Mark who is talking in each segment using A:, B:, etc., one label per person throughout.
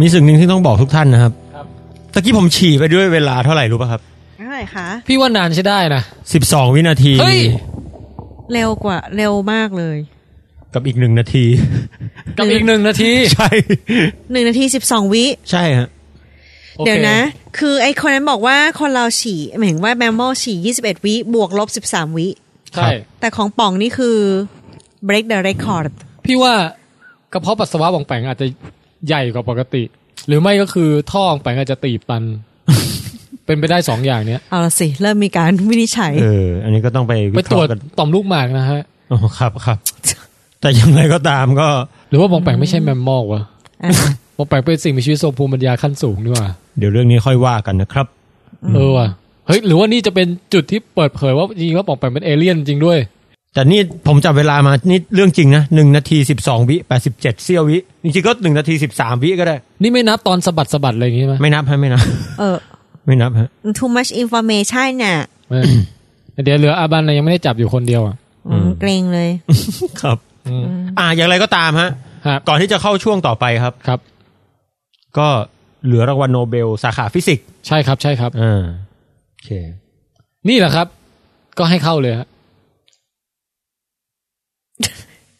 A: มีสิ่งหนึ่งที่ต้องบอกทุกท่านนะครับ
B: ครับ
A: ตะกี้ผมฉี่ไปด้วยเวลาเท่าไหร่รู้ป่ะครับ
C: เท่าไหร่คะ
B: พี่ว่านานใช่ได้นะ
A: สิบสองวินาที
B: เฮ้ย
C: เร็วกว่าเร็วมากเลย
A: กับอีกหนึ่งนาที
B: กับอีกหนึ่งนาที
A: ใช่
C: หนึ่งนาทีสิบสองวิ
A: ใช่ฮะ
B: โอค
C: เดี๋ยวนะ คือไอ้คนนั้นบอกว่าคนเราฉี่หมายถึงว่าแมมมอลฉี่ 21 วิ บวกลบ 13 วิ
B: ใช่
C: แต่ของป่องนี่คือ break the record
B: พี่ว่ากระเพาะปัสสาวะของแปงอาจจะใหญ่กว่าปกติ หรือไม่ก็คือท่อของแปงอาจจะตีบ ตัน เป็นไปได้สองอย่างเนี้ย
C: เอาละสิ เริ่มมีการวินิจฉัย
A: เออ อันนี้ก็ต้องไป
B: ไป
A: วิเค
B: ตรว
A: ราะ
B: จ
A: ห์กัน
B: ต่อมลูกหมากนะฮะ
A: อ๋อครับครับ แต่อย่างไรก็ตามก็
B: หรือว่าบองแปงไม่ใช่แมมมอลวะ
C: อ่ะ
B: บองแปงเป็นสิ่งมีชีวิตทรงภูมิปัญญาขั้นสูงดีกว่า
A: เดี๋ยวเรื่องนี้ค่อยว่ากันนะครับ
B: เออว่ะเฮ้ยหรือว่านี่จะเป็นจุดที่เปิดเผยว่าจริงๆว่าบองแปงเป็นเอเลี่ยนจริงด้วย
A: แต่นี่ผมจับเวลามานี่เรื่องจริงนะหนึ่งนาทีสิบสองวิแปดสิบเจ็ดเซี่ยววิจริงๆก็หนึ่งนาทีสิบสามวิก็ได้
B: นี่ไม่นับตอนสะบัดสะบัดอะไรอย่างงี้ไหม
A: ไม่นับฮะไม่นับ
C: เออ
A: ไม่นับฮะ
C: too much information น่ะ
B: เออเดี๋ยวเหลืออาบันน่ะยังไม่ได้จับอยู่คนเดียวอ่ะ
C: อืมเกรงเลย
A: ครับ
B: อืม
A: อ่าอย่างไรก็ตามฮะ
B: ครับ
A: ก่อนที่จะเข้าช่วงต่อไปครับ
B: ครับ
A: ก็เหลือรางวัลโนเบลสาขาฟิสิกส์
B: ใช่ครับใช่ครับ
A: อ่าโอเค
B: นี่แหละครับ ก็ให้เข้าเลยฮะ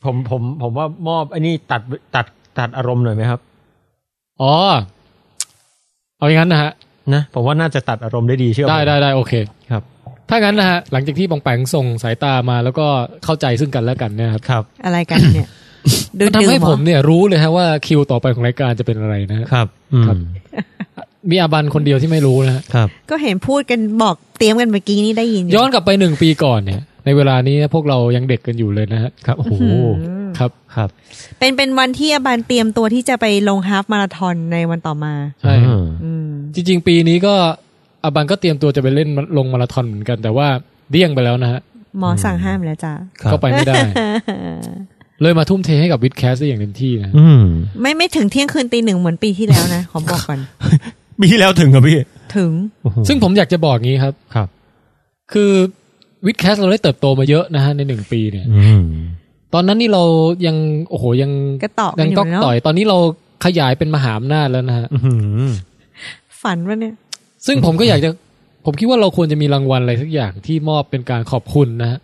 A: ผมผมผมว่ามอบอันนี้ตัดตัดตัดอารมณ์หน่อยไหมครับ
B: อ๋อ เอาอย่างนั้นนะฮะ
A: นะผมว่าน่าจะตัดอารมณ์ได้ดีเชื่อผม
B: ได้ได้ได้โอเค
A: ครับ
B: ถ้างั้นนะฮะ หลังจากที่บองแปงส่งสายตามาแล้วก็เข้าใจซึ่งกันและกันเนยครับ
A: ครับ
C: อะไรกันเนี่ย ดู
B: มัน
C: ดื้อ
B: ทำให้ผม
C: เรอ
B: เนี่ยรู้เลยฮะว่าคิวต่อไปของรายการจะเป็นอะไรนะฮะ
A: ครับอืม
B: ครับ มีอาบันคนเดียวที่ไม่รู้นะฮะ
A: ครับ
C: ก็เห็นพูดกันบอกเตรียมกันเมื่อกี้นี่ได้ยิน
B: ย้อนกลับไปหนึ่งปีก่อนเนี่ย ในเวลานี้พวกเรายังเด็กกันอยู่เลยนะฮะ
A: ครับโอ้โห
C: อืม
B: ครับ
A: ครับ
C: เป็นเป็นวันที่อาบานเตรียมตัวที่จะไปลงฮาล์ฟมาราธอนในวันต่อมา
B: ใช่
A: อืม
C: อืม
B: จริงๆ ปีนี้ก็อาบันก็เตรียมตัวจะไปเล่นมาลงมาราธอนเหมือนกัน แต่ว่าเดี่ยงไปแล้วนะฮะ
C: หมอสั่งห้ามแล้วจ้า
A: ครับ
B: ก็ไปไม่ได้ เลยมาทุ่มเทให้กับวิดแคสได้อย่างเต็มที่นะฮะ
A: อืม
C: ไม่ไม่ถึงเที่ยงคืนตีหนึ่งเหมือนปีที่แล้ว นะ ขอบอกก่อน
A: ปีที่แล้วถึงกับพี่
C: ถึง
A: โอ้โห
B: ซึ่งผมอยากจะบอกงี้ครับ
A: ครับ
B: คือวิดแคสเราได้เติบโตมาเยอะนะฮะในหนึ่งปีเนี่ย
A: อืม
B: ตอนนั้นนี่เรายังโอ้โหยัง
C: กระตอกกั
B: ยั
C: น
B: ง
C: อยู่
B: ต้อง
C: เนาะ
B: ต่อยตอนนี้เราขยายเป็นมหาอำนาจแล้วนะฮะ
A: อื้อหือ
C: ฝันว่าเนี่ย
B: ซึ่งผมก็อยากจะผมคิดว่าเราควรจะมีรางวัลอะไรสักอย่างที่มอบเป็นการขอบคุณนะฮะ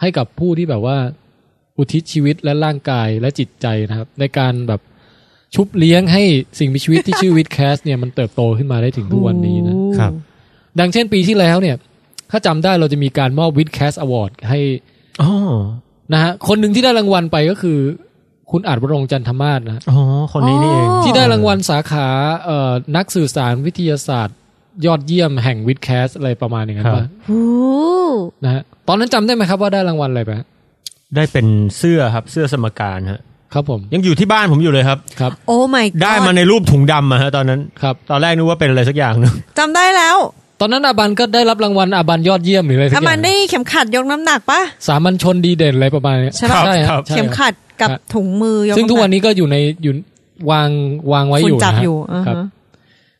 B: ให้กับผู้ที่แบบว่า อุทิศชีวิตและร่างกายและจิตใจนะครับ ในการแบบชุบเลี้ยงให้สิ่งมีชีวิตที่ชื่อวิดแคสเนี่ยมันเติบโตขึ้นมาได้ถึงทุกวันนี้นะ
A: ครับ
B: ดังเช่นปีที่แล้วเนี่ย ถ้าจำได้เราจะมีการมอบวิดแคสอวอร์ดให้
A: อ๋อ
B: นะฮะ คนหนึ่งที่ได้รางวัลไปก็คือ คุณอาจวรงค์จันทมาศนะฮะ
A: อ๋อคนนี้นี่เอง
C: อ๋อ
B: ที่ได้รางวัลสาขาเอ่อนักสื่อสารวิทยาศาสตร์ ยอดเยี่ยมแห่งวิดแคสอะไรประมาณอย่างนั้นป่ะ
C: โอ้
B: นะฮะตอนนั้นจำได้ไหมครับว่าได้รางวัลอะไรไปฮะ
A: ได้เป็นเสื้อครับเสื้อสมการฮะ
B: ครับผม
A: ยังอยู่ที่บ้านผมอยู่เลยครับ
B: ครับ
C: โอ้ my
A: ได้มาในรูปถุงดำอะฮะตอนนั้น
B: ครับ
A: ตอนแรกนึกว่าเป็นอะไรสักอย่างหนึง
C: จำได้แล้ว
B: ตอนนั้นอาบันก็ได้รับรางวัลอาบันยอดเยี่ยมหรืออะไรสัก
C: อา
B: อ
C: มัน
B: ย่าง
C: ได้เข็มขัดยกน้ำหนักปะ
B: สามัญชนดีเด่นอะไรประมาณเนี้ย
C: ใช่ปะ
B: ใช่ฮะ
A: ครับ
B: ใช่
C: เข็ม
B: ค
C: ขั
B: รับ
C: ดกับ
B: ฮะ
C: ถุงมือยก
B: ซึ่งทุกวันนี้ก็อยู่ในอยู่วางวางไว้
C: ไว้
B: อ
C: อยู่ ยู่จับ
B: นะฮะ
C: อยู่อ่า
B: ค
C: ฮะ
B: รับ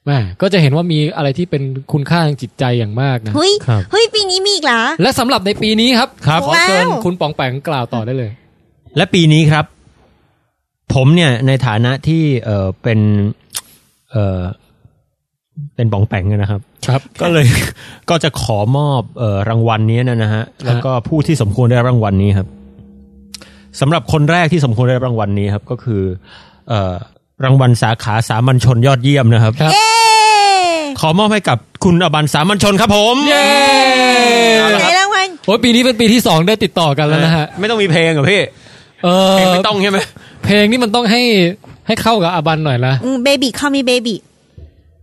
B: แม่ก็จะเห็นว่ามีอะไรที่เป็นคุณค่าทางจิตใจอย่างมากนะ
C: เฮ้ย
A: ครับ
C: เฮ้ย ปีนี้มีอีกเหรอ
B: และสำหรับในปีนี้ครับ
A: ครับ
B: ขอเชิญ
C: ว้าว
B: คุณปองแปงกล่าวต่อได้เลย
A: และปีนี้ครับ ผมเนี่ยในฐานะที่เออเป็นเออเป็นบองแปงอะนะครับ
B: ครับ
A: ก็เลย ก็จะขอมอบเออรางวัลนี้นะนะฮะแล้วก็ผู้ที่สมควรได้รับรางวัลนี้ครับสำหรับคนแรกที่สมควรได้รับรางวัลนี้ครับ ก็คือ เออรางวัลสาขาสามัญชนยอดเยี่ยมนะครับ
B: ครับ
C: เย้
A: ขอมอบให้กับคุณอบันสามัญชนครับผม
B: เย้
A: าละค
C: ไหน
A: รับ
C: รางวัล
B: โอ้ยปีนี้เป็นปีที่สองได้ติดต่อกันแล้วนะฮะ
A: ไม่ต้องมีเพลงเหรอพี่
B: เอ
A: เพลง
B: อ
A: ไม่ต้องใช่ไหม
B: เพลงนี้มันต้องให้ให้เข้ากับอาบันหน่อยนะ
C: เบบี้คามีเบบี้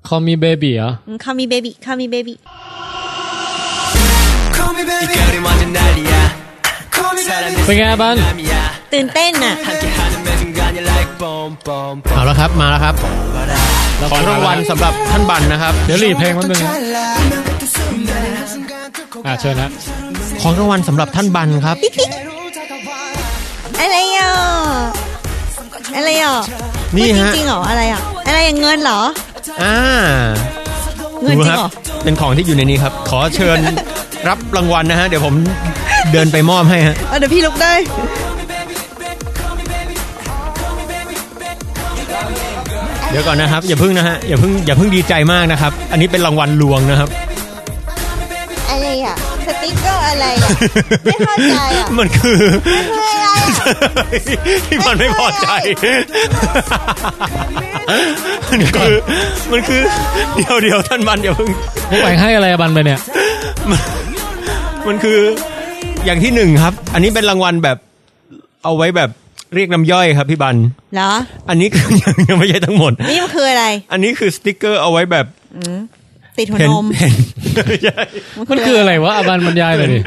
B: คอมมีเบบี้เหรอ
C: คามีเบบี้คามีเบบี้
D: Call me baby 이별이 완전 난리야 Call me baby
B: เป็นไงอาบัน
D: 남이야
C: ตื่นเต้นน่ะ
D: 함께하는 매 순간이 like bomb bomb
A: เอาละครับมาแล้วครับขอรางวัลสำหรับท่านบันนะครับ
B: เดี๋ยวรีบเพลงมันหนึ่งนะ
D: 그
B: อ่ะเชิญนะ
A: ของรางวัลสำหรับท่านบันครับ
C: อะไรอ่ะอะไรอ่ะ
A: นี่
C: พูด
A: ฮะ
C: จริงๆเหรออะไรอ่ะอะไรอย่างเงินเหรอ
A: อ่า
C: เงินจ
A: ดู
C: ริ
A: ค
C: ง
A: รับ
C: เหรอ
A: เป็นของที่อยู่ในนี้ครับ ขอเชิญ รับรางวัลนะฮะ เดี๋ยวผมเดินไปมอบให้ฮะ
C: เออเดี๋ยวพี่ลุกได้
D: I
A: เดี๋ยวก่อนนะครับอย่าเพึ่งนะฮะอย่าเพึ่งอย่าเพึ่งดีใจมากนะครับ อันนี้เป็นรางวัลลวงนะครับ
E: อะไรอ่ะ สติ๊กเกอร์อะไรอ่ะ ไม่เข้าใจอ่ะ
A: มันคือ
E: คืออะไรอ่ะ
A: ที่มัน ไม่พอใจ มันคือ มันคือ เดี๋ยวเดี๋ยวท่านบันอย่าเพิ่ง
B: พวกแบ่งให้อะไรอะบันไปเนี่ย
A: มันคืออย่างที่หนึ่งครับ อันนี้เป็นรางวัลแบบเอาไว้แบบเรียกน้ำย่อยครับพี่บัน
C: เหรอ
A: อันนี้คือยังยังไม่ใช่ทั้งหมด
C: นี่มันคืออะไร
A: อันนี้คือสติกเกอร์เอาไว้แบบ
C: ติดหัว
A: เห็น
C: นม
A: เห็นไม่ใช่
B: มันคืออะไรวะอะบันบรรยายเลยดิ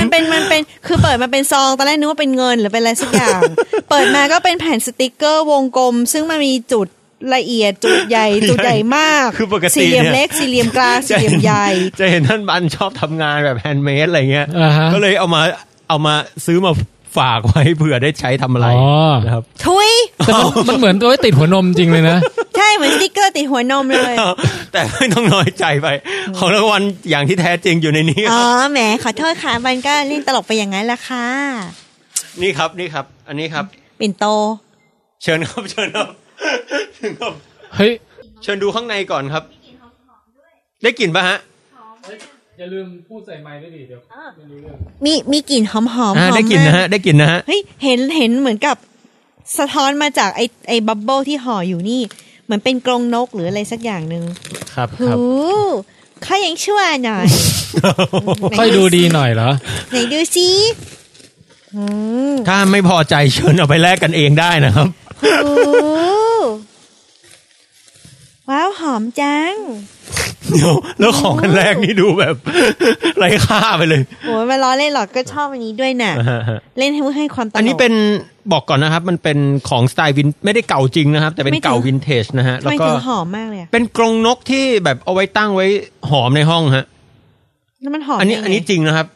C: มันเป็นมันเป็นคือเปิดมาเป็นซองตอนแรกนึกว่าเป็นเงินหรือเป็นอะไรสักอย่าง เปิดมาก็เป็นแผ่นสติกเกอร์วงกลม ซึ่งมันมีจุดละเอียดจุดใหญ่จุดใหญ่มาก
A: คือปกติ
C: สี่เหลี่ยม
A: นี่
C: เล็กสี่เหลี่ยมกลางสี่ เหลี่ยมใหญ่
A: จะเห็นท่านบันชอบทำงานแบบแฮนด์เมดอะไรเงี้ย
B: อ่าฮะ
A: ก็เลยเอามาเอามาซื้อมาฝากไว้เผื่อได้ใช้ทำอะไร
B: อ๋อ
A: นะครับ
C: ทุย
B: แต่มันมันเหมือนตัวไอ้ติดหัวนมจริงเลยนะ
C: ใช่เหมือนสติกเกอร์ติดหัวนมเลย
A: แต่ ไม่ต้องน้อยใจไป ของรางวัลอย่างที่แท้จริงอยู่ในนี้ค
C: อ๋อ
A: รับ
C: แหมขอโทษค่ะมันก็เล่นตลกไปอย่างนั้นละค่ะ
A: นี่ครับนี่ครับ อันนี้ครับ
C: ปิ่นโต
A: เชิญครับเชิญครับเชิญครับ
B: เฮ้ย
A: เชิญดูข้างในก่อนครับ ได้กลิ่นปะฮะ
B: อย่าลืมพูดใส่ไมค์ด้วยดิเดี๋ยวไม่รู้เรื่อง
C: มีมีกลิ่นหอมๆหอม
A: อ่าได้กลิ่นนะฮะได้กลิ่นนะฮะ
C: เฮ้ยเห็นเห็นเหมือนกับสะท้อนมาจากไอไอบับเบิลที่ห่ออยู่นี่ เหมือนเป็นกรงนกหรืออะไรสักอย่างหนึ่ง
A: ครับค
C: หู
A: รับ
C: ข้ายังชั่วห น่อย ไหน
B: ค่อยดูดีหน่อยเหรอ
C: ไหนดูซิอืม
A: ถ้าไม่พอใจเชิญเอาไปแลกกันเองได้นะครับ
C: หูว้าวหอมจัง
A: เดี๋ยวแล้วของกันแรกนี่ดูแบบ ไร้ค่าไปเลย
C: โอ้ยมาล้อเล่นหรอกก็ชอบอันนี้ด้วยน่ะ
A: อ่าฮะ
C: เล่นให้ให้ความตลก
A: อันนี้เป็นบอกก่อนนะครับ มันเป็นของสไตล์วินไม่ได้เก่าจริงนะครับ แต่เป็
C: ไม่
A: น
C: ถึง
A: เก่าวินเทจนะฮะ
C: ทำ
A: แล้ว
C: ไม
A: ก็
C: ถึงหอมมากเลยอะ
A: เป็นกรงนกที่แบบเอาไว้ตั้งไว้หอมในห้องฮะ
C: แล้วมันหอม
A: อันนี้
C: ได้ไง
A: อันนี้จริงนะครับ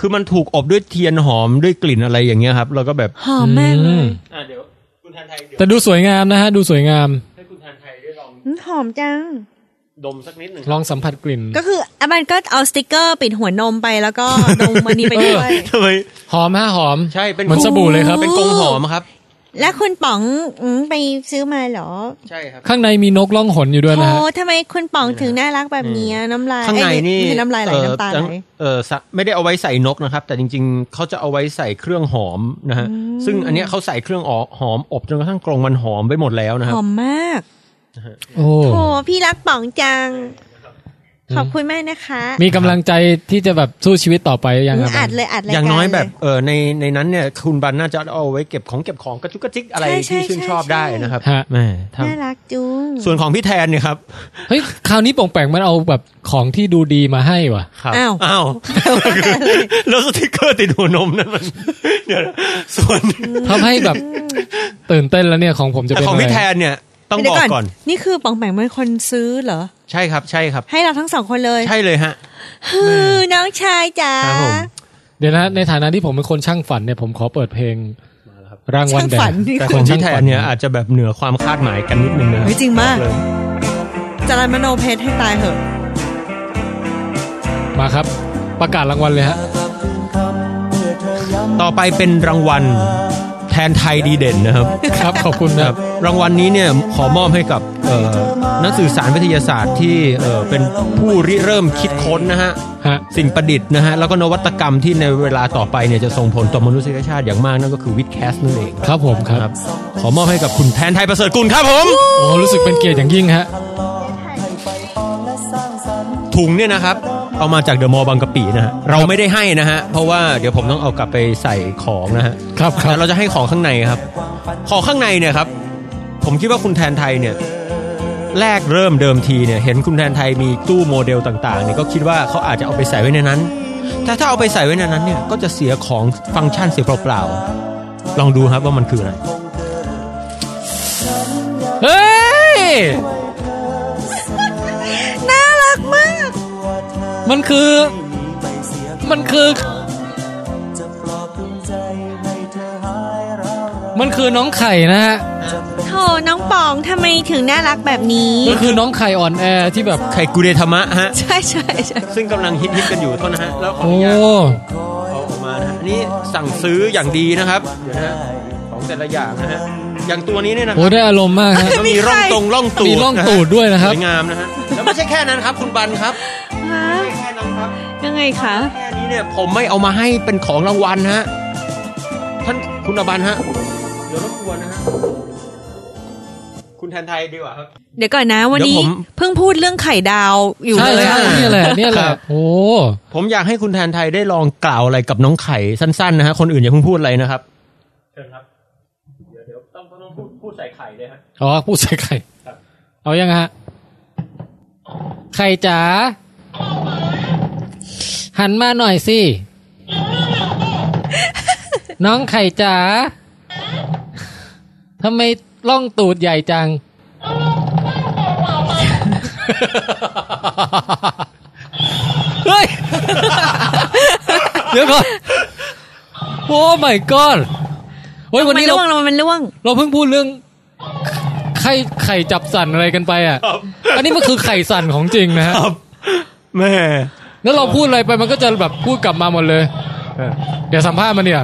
A: คือมันถูกอบด้วยเทียนหอมด้วยกลิ่นอะไรอย่างเงี้ยครับ แล้วก็แบบ
C: หอมมากเล
B: อืม
C: ย
A: เดี๋ยวคุณทันไทยเดี๋ยว
B: แต่ดูสวยงามนะฮะ ดูสวยงาม
A: ให้คุณทันไทยได้ลอง
C: อืมหอมจัง
A: ดมสักนิดหนึ่ง
B: ลองสัมผัสกลิ่น
C: ก็คืออามันก็เอาสติกเกอร์ปิดหัวนมไปแล้วก็ดมมันนี้ไปด้วย
A: ทำไม
B: หอมฮะหอม
A: ใช่เป็น
B: เหมือน
A: กง
B: สบู่เลยครับ
A: เป็นกรงหอมครับ
C: แล้วคุณป๋องอืมไปซื้อมาเหรอ
A: ใช่ครับ
B: ข้างในมีนกล่องหนอยู่ด้วยนะ
C: โอ้
B: ฮะ
C: ทำไมคุณป๋องถึงน่ารักแบบเนี้ยน้ำลาย
A: ข้างใน
C: เอ้ย
A: นี่
C: ไม่ใช่น้ำลายไหล
A: เอ่อ
C: น้ำตาไหล
A: ทั้งเออสะไม่ได้เอาไว้ใส่นกนะครับ แต่จริง ๆเขาจะเอาไว้ใส่เครื่องหอมนะฮะซึ่งอันเนี้ยเขาใส่เครื่องหอมอบจนกระทั่งกรงมันหอมไปหมดแล้วนะค
C: ห
A: รับ
C: อมมาก
B: โอ้
C: โอ้พี่รักป๋องจัง ขอบคุณมากนะคะ
B: มีกำลังใจที่จะแบบสู้ชีวิตต่อไปยัง
C: อื
B: ไง
C: มอัดเลยอัดรายการ
A: อย่างน้อยแบบ
C: เล
A: เออในในนั้นเนี่ยคุณบันน่าจะเอาไว้เก็บของเก็บของกระจุกกระจิกอะไร
C: ใช่ใช่
A: ที่ชื่นชอบ
C: ใช่
A: ได้นะครับ
B: ฮะ
A: แม่ท
C: น่ารักจุง
A: ำส่วนของพี่แทนเนี่ยครับ
B: เฮ้ย คราวนี้โป่งแปงมันเอาแบบของที่ดูดีมาให้ ว่ะ
A: ครับ
C: อ้าว
A: อ้าวแล้วสติกเกอร์ติดหัวนมนั่นมัน เดี๋ยวนะส่วน
B: ทำให้แบบตื่นเต้นแล้วเนี่ยของผมจะ
A: แต่
B: เป็น
A: ของ
B: อะไร
A: พี่แทนเนี่ยต้อง
C: เดี๋
A: บ
C: ย
A: อ
C: ว
A: กก่อน
C: นี่คือป๋องแปงเป็นคนซื้อเหรอ
A: ใช่ครับใช่ครับ
C: ให้เราทั้งสองคนเลย
A: ใช่เลยฮะ
C: ฮือน้องชายจ๋า
A: ครับผม
B: เดี๋ยวนะ ในฐานะที่ผมเป็นคนช่างฝันเนี่ยผมขอเปิดเพลงร่างวัน
C: ช่าง
B: แด
C: ฝั
B: ง
C: นนี่
A: แต่
C: คื
A: ข
C: อ
A: องพี่แทนเนี่ยอาจจะแบบเหนือความคาดหมายกันนิดนึงนะ
C: เฮ้ยจริงมากจารันมโนเพชรให้ตายเถอะ
B: มาครับ ประกาศรางวัลเลยฮะ
A: ต่อไปเป็นรางวัลแทนไทยดีเด่นนะครับ
B: ครับ ขอบคุณ
A: ค
B: นะ
A: รับรางวัลนี้เนี่ยขอมอบให้กับเอ่อนักสื่อสารวิทยาศาสตร์ที่เอ่อเป็นผู้ริเริ่มคิดค้นนะฮะ
B: ฮะ
A: สิ่งประดิษฐ์นะฮะแล้วก็นวัตกรรมที่ในเวลาต่อไปเนี่ยจะส่งผลต่อมนุษยชาติอย่างมากนั่นก็คือวิดแคสนั่นเอง
B: ครับผมครับ
A: ครับขอมอบให้กับคุณแทนไทยประเสริฐกุลครับผม
B: โอ้รู้สึกเป็นเกียรติอย่างยิ่งฮะ
A: ถุงเนี่ยนะครับ เอามาจากเดอะมอลล์บางกะปินะฮะเราไม่ได้ให้นะฮะเพราะว่าเดี๋ยวผมต้องเอากลับไปใส่ของนะฮะ
B: ครับครั
A: แต่
B: บ
A: เราจะให้ของข้างในครับ ของข้างในเนี่ยครับ ผมคิดว่าคุณแทนไทยเนี่ย แรกเริ่มเดิมทีเนี่ย เห็นคุณแทนไทยมีตู้โมเดลต่างๆเนี่ยก็คิดว่าเขาอาจจะเอาไปใส่ไว้ในนั้น แต่ถ้าเอาไปใส่ไว้ในนั้นเนี่ย ก็จะเสียของฟังก์ชันเสียเปล่าๆ ลองดูครับว่ามันคืออะไร
B: เฮ้ย
C: น่ารักมาก
B: มันคือ มันคือ มันคือน้องไข่นะฮะ
C: โถน้องป๋องทำไมถึงน่ารักแบบนี้
B: มันคือน้องไข่อ่อนแอที่แบบ
A: ไข่กุเรธรรมะฮะ
C: ใช่ใช่ใช่
A: ซึ่งกำลังฮิตๆกันอยู่โทษนะฮะ แล้วขออ
B: โอ้
A: นุญาตเอาออกมานะฮะอันนี่สั่งซื้ออย่างดีนะครับ เดี๋ยวนะฮะของแต่ละอย่างนะฮะ อย่างตัวนี้เนี่ยนะค
B: โอ้
A: รับ
B: ได้อารมณ์มากฮะ
A: แล้วมีร่องตรงร่องตูด
B: มีร่อง
A: นะฮะ
B: ตูดด้วยนะครับ
A: สวยงามนะฮะแล้วไม่ใช่แค่นั้นครับ คุณบันครับ
C: ฮะ
A: ไม่ใช่แค่นั้นครับ
C: ยังไงคะ
A: แค่นี้เนี่ยผมไม่เอามาให้เป็นของรางวัลฮะ ท่านคุณอบันฮะ เดี๋ยวรบกวนนะฮะ คุณแทนไทยดีกว่าครับ
C: เดี๋ยวก่อนนะ วันนี้
A: เดี๋ยวผม
C: เพิ่งพูดเรื่องไข่ดาวอยู่
B: ใช่
C: เลย
B: ใช่
C: อะ
B: เนี่ยแหละเนี่ยแห
A: ค
B: ละ
A: รับ
B: โอ้
A: ผมอยากให้คุณแทนไทยได้ลองกล่าวอะไรกับน้องไข่สั้นๆนะฮะ คนอื่นอย่าเพิ่งพูดอะไรนะครับ เชิญครับ เดี๋ยวเดี๋ยวต้องต้องพูดพูดใส่ไข่เลยฮะ
B: อ๋อพูดใส่ไข่
A: ครับ
B: เอายังฮะไข่จ๋าหันมาหน่อยสิน้องไข่จ๋าทำไมล่องตูดใหญ่จัง เฮ้ย เดี๋ยวก่อนโอ้ my god เฮ้ยวัน
C: มัน
B: นี้เรา
C: ล่วงแล้วมันล่วง
B: เราเพิ่งพูดเรื่องไข่ไข่จับสั่นอะไรกันไปอ่ะ
A: ครับ
B: อันนี้มันคือไข่สั่นของจริงนะฮะ
A: ครับแม่
B: แล้วเราพูดอะไรไปมันก็จะแบบพูดกลับมาหมดเลย เดี๋ยวสัมภาษณ์มันเนี่ย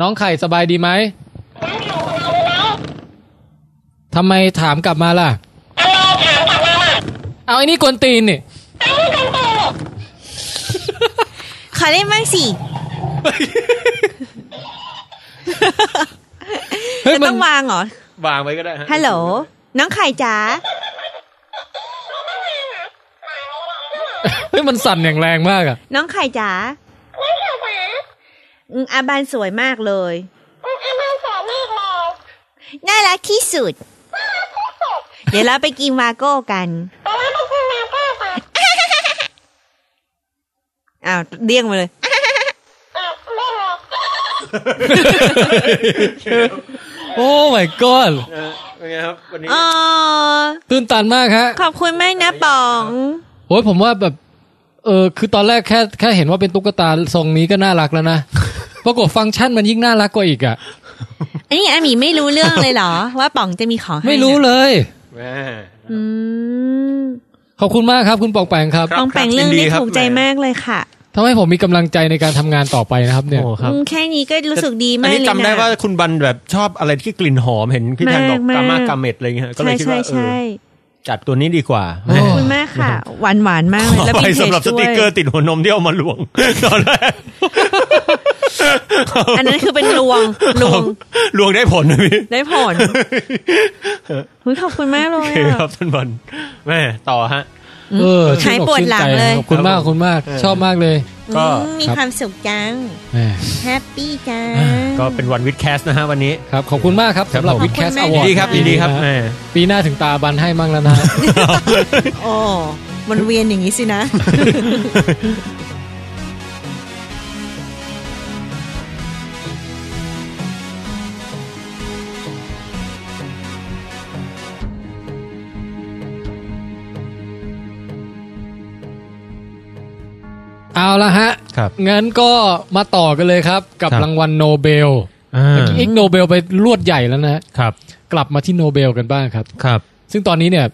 B: น้องไข่สบายดีไหมทำไมถามกลับมาล่ะ เอาไอ้นี่กวนตีนนี่
C: ขอเล่นบ้างสิ
B: เฮ้ย
C: จะ
B: มั
C: ต้
B: น
C: องวางเหรอ
A: วางไว้ก็ได้ฮะ
C: ฮัลโหล น้องไข่จ๋า
B: เฮ้ยมันสั่นอย่างแรงมากอ่ะ
C: น้องไข่จ๋าอืมอาบานสวยมากเลย น่ารักที่สุ ด เดี๋ยวเราไปกินวาโก้กัน อ้าวเดี้ยงมาเลย
B: โอ้ my god
A: เออเป็นไงครับวันนี้
C: อ๋อ
B: ตื่นตันมากฮะ
C: ขอบคุณมากนะป๋อง
B: โอ้ยผมว่าแบบ เออคือตอนแรกแค่แค่เห็นว่าเป็นตุ๊กตาทรงนี้ก็น่ารักแล้วนะ ปรากฏฟังก์ชันมันยิ่งน่ารักกว่าอีกอะ่ะ
C: อันนี้อาหมีไม่รู้เรื่องเล ยเหรอ ว่าป๋องจะมีของให้
B: ไม่รู้เลย
A: แม่
C: อืม
B: ขอบคุณมากครับ คุณปองแปงครับ
A: ค รั บ
C: ป๋องแปลงเรื่อง
A: ยินดี
C: ได้
A: ครับ
C: ถูกใจ
A: แหม
C: มากเลยค่ะ
B: ทำให้ผมมีกำลังใจในการทำงานต่อไปนะครับ เนี่ย
A: โอ้ครับ
C: อืมแค่นี้ก็รู้สึกดี
A: อั
C: มาน กเลย
A: นี้
C: นะ
A: จำได้ว่าคุณบันแบบชอบอะไรที่กลิ่นหอมเห็นพี่แทนบอก
C: มา
A: กามาม
C: กาก
A: กาเมดอะไรอย่างเงี้ยก็เล
C: ใช่
A: ยคิด
C: ใช่
A: ว่าเอ
C: ใช่
A: อจัดตัวนี้ดีกว่า
B: โอ้
C: ขอบคุณมากค่ะ หวานหวานๆมาก เลยแล้ว
A: ขอ
C: วิ
A: ไป
C: นเทจ
A: สำหรับส
C: ด้ว
A: ติกเกอร์
C: ย
A: ติดหัวนมที่เอามาลวง ตอนแรก
C: อันนั้นคือเป็นลวงลวง
A: ลวงได้ผลนะพี่
C: ได้ผลหุ้ยขอบคุณมากเล
A: โอย เค
C: อะ
A: ครับท่านบอลแม่ต่อฮะ
B: เออ
C: หายปวดหลังเลย
B: ขอบคุณมากขอบคุณมาก
A: เออ
B: ชอบมากเลย
A: ก็
C: อืมมีความสุขจัง
B: แหม
C: แฮปปี้จัง
A: ก็เป็นวันวิดแคสนะฮะวันนี้
B: ครับขอบคุณมากครับสำหรับ
A: ผม
B: วิดแคส
C: ข
B: อ
C: อบคุ
B: วอ
A: ยิ
C: ณ
A: น
B: ร์
A: ดีค
C: มาก
A: รับยินดีครับแม่
B: ปีหน้าถึงตาบันให้มั่งแล้ว นะฮะ
C: โอ้มันเวียนอย่างนี้สินะ
B: เอาละฮะ
A: ครับ
B: งั้นก็มาต่อกันเลยครับ กับ
A: ครับ
B: รางวัลโนเบลเมื่อกี้อีกโนเบลไปลวดใหญ่แล้วนะฮะ
A: ครับ
B: กลับมาที่โนเบลกันบ้างครับ
A: ครับ
B: ซึ่งตอนนี้เนี่ย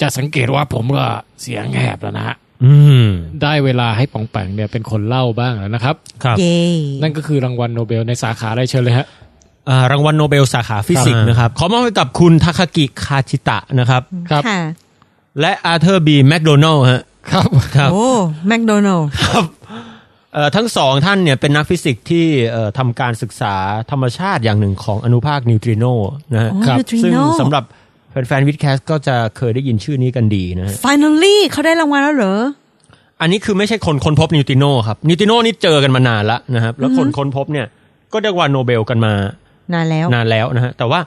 B: จะสังเกตว่าผมก็เสียงแหบแล้วนะฮะ
A: อืม
B: ได้เวลาให้ป๋องแปงเนี่ยเป็นคนเล่าบ้างแล้วนะครับ
A: ครับ
C: เย้
B: นั่นก็คือรางวัลโนเบลในสาขาอะไรเชิญเลยฮะ
A: อ่ารางวัลโนเบลสาขาฟิสิกส์
B: ครับ
A: นะครับ ขอมอบให้กับคุณทาคากิคาชิตะนะครับ
B: ครับ
C: ค่ะ
A: และอาเธอร์บีแมคโดนัลล์ฮะ
B: ครับ
A: ครับ
C: โอ้แมคโดนัล
A: ครับเอ่อทั้งสองท่านเนี่ยเป็นนักฟิสิกส์ที่เอ่อทำการศึกษาธรรมชาติอย่างหนึ่งของอนุภาคนิวตริโนนะฮะ
C: โอ้
B: ครับ
C: ยูทรี
A: ซึ่ง
C: โน
A: สำหรับแฟนๆวิดแคสก็จะเคยได้ยินชื่อนี้กันดีนะฮะ
C: finally เขาได้รางวัลแล้วเหรอ
A: อันนี้คือไม่ใช่คนค้นพบนิวตริโนครับนิวตริโนนี่เจอกันมานานละนะครับ แล้วคนค้นพบเนี่ยก็ได้รางวัลโนเบลกันมาน
C: านแล้ว
A: นานแล้วนะฮะแต่ว่า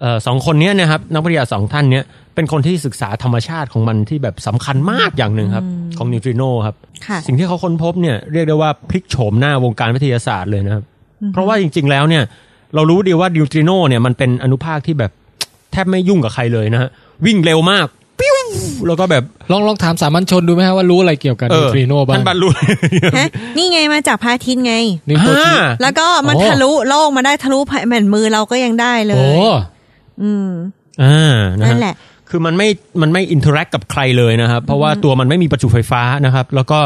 A: เอ่อสองคนเนี้ยนะครับนักวิทยาสองท่านเนี้ยเป็นคนที่ศึกษาธรรมชาติของมันที่แบบสำคัญมากอย่างหนึ่งครับของนิวตริโนครับ
C: ค่ะ
A: สิ่งที่เขาค้นพบเนี่ยเรียกได้ว่าพลิกโฉมหน้าวงการวิทยาศาสตร์เลยนะครับ เพราะว่าจริง ๆ แล้วเนี่ยเรารู้ดีว่าดิวตริโนเนี่ยมันเป็นอนุภาคที่แบบแทบไม่ยุ่งกับใครเลยนะฮะวิ่งเร็วมากปิ้วแล้วก็แบบ
B: ลองลองถามสามัญชนดูไหมฮะว่ารู้อะไรเกี่ยวกับ
A: เอ
B: นิว
A: อ
B: ทรีโนบ้าง
A: ท่านบรร ลุ
C: ฮะ นี่ไงมาจากพระอาทิตย์ไง
B: นิวตัวที
A: อ่า
C: แล้วก็มัน
B: โอ้
C: ทะลุโลกมาได้ทะลุแผ่นมือเราก็ยังได้เล
B: โอ้
C: ย อืม
A: อ่านะ
C: นั่น
A: ฮะ
C: แหละ
A: คือมันไม่ มันไม่อินเทอร์แอคกับใครเลยนะครับ เพราะว่าตัวมันไม่มีประจุไฟฟ้านะครับ แล้วก็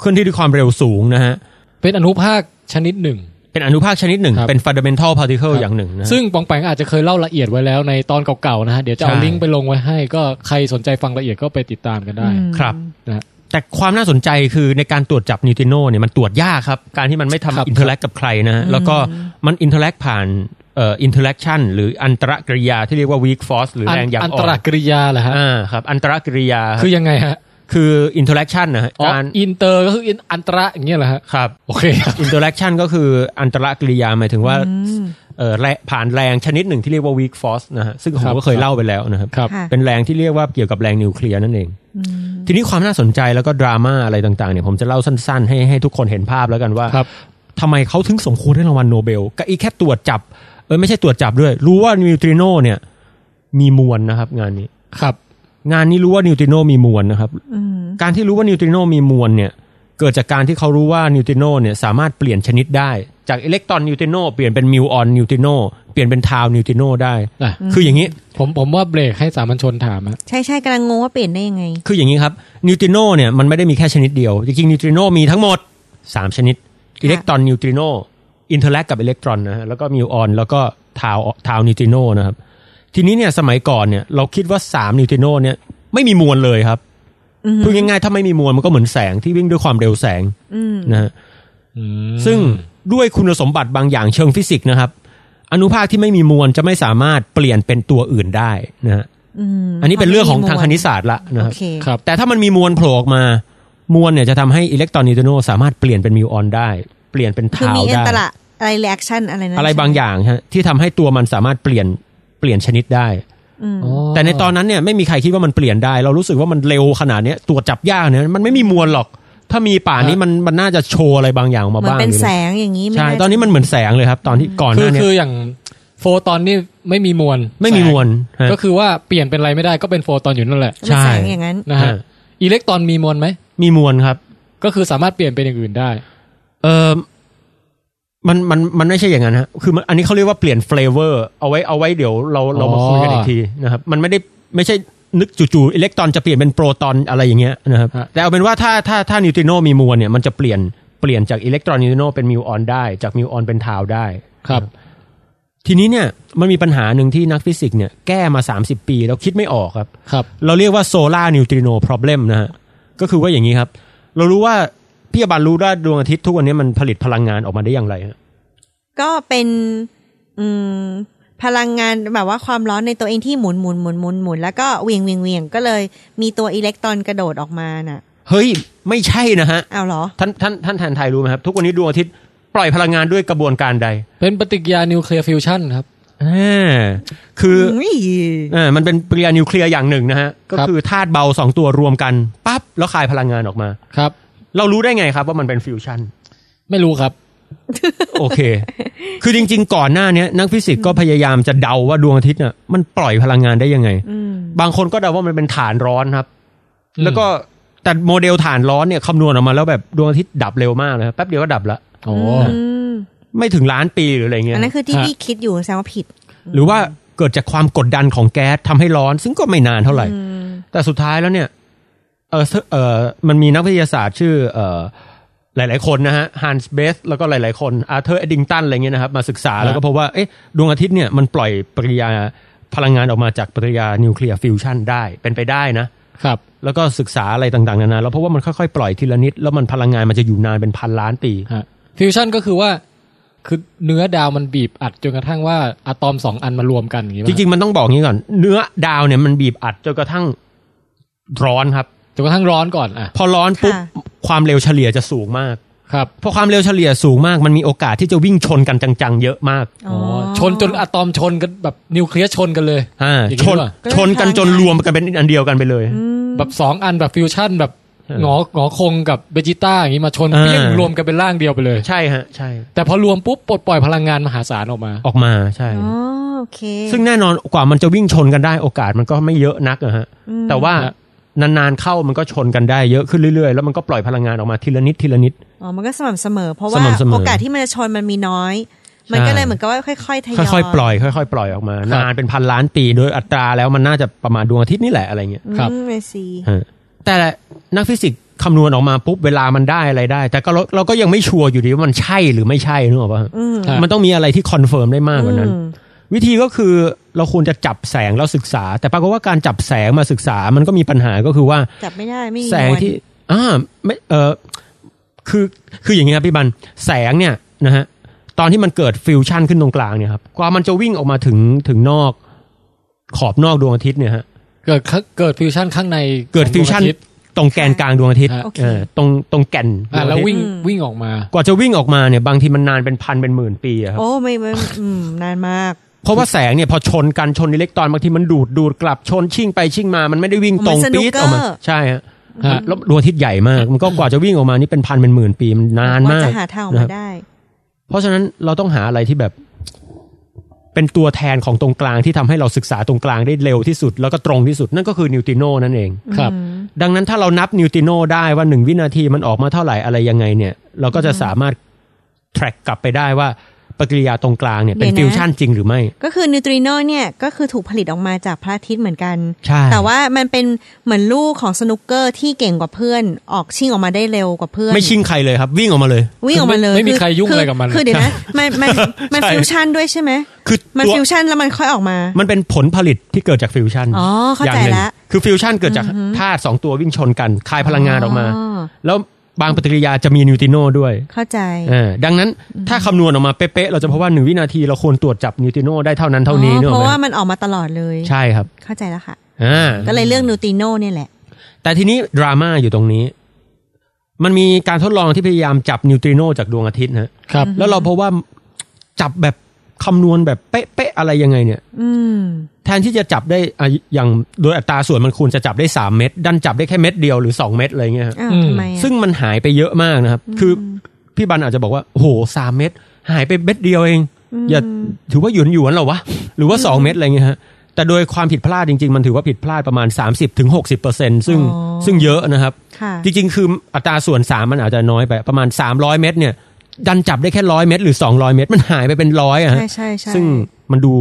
A: เคลื่อนที่ด้วยความเร็วสูงนะฮะ
B: เป็นอนุภาคชนิดหนึ่ง
A: เป็นอนุภาคชนิดหนึ่ง
B: ครับ
A: เป็น fundamental particle
B: ครับ
A: อย่างหนึ่งนะฮะ
B: ซึ่งปองแปงอาจจะเคยเล่าละเอียดไว้แล้วในตอนเก่าๆนะฮะ เดี๋ยวจะเอา
A: ใช่
B: ลิงก์ไปลงไว้ให้ ก็ใครสนใจฟังละเอียดก็ไปติดตามกันได้
C: อืม
A: ครับ
B: นะฮะ
A: แต่ความน่าสนใจคือในการตรวจจับนิวติโนเนี่ยมันตรวจยากครับ การที่มันไม่
B: ครับ
A: ทำอินเทอร์แลกกับใครนะฮะแล้วก็มันอินเทอร์แลกผ่านเอ่ออินเทอร์แลกชันหรืออันตรกริยาที่เรียกว่า weak force หรือแรงหยับ
B: อัน
A: อ่
B: ต
A: อ
B: ร
A: น
B: กริยาเหรอฮะ
A: อ่าครับอันตรกริยา
B: คือยังไงฮะ
A: คืออินเทอร์แลกชันนะฮะ
B: อ๋อ
A: การ
B: อินเตอร์ก็คืออินอันตระอย่างเงี้ยเหรอฮะ
A: ครับ
B: โอเคครับ
A: อินเทอร์แลกชันก็คืออันตรกริยาหมายถึงว่าเอ่อแรงผ่านแรงชนิดหนึ่งที่เรียกว่า weak force นะฮะซึ่งผ
B: ครั
A: ม
B: บ
A: ก็เคยเล่าไปแล้วนะครับ
B: ครับ
C: ค่ะ
A: เป็นแรงที่เรียกว่าเกี่ยวกับแรงนิวเคลียร์นั่นเอง ทีนี้ความน่าสนใจแล้วก็ดราม่าอะไรต่างๆเนี่ยผมจะเล่าสั้นๆ ให้ให้ทุกคนเห็นภาพแล้วกันว่า
B: ครับ
A: ทำไมเขาถึงสมควรได้รางวัลโนเบลก็อีกแค่ตรวจจับ เออไม่ใช่ตรวจจับด้วย รู้ว่านิวตริโนเนี่ย มีมวลนะครับ งานนี้
B: ครับ
A: งานนี้รู้ว่านิวตริโนมีมวลนะครับ การที่รู้ว่านิวตริโนมีมวลเนี่ย เกิดจากการที่เขารู้ว่านิวตริโนเนี่ยสามารถเปลี่ยนชนิดได้ จากอิเล็กตรอนนิวตริโนเปลี่ยนเป็นมิวออนนิวตริโนเปลี่ยนเป็นทาวนิวตริโนได้
B: อ่ะ
A: คืออย่างนี้
B: ผมผมว่าเบรกให้สามัญชนถามฮะ
C: ใช่ใช่ๆกำลังงงว่าเปลี่ยนได้ยังไง
A: คืออย่างนี้ครับนิวตริโนเนี่ยมันไม่ได้มีแค่ชนิดเดียว จริงๆนิวตริโนมีทั้งหมด 3 ชนิดอิเล็กตรอนนิวตริโนอินเทอร์แลกกับอิเล็กตรอนนะฮะแล้วก็มิวออนแล้วก็ทาวทาวนิวตริโนนะครับทีนี้เนี่ยสมัยก่อนเนี่ยเราคิดว่า 3 นิวตริโนเนี่ยไม่มีมวลเลยครับพูดง่ายๆถ้าไม่มีมวลมันก็เหมือนแสงที่วิ่งด้วยความเร็วแสงนะฮะซึ่งด้วยคุณสมบัติบางอย่างเชิงฟิสิกส์นะครับ อนุภาคที่ไม่มีมวลจะไม่สามารถเปลี่ยนเป็นตัวอื่นได้นะฮะอันนี้เป็นเรื่องของทางคณิตศาสตร์ละนะค
C: โอ
A: รับ
C: เค
B: ครับ
A: แต่ถ้ามันมีมวลโผล่ออกมา มวลเนี่ยจะทำให้อิเล็กตรอนนิวตริโนสามารถเปลี่ยนเป็นมิวออนได้ เปลี่ยนเป็น
C: คือ
A: ทาว
C: มีอัน
A: ได้
C: ตระอะไรแอคชั่นอะไรนะ
A: อะไรบางอย่างฮะที่ทำให้ตัวมันสามารถเปลี่ยนเปลี่ยนชนิดได้
B: อ๋อ
A: แต่ในตอนนั้นเนี่ยไม่มีใครคิดว่ามันเปลี่ยนได้ เรารู้สึกว่ามันเร็วขนาดเนี้ยตัวจจับยากเนี่ยมันไม่มีมวลหรอก ถ้ามีป่านนี้มันมันน่าจะโชว์อะไรบางอย่างออกมา
C: เหมือน
A: บ้าง
C: เป็น
A: อยู่
C: แส
A: นะ
C: งอย่างนี้ไม่
A: ใช่
C: แจะ
A: ตอนนี้มันเหมือนแสงเลยครับ ตอนที่ก่อนห
B: คือ
A: น้าเนี้
B: คืออย่างโฟตอนนี่ไม่มีมวล
A: ไม่มีมวลฮะ
B: ก็คือว่าเปลี่ยนเป็นอะไรไม่ได้ก็เป็นโฟตอนอยู่นั่นแหละ
C: เป็นแสง
A: ใช่
C: อย่างนั้น
B: นะฮะ
A: ฮะ
B: อิเล็กตรอนมีมวลไหม
A: มีมวลครับ
B: ก็คือสามารถเปลี่ยนเป็นอย่างอื่นได้
A: เออมันมันมันไม่ใช่อย่างนั้นฮะ คือมันอันนี้เขาเรียกว่าเปลี่ยนเฟลเวอร์ เอาไว้เอาไว้เดี๋ยวเราเรามาคุยกันอีกทีนะครับ มันไม่ได้ไม่ใช่นึกจู่ๆอิเล็กตรอนจะเปลี่ยนเป็นโปรตอนอะไรอย่างเงี้ยนะครับ
B: ฮะ
A: แต่เอาเป็นว่าถ้าถ้าถ้านิวตริโนมีมวลเนี่ยมันจะเปลี่ยนเปลี่ยนจากอิเล็กตรอนนิวตริโนเป็นมิวออนได้ จากมิวออนเป็นทาวได้
B: ครับ
A: ทีนี้เนี่ยมันมีปัญหาหนึ่งที่นักฟิสิกส์เนี่ยแก้มา 30 ปีแล้วคิดไม่ออกครับ
B: ครับ
A: เราเรียกว่าโซลาร์นิวตริโน problem นะฮะ ก็คือว่าอย่างนี้ครับ เรารู้ว่าพี่อบันรู้ว่าดวงอาทิตย์ทุกวันนี้มันผลิตพลังงานออกมาได้อย่างไรฮะ
C: ก็เป็นอืมพลังงานแบบว่าความร้อนในตัวเองที่หมุนหมุนหมุนหมุนหมุนแล้วก็เหวียงเหวียงเหวียงก็เลยมีตัวอิเล็กตรอนกระโดดออกมาน่ะ
A: เฮ้ย ไม่ใช่นะฮะ
C: เอาเหรอ
A: ท่านท่านท่านแทนไทยรู้ไหมครับ ทุกวันนี้ดวงอาทิตย์ปล่อยพลังงานด้วยกระบวนการใด
B: เป็นปฏิกิริยานิวเคลียร์ฟิวชันครับ
A: อ่าคืออ
C: อุ้ย
A: อ่ามันเป็นปริยานิวเคลียร์อย่างหนึ่งนะฮะ ก็
B: ครับ
A: คือธาตุเบาสองตัวรวมกันปั๊บแล้วคายพลังงานออกมา
B: ครับ
A: เรารู้ได้ไงครับว่ามันเป็นฟิวชั่น
B: ไม่รู้ครับ
A: โอเค คือจริง ๆ ก่อนหน้าเนี้ยนักฟิสิกส์ก็พยายามจะเดาว่าดวงอาทิตย์น่ะมันปล่อยพลังงานได้ยังไง บางคนก็เดาว่ามันเป็นฐานร้อนครับ
B: อืม
A: แล้วก็แต่โมเดลฐานร้อนเนี่ยคำนวณออกมาแล้วแบบดวงอาทิตย์ดับเร็วมากเลยครับแป๊บเดียวก็ดับละ
B: โอ้
C: อืม
A: ไม่ถึงล้านปีหรืออะไรเงี้ย
C: อันนั้นคือที่พี่คิดอยู่แสดงว่าผิด
A: หรือว่าเกิดจากความกดดันของแก๊สทำให้ร้อน ซึ่งก็ไม่นานเท่าไหร่ แต่สุดท้ายแล้วเนี่ยเออเออมันมีนักวิทยาศาสตร์ชื่อเออหลาย ๆ คนนะฮะฮันส์เบสแล้วก็หลาย ๆ คนอาร์เธอร์เอดิงตันอะไรเงี้ยนะครับ มาศึกษาแล้วก็พบว่าเอ๊ะดวงอาทิตย์เนี่ยมันปล่อยปฏิกิริยาพลังงานออกมาจากปฏิกิริยานิวเคลียร์ฟิวชันได้เป็นไปได้นะ
B: ครับ
A: แล้วก็ศึกษาอะไรต่าง ๆ นานาแล้วเพราะว่ามันค่อย ๆ ปล่อยทีละนิด แล้วมันพลังงานมันจะอยู่นานเป็นพันล้านปี
B: ฮะฟิวชันก็คือว่า คือเนื้อดาวมันบีบอัดจนกระทั่งว่าอะตอมสองอันมารวมกันอย่างนี้
A: จ
B: ปะ
A: ริง ๆ มันต้องบอกงี้ก่อน เนื้อดาวเนี่ยมันบีบอัดจนกระทั่งร้อนครับ
B: จนกระทั่งร้อนก่อนอ่ะ
A: พอร้อนปุ๊บ
C: ค่ะ
A: ความเร็วเฉลี่ยจะสูงมาก
B: ครับ
A: พอความเร็วเฉลี่ยสูงมาก มันมีโอกาสที่จะวิ่งชนกันจังๆ เยอะมาก
B: อ๋อชนจนอะตอมชนกันแบบนิวเคลียร์ชนกันเลย
A: อ่า
B: อย่างนี้
A: ชน
B: ด้วย
A: ชนกันจนรวมกันเป็นอันเดียวกันไปเลย
B: แบบสองอันแบบฟิวชันแบบ
A: เออ
B: หงอหงอคงกับเบจิต้าอย่างนี้มาชน
A: เออ
B: เปี้ยงรวมกันเป็นร่างเดียวไปเลย
A: ใช่ฮะ ใช่
B: แต่พอรวมปุ๊บปลดปล่อยพลังงานมหาศาลออกมา
A: ออกมาใช่
C: อ๋อโอเค
A: ซึ่งแน่นอนกว่ามันจะวิ่งชนกันได้โอกาสมันก็ไม่เยอะนักอะฮะแต่ว่า
B: ฮะ
A: นานๆเข้ามันก็ชนกันได้เยอะขึ้นเรื่อยๆ แล้วมันก็ปล่อยพลังงานออกมาทีละนิดทีละนิด
C: อ๋อมันก็สม่ำเสมอ เพราะว่า
A: สม่ำเสมอ
C: โอกาสที่มันจะชนมันมีน้อย มัน
A: ใช่
C: ก็เลยเหมือนกับว่าค่อยๆทยอย
A: ค่อยๆปล่อยค่อยๆปล่อยออกมา นานเป็นพันล้านปีโดยอัตราแล้วมันน่าจะประมาณดวงอาทิตย์นี่แหละอะไรเงี้ย
B: ครับ
C: อืมไอซี
A: แต่นักฟิสิกส์ คำนวณออกมาปุ๊บเวลามันได้อะไรได้ แต่ก็เราเราก็ยังไม่ชัวร์อยู่ดีว่ามันใช่หรือไม่ใช่นึกออกปะ
C: อืม
B: ครับ
A: มันต้องมีอะไรที่คอนเฟิร์มได้มากกว่านั้น
C: อืม
A: วิธีก็คือเราควรจะจับแสงแล้วศึกษา แต่ปรากฏว่าการจับแสงมาศึกษามันก็มีปัญหาก็คือว่า
C: จับไม่ได้ไม่มี
A: แสงที่อ่าไม่เออคือคืออย่างนี้ครับพี่บันแสงเนี่ยนะฮะตอนที่มันเกิดฟิวชั่นขึ้นตรงกลางเนี่ยครับกว่ามันจะวิ่งออกมาถึงถึงนอก ขอบนอกดวงอาทิตย์เนี่ยฮะ
B: เกิดข้างเกิดฟิวชั่นข้างใน
A: เกิด
B: ของ
A: ฟิวชั่น
B: ดงอาทิตย์
A: ตรงแกนกลางดวงอาทิตย์
B: ฮะ
A: เออตรงตรงแก่นด
B: อ่ะ
A: งอา
B: แล้ว
A: ทิตย์
B: วิ่งวิ่งออกมา
A: กว่าจะวิ่งออกมาเนี่ยบางทีมันนานเป็นพันเป็นหมื่นปีอะครับ
C: โอ้ไม่ไม่อืมนานมาก
A: เพราะว่าแสงเนี่ยพอชนกันชนอิเล็กตรอนบางทีมันดูดดูดกลับชนชิ่งไปชิ่งมา มันไม่ได้วิ่ง
C: เห
A: ต
C: มื
A: ร
C: อน
A: ง
C: สนุก
A: ปี๊ด
C: เกอร์
A: ออกมาใช่ฮะ
B: ฮะ
A: แล้วดวงอาทิตย์ใหญ่มาก มันก็กว่าจะวิ่งออกมานี่เป็นพันเป็นหมื่นปีมันนานมาก
C: ว่จะหาทางออก
A: นะครับ
C: มาได้
A: เพราะฉะนั้นเราต้องหาอะไรที่แบบ เป็นตัวแทนของตรงกลางที่ทำให้เราศึกษาตรงกลางได้เร็วที่สุด แล้วก็ตรงที่สุดนั่นก็คือนิวติโนนั่นเอง
B: ครับ
A: ดังนั้นถ้าเรานับนิวติโนได้ว่าหนึ่งวินาทีมันออกมาเท่าไหร่อะไรยังไงเนี่ย เราก็จะสามารถ track กลับไปได้ว่าปฏิกิริยาตรงกลางเนี่ยเป็นฟิ
C: เดี๋ยว วนะ
A: ชั่นจริงหรือไม่
C: ก็คือนิวตริโนเนี่ยก็คือถูกผลิตออกมาจากพระอาทิตย์เหมือนกัน
A: ใช่
C: แต่ว่ามันเป็นเหมือนลูกของสนุกเกอร์ที่เก่งกว่าเพื่อน ออกชิงออกมาได้เร็วกว่าเพื่อน
A: ไม่ชิงใครเลยครับ วิ่งออกมาเลย
C: วิ่งออกมาเลย
B: ไม่ไม่มีใครยุ่ง
C: อ
B: อะไรกับมัน
C: คือเดี๋ยวนะมันมันมัน
A: ใช่
C: ฟิวชั่นด้วยใช่ไหม
A: คือ
C: มัน
A: ตัว
C: ฟิวชั่นแล้วมันค่อยออกมา
A: มันเป็นผลผลิตที่เกิดจากฟิวชั่น
C: อ๋อเข้าใจ
A: ย่งหนึ่ง
C: ละ
A: คือฟิวชั่นเกิดจากธาตุสองตัววิ่งชนกันคายพลังงานออกมา แล้วบางปฏิกิริยาจะมีนิวติโนด้วย
C: เข้าใจ
A: เออดังนั้นถ้าคำนวณออกมาเป๊ะๆเราจะพบว่าหนึ่งวินาทีเราควรตรวจจับนิวติโนได้เท่านั้นเท่านี้
C: อ๋อ
A: เน
C: เพ
A: อะ
C: ราะว่ามันออกมาตลอดเลย
A: ใช่ครับ
C: เข้าใจแล้วค่ะ
A: อ่า
C: ก็เลยเรื่องนิวตริโนเนี่ยแหละ
A: แต่ทีนี้ดราม่าอยู่ตรงนี้ มันมีการทดลองที่พยายามจับนิวตริโนจากดวงอาทิตย์นะฮะ
B: ครับ
A: แล้วเราพบว่าจับแบบคำนวณแบบเป๊ะๆอะไรยังไงเนี่ย
C: อืม
A: แทนที่จะจับได้อ่ะอย่างโดยอัตราส่วนมันควรจะจับได้สามเม็ดดันจับได้แค่เม็ดเดียวหรือสองเม็ดอะไรเงี้ยฮะ
C: อ้าว
B: อืม
C: ทำไมอะ
A: ซึ่งมันหายไปเยอะมากนะครับ คือพี่บันอาจจะบอกว่าโอ้โหสามเม็ดหายไปเม็ดเดียวเอง
C: ม
A: อย่าถือว่าหยวนหยวนๆเหรอวะ หรือว่า 2 เม็ดอะไรเงี้ยฮะ แต่โดยความผิดพลาดจริง ๆ มันถือว่าผิดพลาดประมาณ 30-60%ถึง60%ซึ่งซึ่งเยอะนะครับ
C: ค่ะ
A: จริง ๆ คืออัตราส่วน 3 มันอาจจะน้อยไป ประมาณ 300 เม็ดเนี่ย ดันจับได้แค่ร้อยเม็ดหรือ 200 เม็ดมันหายไปเป็นร้อยอะฮะ
C: ใช่ใช่ใช่
A: ซึ่งมันดู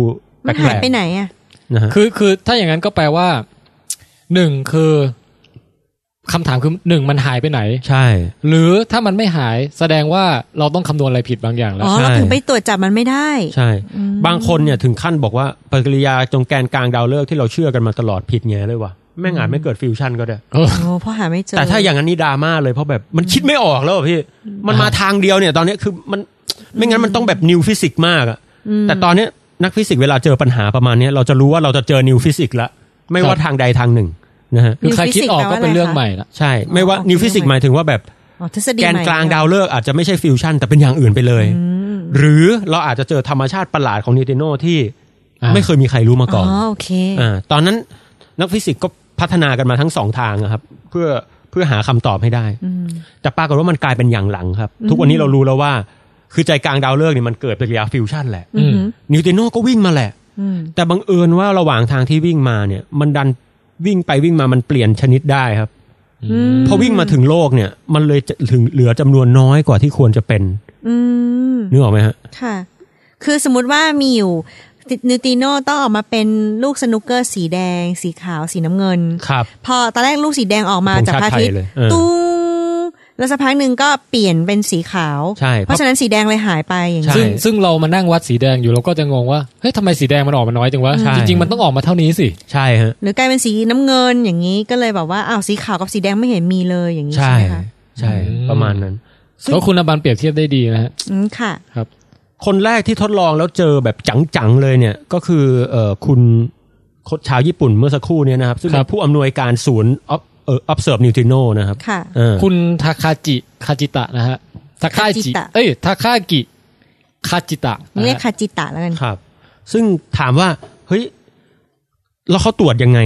A: แป
C: มัน
A: ล
C: หาย
A: ก
C: ไปไหนอ่ะ
A: ๆนะฮะ
B: คือคือถ้าอย่างนั้นก็แปลว่าหนึ่งคือคำถามคือหนึ่งมันหายไปไหน
A: ใช่
B: หรือถ้ามันไม่หายแสดงว่าเราต้องคำนวณอะไรผิดบางอย่างแล้ว
C: อ๋อ
A: ใช่
C: เราถึงไปตรวจจับมันไม่ได้
A: ใช่
C: อืม
A: บางคนเนี่ยถึงขั้นบอกว่าปฏิกิริยาตรงแกนกลางดาวฤกษ์ที่เราเชื่อกันมาตลอดผิดแง่เลยว่ะแม่งอาจไม่เกิดฟิวชั่นก็ได้
B: เออ
C: โอ้เพราะหาไม่เจอ
A: แต่ถ้าอย่างนั้นนี่ดราม่าเลยเพราะแบบมันคิดไม่ออกแล้วอะพี่ มัน
B: อ่าม
A: มาทางเดียวเนี่ย ตอนเนี้ยคือมันไม่งั้นมันต้องแบบนิวฟิสิกส์มากอะแต่ตอนเนี้ยนักฟิสิกส์เวลาเจอปัญหาประมาณเนี้ยเราจะรู้ว่าเราจะเจอนิวฟิสิกส์ละไม่ว่าทางใดทางหนึ่งนะฮะ
B: คือใครคิดออกก็เป็นเรื่อง
C: นิวฟิสิส์แปลว่าะไคะ
B: ใหม่ละ
A: ใช่ ไม่ว่า
C: อ๋อ
A: นิวฟิสิกส์หมายถึงว่าแบบ
C: อ๋อทฤษฎี
A: แกน
C: ใหม่
A: กลาง
C: ค่ะ
A: ดาวฤกษ์อาจจะไม่ใช่ฟิวชั่นแต่เป็นอย่างอื่นไปเลย
C: อืม
A: หรือเราอาจจะเจอธรรมชาติประหลาดของนิวติโนที่
B: อ่า
A: ไม่เคยมีใครรู้มาก่อน
C: อ๋อโอเค
A: อ่าตอนนั้นนักฟิสิกส์ก็พัฒนากันมาทั้งสองทางอะครับ เพื่อเพื่อหาคำตอบให้ได้
C: อืม
A: แต่ปรากฏว่ามันกลายเป็นอย่างหลังครับ
C: อืม
A: ทุกวันนี้เรารู้แล้วว่า คือใจกลางดาวฤกษ์เนี่ยมันเกิดปฏิกิริยาฟิวชั่นแหละ
B: อืม
A: นิวติโนก็วิ่งมาแหละ
C: อืม
A: แต่บังเอิญว่าระหว่างทางที่วิ่งมาเนี่ย มันดันวิ่งไปวิ่งมามันเปลี่ยนชนิดได้ครับ
C: อืม
A: พอวิ่งมาถึงโลกเนี่ย มันเลยจะถึงเหลือจำนวนน้อยกว่าที่ควรจะเป็น
C: อืม
A: นึกออกไหมฮะ
C: ค่ะ คือสมมติว่ามีอยู่นิวติโนต้องออกมาเป็นลูกสนุกเกอร์สีแดง สีขาวสีน้ำเงิน
A: ครับ
C: พอตอนแรกลูกสีแดงออกมา
A: ผม
C: จากพระอาทิตย์
A: ชาติไทยเลยเออ
C: ตุ้งแล้วสักพักหนึ่งก็เปลี่ยนเป็นสีขาว
A: ใช่
C: เพราะฉะนั้นสีแดงเลยหายไปอย่าง
A: ใช่
C: นี้
B: ซึ่งซึ่งเรามานั่งวัดสีแดงอยู่เราก็จะงงว่าเฮ้ยทำไมสีแดงมันออกมาน้อยจังวะ
A: ใช่
B: จริงๆมันต้องออกมาเท่านี้สิ
A: ใช่ฮะ
C: หรือกลายเป็นสีน้ำเงินอย่างนี้ก็เลยแบบว่าอ้าวสีขาวกับสีแดงไม่เห็นมีเลยอย่างนี้
A: ใช่
C: ใช่ไหมคะ
A: ใช่
B: อืม
A: ประมาณนั้น ซึ่ง
B: แล้วคุณอบันเปรียบเทียบได้ดีนะฮะ
C: อืมค่ะ
B: ครับ
A: คนแรกที่ทดลองแล้วเจอแบบจังๆเลยเนี่ยก็คือเอ่อคุณคนชาวญี่ปุ่นเมื่อสักครู่เนี่ยนะครับ ซึ่ง
B: ค
A: เป็
B: รั
A: น
B: บ
A: ผู้อำนวยการศูนย์ Ob- เอ่อ observe neutrino นะครับ
C: ค่ะ
A: เออ
B: คุณทาคาจิคาจิตะนะฮะทาคาจิ
C: คาจิตะ
B: เอ้ยทาคากิคาจิตะนะฮะ
C: เรียกคาจิตะแล้วกัน
A: ครับ ซึ่งถามว่าเฮ้ยแล้วเขาตรวจยังไง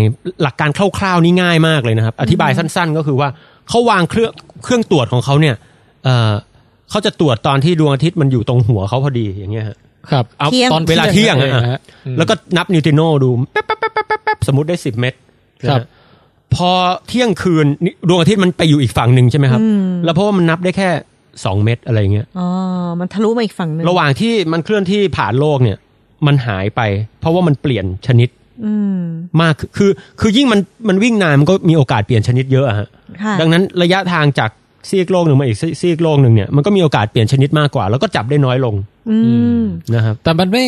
A: หลักการคร่าวๆนี่ง่ายมากเลยนะครับ อธิบายสั้นๆ ก็คือว่าเขาวางเครื่องเครื่องตรวจของเขาเนี่ยเอ่อเขาจะตรวจตอนที่ดวงอาทิตย์มันอยู่ตรงหัวเขาพอดีอย่างเงี้ยฮะ
B: ครับ
A: เอา
C: เที่ยง
A: ตอนเวลาเที่ยงอะ
B: นะ
A: อ่ะ
B: ฮะอืม
A: แล้วก็นับนิวติโนดูแป๊บแป๊บแป๊บแป๊บแป๊บแป๊บสมมติได้สิบเมตร
B: ครับ
A: นะฮะพอเที่ยงคืนนี่ดวงอาทิตย์มันไปอยู่อีกฝั่งหนึ่งใช่ไหมครับ แล้วเพราะว่ามันนับได้แค่สองเมตรอะไรอย่างเงี้ย
C: อ๋อ มันทะลุมาอีกฝั่งหนึ่ง
A: ระหว่างที่มันเคลื่อนที่ผ่านโลกเนี่ย มันหายไป เพราะว่ามันเปลี่ยนชนิด
C: อืม
A: มากคือคือคือยิ่งมันมันวิ่งนานมันก็มีโอกาสเปลี่ยนชนิดเยอะอะฮะ
C: ค่ะ
A: ดังนั้นระยะทางจากซีกโลกหนึ่งมาอีกซีซีกโลกหนึ่งเนี่ยมันก็มีโอกาสเปลี่ยนชนิดมากกว่า แล้วก็จับได้น้อยลง
C: อืม
A: นะครับ
B: แต่มันไม่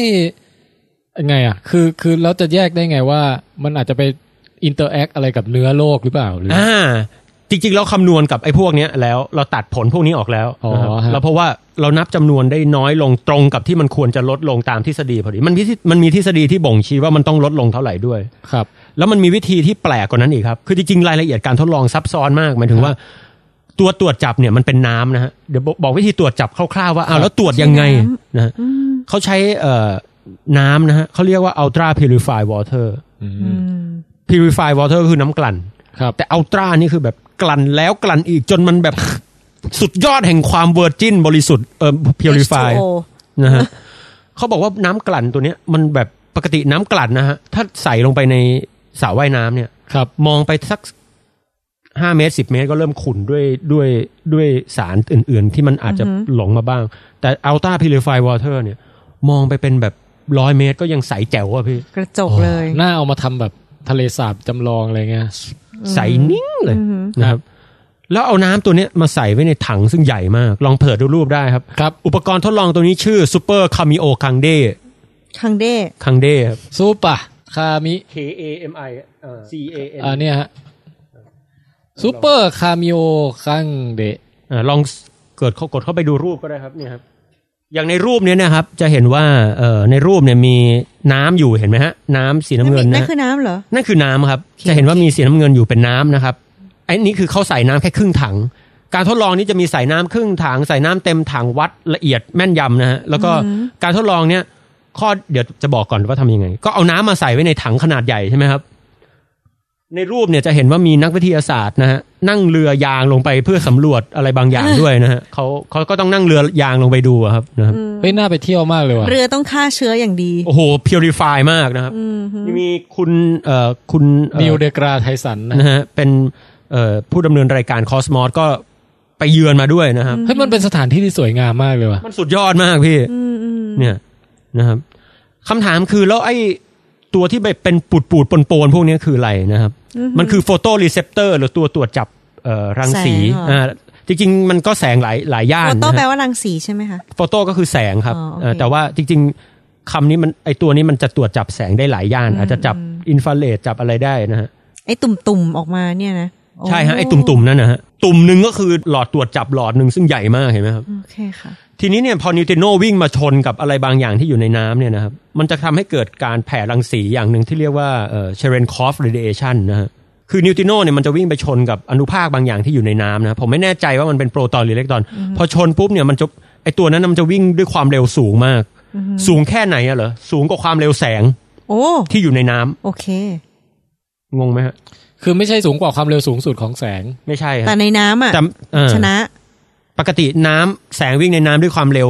B: ไงอ่ะ คือคือเราจะแยกได้ไงว่ามันอาจจะไปอินเตอร์แอคอะไรกับเนื้อโลกหรือเปล่าหรือ
A: อ่าจริงๆเราคำนวณกับไอ้พวกเนี้ยแล้วเราตัดผลพวกนี้ออกแล้ว
B: อ๋อ
A: นะครับ
B: ฮะ
A: แล้วเพราะว่าเรานับจำนวนได้น้อยลงตรงกับที่มันควรจะลดลงตามทฤษฎีพอดีมันมีทฤษมันมีทฤษฎีที่บ่งชี้ว่ามันต้องลดลงเท่าไหร่ด้วย
B: ครับ
A: แล้วมันมีวิธีที่แปลกกว่านั้นอีกครับ คือจริงๆรายละเอียดการทดลองซับซ้อนมากหมายถึงว่า ตัวตรวจจับเนี่ยมันเป็นน้ำนะฮะเดี๋ยวบอกบอกวิธีตรวจจับคร่าวๆว่าเอาวแล้วตรวจยังไงนะฮะเขาใช้เอ่อน้ำนะฮะเขาเรียกว่า ultra purify water
C: อืม
A: purify water คือน้ำกลั่น
B: ครับ
A: แต่อัลตร้านี่คือแบบกลั่นแล้วกลั่นอีกจนมันแบบ สุดยอดแห่งความเวอร์จินบริสุทธิ์เอ่อพิวริฟาย
C: H2O
A: นะฮะเขาบอกว่าน้ำกลั่นตัวเนี้ยมันแบบปกติน้ำกลั่นนะฮะ ถ้าใส่ลงไปในสระว่ายน้ำเนี่ย
B: ครับ
A: มองไปสักห้าเมตรสิบเมตรก็เริ่มขุ่นด้วยด้วยด้วยสารอื่น ๆ ที่มันอาจจะหลงมาบ้าง แต่อัลต้าพิลิฟายวอเตอร์เนี่ย มองไปเป็นแบบร้อยเมตรก็ยังใสแจ๋วอะพี่
C: กระจกเลย
B: หน้าเอามาทำแบบทะเลสาบจำลองอะไรเงี้ย
A: ใสนิ่งเลยนะครับ แล้วเอาน้ำตัวเนี้ยมาใส่ไว้ในถังซึ่งใหญ่มาก ลองเปิดดูรูปได้ครับ
B: ครับ
A: อุปกรณ์ทดลองตัวนี้ชื่อซูเปอร์คามิโอคังเด
C: คังเด้
A: คังเดครับ
B: ซูปะคามิ
A: K A M I C A
B: อ่าเนี่ยฮะซูเปอร์คามิโอคังเดะ
A: ลองเกิดเขากดเข้าไปดูรูปก็ได้ครับเนี่ยครับ อย่างในรูปเนี้ยนะครับ จะเห็นว่าเอ่อในรูปเนี่ยมีน้ำอยู่เห็นไหมฮะ น้ำสีน้ำเงิน
C: นั่
A: นะ
C: นคือน้ำเหรอ
A: นั่นคือน้ำครับ จะเห็นว่ามีสีน้ำเงินอยู่เป็นน้ำนะครับไอ้นี่คือเขาใส่น้ำแค่ครึ่งถัง การทดลองนี้จะมีใส่น้ำครึ่งถังใส่น้ำเต็มถังวัดละเอียดแม่นยำนะฮะแล้วก็การทดลองเนี้ยข้อเดี๋ยวจะบอกก่อนว่าทำยังไง ก็เอาน้ำมาใส่ไว้ในถังขนาดใหญ่ใช่ไหมครับ ในรูปเนี่ยจะเห็นว่ามีนักวิทยาศาสตร์นะฮะนั่งเรือยางลงไปเพื่อสำรวจอะไรบางอย่างด้วยนะฮะเขาเขาก็ต้องนั่งเรือยางลงไปดูอะครับนะครับ
B: เฮ้ยน่าไปเที่ยวมากเลยว่ะ
C: เรือต้องฆ่าเชื้ออย่างดี
A: โอ้โหพิวริฟายมากนะครับนี่มีคุณเอ่อคุณเอ่อ
B: นิวเดกราไทสันนะ
A: นะฮะเป็นเอ่อผู้ดำเนินรายการคอสมอสก็ไปเยือนมาด้วยนะครับ
B: เฮ้ยมันเป็นสถานที่ที่สวยงามมากเลยว่ะ
A: มันสุดยอดมากพี่เนี่ยนะครับคำถามคือแล้วไอ้ตัวที่แบบเป็นปูดปูดๆปนๆพวกนี้คืออะไรนะครับ มันคือโฟโตรีเซปเตอร์หรือตัวตรวจจับเอ่อรังสีอ่าจริง ๆ มันก็แสงหลายหลายย่าน
C: โฟโต้
A: นะ
C: แปล
A: ฮะ
C: ว่ารังสีใช่ไหมคะ
A: โฟโตก็คือแสงครับ
C: อ๋อโอเค
A: เอ่อแต่ว่าจริง ๆคำนี้มันไอตัวนี้มันจะตรวจจับแสงได้หลายย่าน อาจจะจับอินฟราเรดจับอะไรได้นะฮะ
C: ไอ้ตุ่มๆ ออกมาเนี่ยนะโอ้
A: ใช่ฮะไอ้ตุ่มๆนั่นนะฮะตุ่มหนึ่งก็คือหลอดตรวจจับหลอดหนึ่งซึ่งใหญ่มากเห็นไหมครับ
C: โอเคค่ะ
A: ทีนี้เนี่ยพอนิวเทนโนวิ่งมาชนกับอะไรบางอย่างที่อยู่ในน้ำเนี่ยนะครับมันจะทำให้เกิดการแผ่รังสีอย่างหนึ่งที่เรียกว่าเอ่อเชเรนคอฟเรดิเอชันนะฮะคือนิวติโนเนี่ยมันจะวิ่งไปชนกับอนุภาคบางอย่างที่อยู่ในน้ำนะผมไม่แน่ใจว่ามันเป็นโปรตอนหรืออิเล็กตรอน พอชนปุ๊บเนี่ยมันจะไอตัวนั้นนะมันจะวิ่งด้วยความเร็วสูงมาก สูงแค่ไหนอะเหรอสูงกว่าความเร็วแสง
C: โอ้
A: ที่อยู่ในน้ำ
C: โอเค
A: งงไหมฮะ
B: คือไม่ใช่สูงกว่าความเร็วสูงสุดของแสง
A: ไม่ใช่ฮะ
C: แต่ในน้ำอ่ะ
A: แต่เอ่อ
C: ชนะ
A: ปกติน้ำแสงวิ่งในน้ำด้วยความเร็ว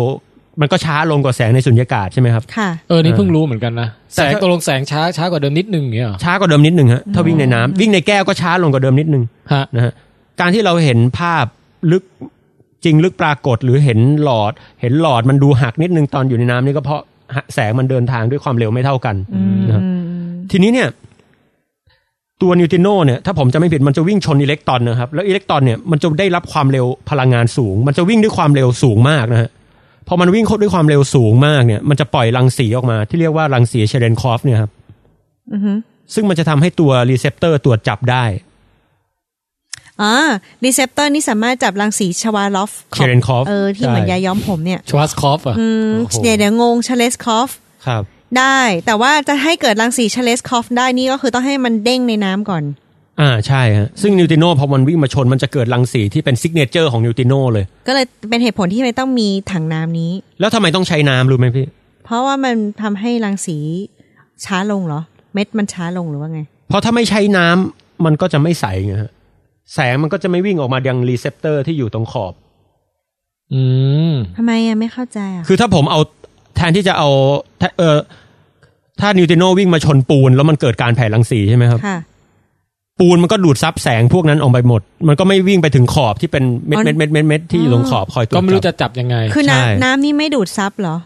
A: มันก็ช้าลงกว่าแสงในสุญญากาศใช่ไหมครับ
C: ค่ะ
B: เออ นี่เพิ่งรู้เหมือนกันนะ แสง
A: แต่ถ้า
B: ตกลงแสงช้าช้ากว่าเดิมนิดนึงอย่างเงี้ยเหรอ
A: ช้ากว่าเดิมนิดนึงฮะถ้าวิ่งในน้ำวิ่งในแก้วก็ช้าลงกว่าเดิมนิดนึง
B: ฮะ
A: นะฮะการที่เราเห็นภาพลึกจริงลึกปรากฏหรือเห็นหลอด เห็นหลอดมันดูหักนิดนึงตอนอยู่ในน้ำนี่ก็เพราะแสงมันเดินทางด้วยความเร็วไม่เท่ากันนะครับทีนี้เนี่ย ตัวนิวติโนเนี่ยถ้าผมจะไม่ผิดมันจะวิ่งชนอิเล็กตรอนนะครับ แล้วอิเล็กตรอนเนี่ยมันจะได้รับความเร็วพลังงานสูง มันจะวิ่งด้วยความเร็วสูงมากนะฮะพอมันวิ่งด้วยความเร็วสูงมากเนี่ยมันจะปล่อยรังสีออกมา ที่เรียกว่ารังสีเชเรนคอฟเนี่ยครับซึ่งมันจะทำให้ตัวรีเซพเตอร์ตรวจจับได้
C: อ่ารีเซปเตอร์นี่สามารถจับรังสีชวาลอฟ
A: เชเรนคอฟ
C: เออ ที่เหมือนยาย้อมผมเนี่ย
B: ชวัสคอฟอ่ะ
C: อืม
B: โอ้โห
C: เดี๋ยวเดี๋ยวงงชเลสคอฟ
A: ครับ
C: ได้ แต่ว่าจะให้เกิดรังสีชเลสคอฟได้นี่ก็คือต้องให้มันเด้งในน้ำก่อน
A: อ่าใช่ฮะซึ่งนิวติโนพอมันวิ่งมาชน มันจะเกิดรังสีที่เป็นซิกเนเจอร์ของนิวติโนเลย
C: ก็เลยเป็นเหตุผลที่ไม่ต้องมีถังน้ำนี้
A: แล้วทำไมต้องใช้น้ำรู้ไหมพี่
C: เพราะว่ามันทำให้รังสีช้าลงเหรอ เม็ดมันช้าลงหรือว่าไง
A: เพราะถ้าไม่ใช้น้ำมันก็จะไม่ใสไงฮะแสงมันก็จะไม่วิ่งออกมายังรีเซพเตอร์ที่อยู่ตรงขอบ
B: อืม
C: ทำไมอ่ะไม่เข้าใจอ่ะ
A: คือถ้าผมเอาแทนที่จะเอาถ้าเออถ้านิวติโนวิ่งมาชนปูน แล้วมันเกิดการแผ่รังสีใช่ไหมครับ
C: ค่ะ
A: ปูนมันก็ดูดซับแสงพวกนั้นออกไปหมด มันก็ไม่วิ่งไปถึงขอบที่เป็นเม็ด
C: อ๋อ
A: เม็ดเม็ดเม็ดเม็ดที่อยู่ตรงขอบคอยตรวจ
B: ก็ไม่รู้
A: จับ
B: จะจับยังไง
C: คือ
A: ใช่
C: น้ำน้ำนี่ไม่ดูดซับเหรอ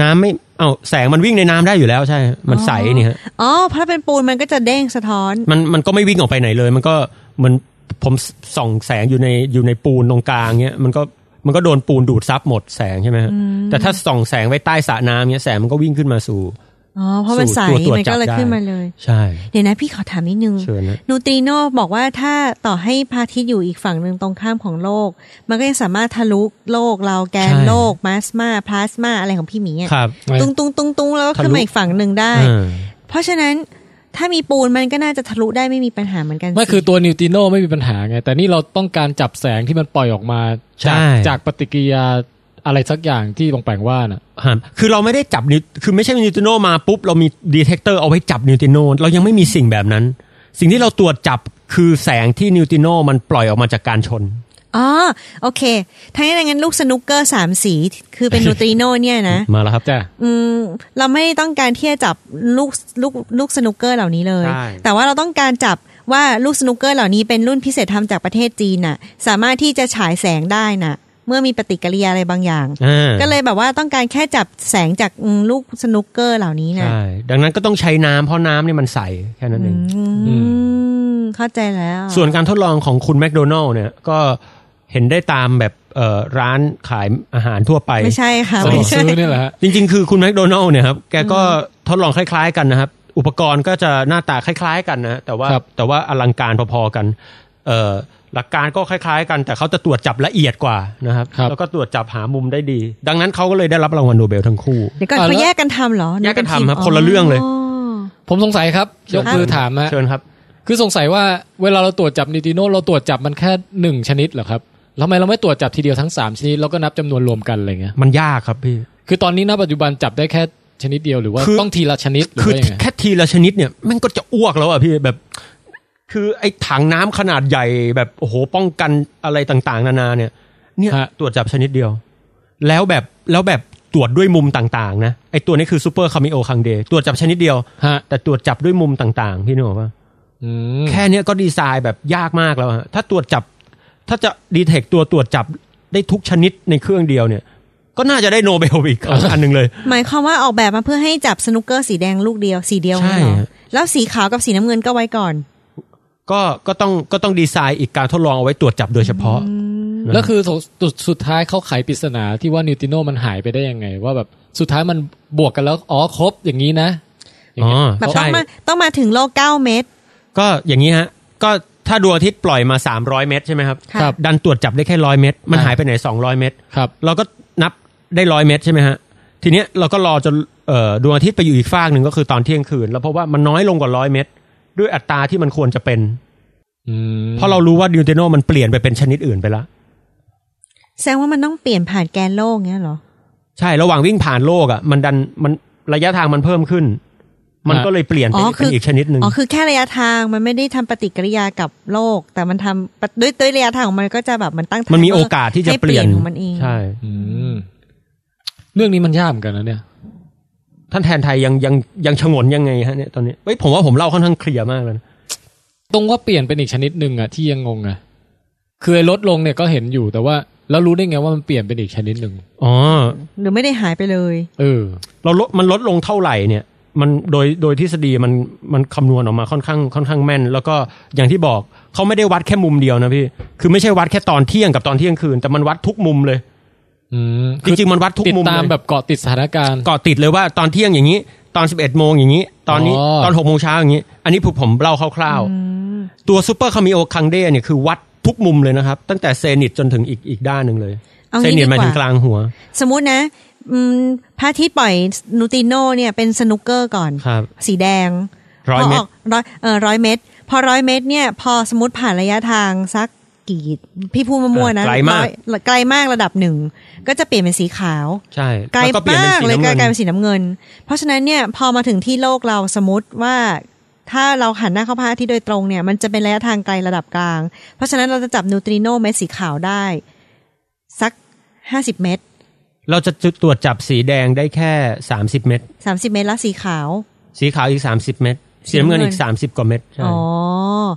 A: น้ำไม่เอาแสงมันวิ่งในน้ำได้อยู่แล้วใช่ฮะมันใสนี่ฮะ
C: อ๋อเพราะเป็นปูนมันก็จะเด้งสะท้อน
A: มันมันก็ไม่วิ่งออกไปไหนเลย มันก็เหมือน ผมส่องแสงอยู่ในอยู่ในปูนตรงกลางเนี้ยมันก็มันก็โดนปูนดูดซับหมดแสงใช่ไหมฮะแต่ถ้าส่องแสงไว้ใต้สระน้ำเนี้ยแสงมันก็วิ่งขึ้นมาสู่
C: อ๋อเพราะมันใส
A: สู่ตัวตรวจ
C: มันก็เลย
A: จับได้
C: ขึ้นมาเลย
A: ใช่
C: เดี๋ยวนะพี่ขอถามนิดนึง
A: เชิญนะ
C: นูตริโนบอกว่าถ้าต่อให้พระอาทิตย์อยู่อีกฝั่งหนึ่งตรงข้ามของโลก มันก็ยังสามารถทะลุโลกเราแกนโลกมาสมาพลาสมาอะไรของพี่หมีอะ
A: ครับ
C: ตุ้งตุ้งตุ้งตุ้งแล้วก็
A: ทะ
C: ขึ้น
A: ลุ
C: มาอีกฝั่งหนึ่งได้
A: อ่า
C: เพราะฉะนั้นถ้ามีปูนมันก็น่าจะทะลุได้ไม่มีปัญหาเหมือนกัน
B: ไม่
C: สิ
B: คือตัวนิวติโนไม่มีปัญหาไง แต่นี่เราต้องการจับแสงที่มันปล่อยออกมา
A: ใช่
B: จากจากปฏิกิริยาอะไรสักอย่างที่ปองแปงว่าน่ะ
A: ฮะคือเราไม่ได้จับนิวคือไม่ใช่นิวติโนมาปุ๊บ เรามีดีเท c เตอร์เอาไว้จับนิวติโนเรายังไม่มีสิ่งแบบนั้น สิ่งที่เราตรวจจับคือแสงที่นิวติโนมันปล่อยออกมาจากการชน
C: อ๋อโอเคถ้าอย่างนั้นลูกสนุกเกอร์สามสีคือเป็นนูตริโนเนี่ยนะ
A: มาแล้วครับ
B: จ้ะ
C: อืมเราไม่ได้ต้องการที่จะจับลูกลูกลูกสนุกเกอร์เหล่านี้เลย
A: ใช่
C: แต่ว่าเราต้องการจับว่าลูกสนุกเกอร์เหล่านี้เป็นรุ่นพิเศษทำจากประเทศจีนน่ะ สามารถที่จะฉายแสงได้น่ะ เมื่อมีปฏิกิริยาอะไรบางอย่าง
A: อ่า
C: ก็เลยแบบว่าต้องการแค่จับแสงจากอืมลูกสนุกเกอร์เหล่านี้นะ
A: ใช่ดังนั้นก็ต้องใช้น้ำเพราะน้ำเนี่ยมันใสแค่นั้นเอง
B: อื
C: อืมเข้าใจแล้ว
A: ส่วนการทดลองของคุณแมคโดนัลล์เนี่ยก็เห็นได้ตามแบบเอ่อร้านขายอาหารทั่วไป
C: ไม่ใช่ค่ะ
B: สม
C: ไม่
B: อง
C: ใช่
B: ซื้อเนี่ยแหละฮะ
A: จริงๆ คือคุณแมคโดนัลล์เนี่ยครับ แกก็ทดลองคล้ายๆกันนะครับ อุปกรณ์ก็จะหน้าตาคล้ายๆกันนะ แต่ว่า
B: ครับ
A: แต่ว่าอลังการพอๆกันเอ่อหลักการก็คล้ายๆกัน แต่เขาจะตรวจจับละเอียดกว่านะครับ แล้วก็ตรวจจับหามุมได้ดี ดังนั้นเขาก็เลยได้รับรางวัลโนเบลทั้งคู่
C: เดี๋ยวก่อน
B: อ่ะแล้
C: เขา
B: ว
C: แยกกันทำเหรอ
A: แยกกัน
C: เป็ทีม
A: ทำครับคนละเรื่องเลย
B: ผมสงสัยครับ ยกมือถามฮะ
A: เชิญครับ
B: คือสงสัยว่าเวลาเราตรวจจับนิวติโนเราตรวจจับมันแค่หนึ่งชนิดเหรอครับแล้วทำไมเราไม่ตรวจจับทีเดียวทั้งสามชนิดแล้วก็นับจำนวนรวมกันอะไรเงี้ย
A: มันยากครับพี่
B: คือตอนนี้ณปัจจุบันจับได้แค่ชนิดเดียวหรือว่า
A: คือ
B: ต้องทีละชนิดหรือ
A: คือ
B: ว่ายังไง
A: แค่ทีละชนิดเนี่ยมันก็จะอ้วกแล้วอ่ะพี่แบบ คือไอ้ถังน้ำขนาดใหญ่แบบโอ้โหป้องกันอะไรต่างๆ นานาเนี่ย เนี่ยตรวจจับชนิดเดียว แล้วแบบแล้วแบบตรวจด้วยมุมต่างๆ นะไอ้ตัวนี้คือซูเปอร์คามิโอคังเดย์ตรวจจับชนิดเดียว
B: ฮะ
A: แต่ตรวจจับด้วยมุมต่างๆ พี่นึกออกปะ
B: อืม
A: แค่เนี้ยก็ดีไซน์แบบยากมากแล้วอะถ้าตรวจจับ ถ้าจะดีเทคตัวตรวจจับได้ทุกชนิดในเครื่องเดียวเนี่ย ก็น่าจะได้โนเบลอีกอันหนึ่งเลย
C: หมายความว่าออกแบบมาเพื่อให้จับสนุกเกอร์สีแดงลูกเดียวสีเดียว
A: ใช่
C: เหรอ
A: ฮะ
C: แล้วสีขาวกับสีน้ำเงินก็ไว้ก่อน
A: ก็ก็ต้องก็ต้องดีไซน์อีกการทดลองเอาไว้ตรวจจับโดยเฉพาะ
B: แล้วคือสุดสุดท้ายเขาไขปริศนาที่ว่านิวติโนมันหายไปได้ยังไง ว่าแบบสุดท้ายมันบวกกันแล้วอ๋อครบอย่างนี้นะอย่าง
A: อ๋อ
B: เงี้ย
C: แบบต้อ
A: ใช่
C: งมาต้องมาถึงโลเก้าเมตร
A: ก็อย่างนี้ฮะ ก็ถ้าดวงอาทิตย์ปล่อยมา 300 เมตรใช่ไหมครับ
C: ค่ะครับ
A: ดันตรวจจับได้แค่ร้อยเมตร มัน
B: อ่า
A: หายไปไหน 200 เมตร
B: ครับ
A: เราก็นับได้ร้อยเมตรใช่ไหมฮะ ทีเนี้ยเราก็รอจนเอ่อดวงอาทิตย์ไปอยู่อีกฟากหนึ่งก็คือตอนเที่ยงคืน แล้วเพบว่ามันน้อยลงกว่าร้อยเมตร ด้วยอัตราที่มันควรจะเป็น
B: อืม
A: เพราะเรารู้ว่าดิวเทโนมันเปลี่ยนไปเป็นชนิดอื่นไปละ
C: แสดงว่ามันต้องเปลี่ยนผ่านแกนโลกเงี้ยเหรอ
A: ใช่ ระหว่างวิ่งผ่านโลกอ่ะ มันดันมันระยะทางมันเพิ่มขึ้น มันก็เลยเปลี่ยนไป
C: อ๋อ
A: เป็น
C: คืออี
A: อีกชนิดหนึ่ง
C: อ๋อคือแค่ระยะทางมันไม่ได้ทำปฏิกิริยากับโลก แต่มันทำปะด้วยด้วยระยะทางของมันก็จะแบบมันตั้ง
A: มันมี
C: timer
A: โอกาสที่จะ
C: ให้
A: เปลี่ยน
C: ของมันเอง
A: ใช่
B: อืมเรื่องนี้มันยากเหมือนกันนะเนี่ย
A: ท่านแทนไทยยังยังยังชงนยังไงฮะเนี่ยตอนนี้เฮ้ยผมว่าผมเล่าค่อนข้างเคลียร์มากเลยนะ
B: ตรงว่าเปลี่ยนเป็นอีกชนิดหนึ่งอะที่ยังงงอะคือไอ้ลดลงเนี่ยก็เห็นอยู่แต่ว่า แล้วรู้ได้ไงว่ามันเปลี่ยนเป็นอีกชนิดหนึ่ง
A: อ๋อ
C: หรือไม่ได้หายไปเลย
B: เออ
A: เราลดมันลดลงเท่าไหร่เนี่ย มันโดยโดยทฤษฎีมันมันคำนวณออกมาค่อนข้างค่อนข้างแม่น แล้วก็อย่างที่บอกเขาไม่ได้วัดแค่มุมเดียวนะพี่คือไม่ใช่วัดแค่ตอนเที่ยงกับตอนเที่ยงคืน แต่มันวัดทุกมุมเลย
B: อืม
A: จริงๆมันวัดทุก
B: ติด
A: มุม
B: ตาม
A: เลย
B: แบบเกาะติดสถานการณ์
A: เกาะติดเลยว่าตอนเที่ยงอย่างนี้ ตอน 11โมงอย่างนี้ ตอนนี้
B: อ๋อ
A: ตอน6โมงเช้าอย่างนี้ อันนี้ผมผมเล่าคร่าวๆตัวซูเปอร์คามิโอคังเดเนี่ยคือวัดทุกมุมเลยนะครับ ตั้งแต่เซนิตจนถึงอีกอีกด้านหนึ่งเลย
C: เอา
A: เซ
C: งี้
A: นิ
C: ดี
A: ต
C: ก
A: หมายถึ
C: ว่าง
A: กลางหัว
C: สมมตินะ อืมพระอาทิตย์ปล่อยนูติโนเนี่ยเป็นสนุกเกอร์ก่อน
A: ครับ
C: สีแดง
A: ร้อย
C: พ
A: เม
C: อ
A: ต
C: อ
A: ร
C: อกร้อยเออร้อยเมตร พอร้อยเมตรเนี่ย พอสมมติผ่านระยะทางสักกี่พี่พูดมั่วๆนะ
A: ไกลมาก
C: ร้อยไกลมากระดับหนึ่งก็จะเปลี่ยนเป็นสีขาว
A: ใช่
C: ไกล
A: แวเปยนป็น
C: มาก
A: สี
C: เลย
A: น้ำ
C: กลาย
A: งิน
C: เป็นสีน้ำเงิน เพราะฉะนั้นเนี่ยพอมาถึงที่โลกเราสมมติว่าถ้าเราหันหน้าเข้าพระอาทิตย์โดยตรงเนี่ยมันจะเป็นระยะทางไกลระดับกลาง เพราะฉะนั้นเราจะจับนูตริโนเม็ดสีขาวได้ สักห้าสิบเมตร
A: เราจะตรวจจับสีแดงได้แค่ 30 เมตร
C: สามสิบเมตรละสีขาว
A: สีขาวอีก 30 เมตร สีน้ำเงินอีก
C: สีน้ำเงิน
A: 30 กว่าเมตรใช่
C: อ๋อ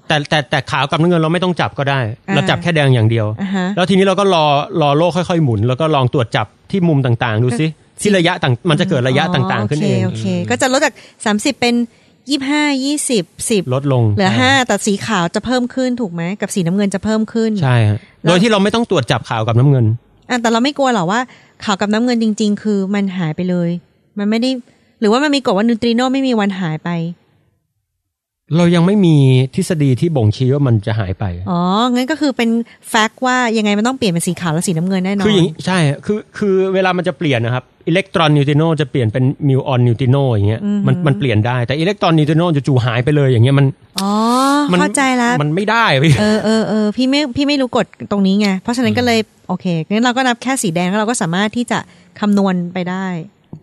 A: แต่แต่แต่ขาวกับน้ำเงินเราไม่ต้องจับก็ได้
C: อ่า
A: เราจับแค่แดงอย่างเดียว
C: อ่ะฮะ
A: แล้วทีนี้เราก็รอรอโลกค่อยๆหมุน แล้วก็ลองตรวจจับที่มุมต่างๆ ดูซิที่ระยะต่างมันจะเกิดระยะต่างๆ ขึ้นเอง
C: โอเคโอเค ก็จะลดจาก 30 เป็น ยี่ห้ายี่สิบสิบ
A: ลดลง
C: เหลือห้าแต่สีขาวจะเพิ่มขึ้นถูกไหมกับสีน้ำเงินจะเพิ่มขึ้น
A: ใช่ฮะโดยที่เราไม่ต้องตรวจจับขาวกับน้ำเงิน
C: อ่ะแต่เราไม่กลัวหรอกว่าขาวกับน้ำเงินจริง ๆ คือมันหายไปเลย มันไม่ได้ หรือว่ามันมีกฎว่านูตริโนไม่มีวันหายไป
A: เรายังไม่มีทฤษฎีที่บ่งชี้ว่ามันจะหายไป
C: อ๋อ งั้นก็คือเป็นแฟกต์ว่ายังไงมันต้องเปลี่ยนเป็นสีขาวและสีน้ำเงินแน่นอน
A: คืออย่างนี้ใช่ฮะคือคือเวลามันจะเปลี่ยนนะครับอิเล็กตรอนนิวติโนจะเปลี่ยนเป็นมิวออนนิวติโนอย่างเงี้ยมันมันเปลี่ยนได้แต่อิเล็กตรอนนิวติโนจู่ๆหายไปเลยอย่างเงี้ยมัน
C: อ๋อ
A: มั
C: เข้าใจแล้ว
A: มันไม่ได้พี่
C: เออเออเออพี่ไม่พี่ไม่รู้กฎตรงนี้ไง เพราะฉะนั้นก็เลยโอเคงั้นเราก็นับแค่สีแดงแล้วเราก็สามารถที่จะคำนวณไปได้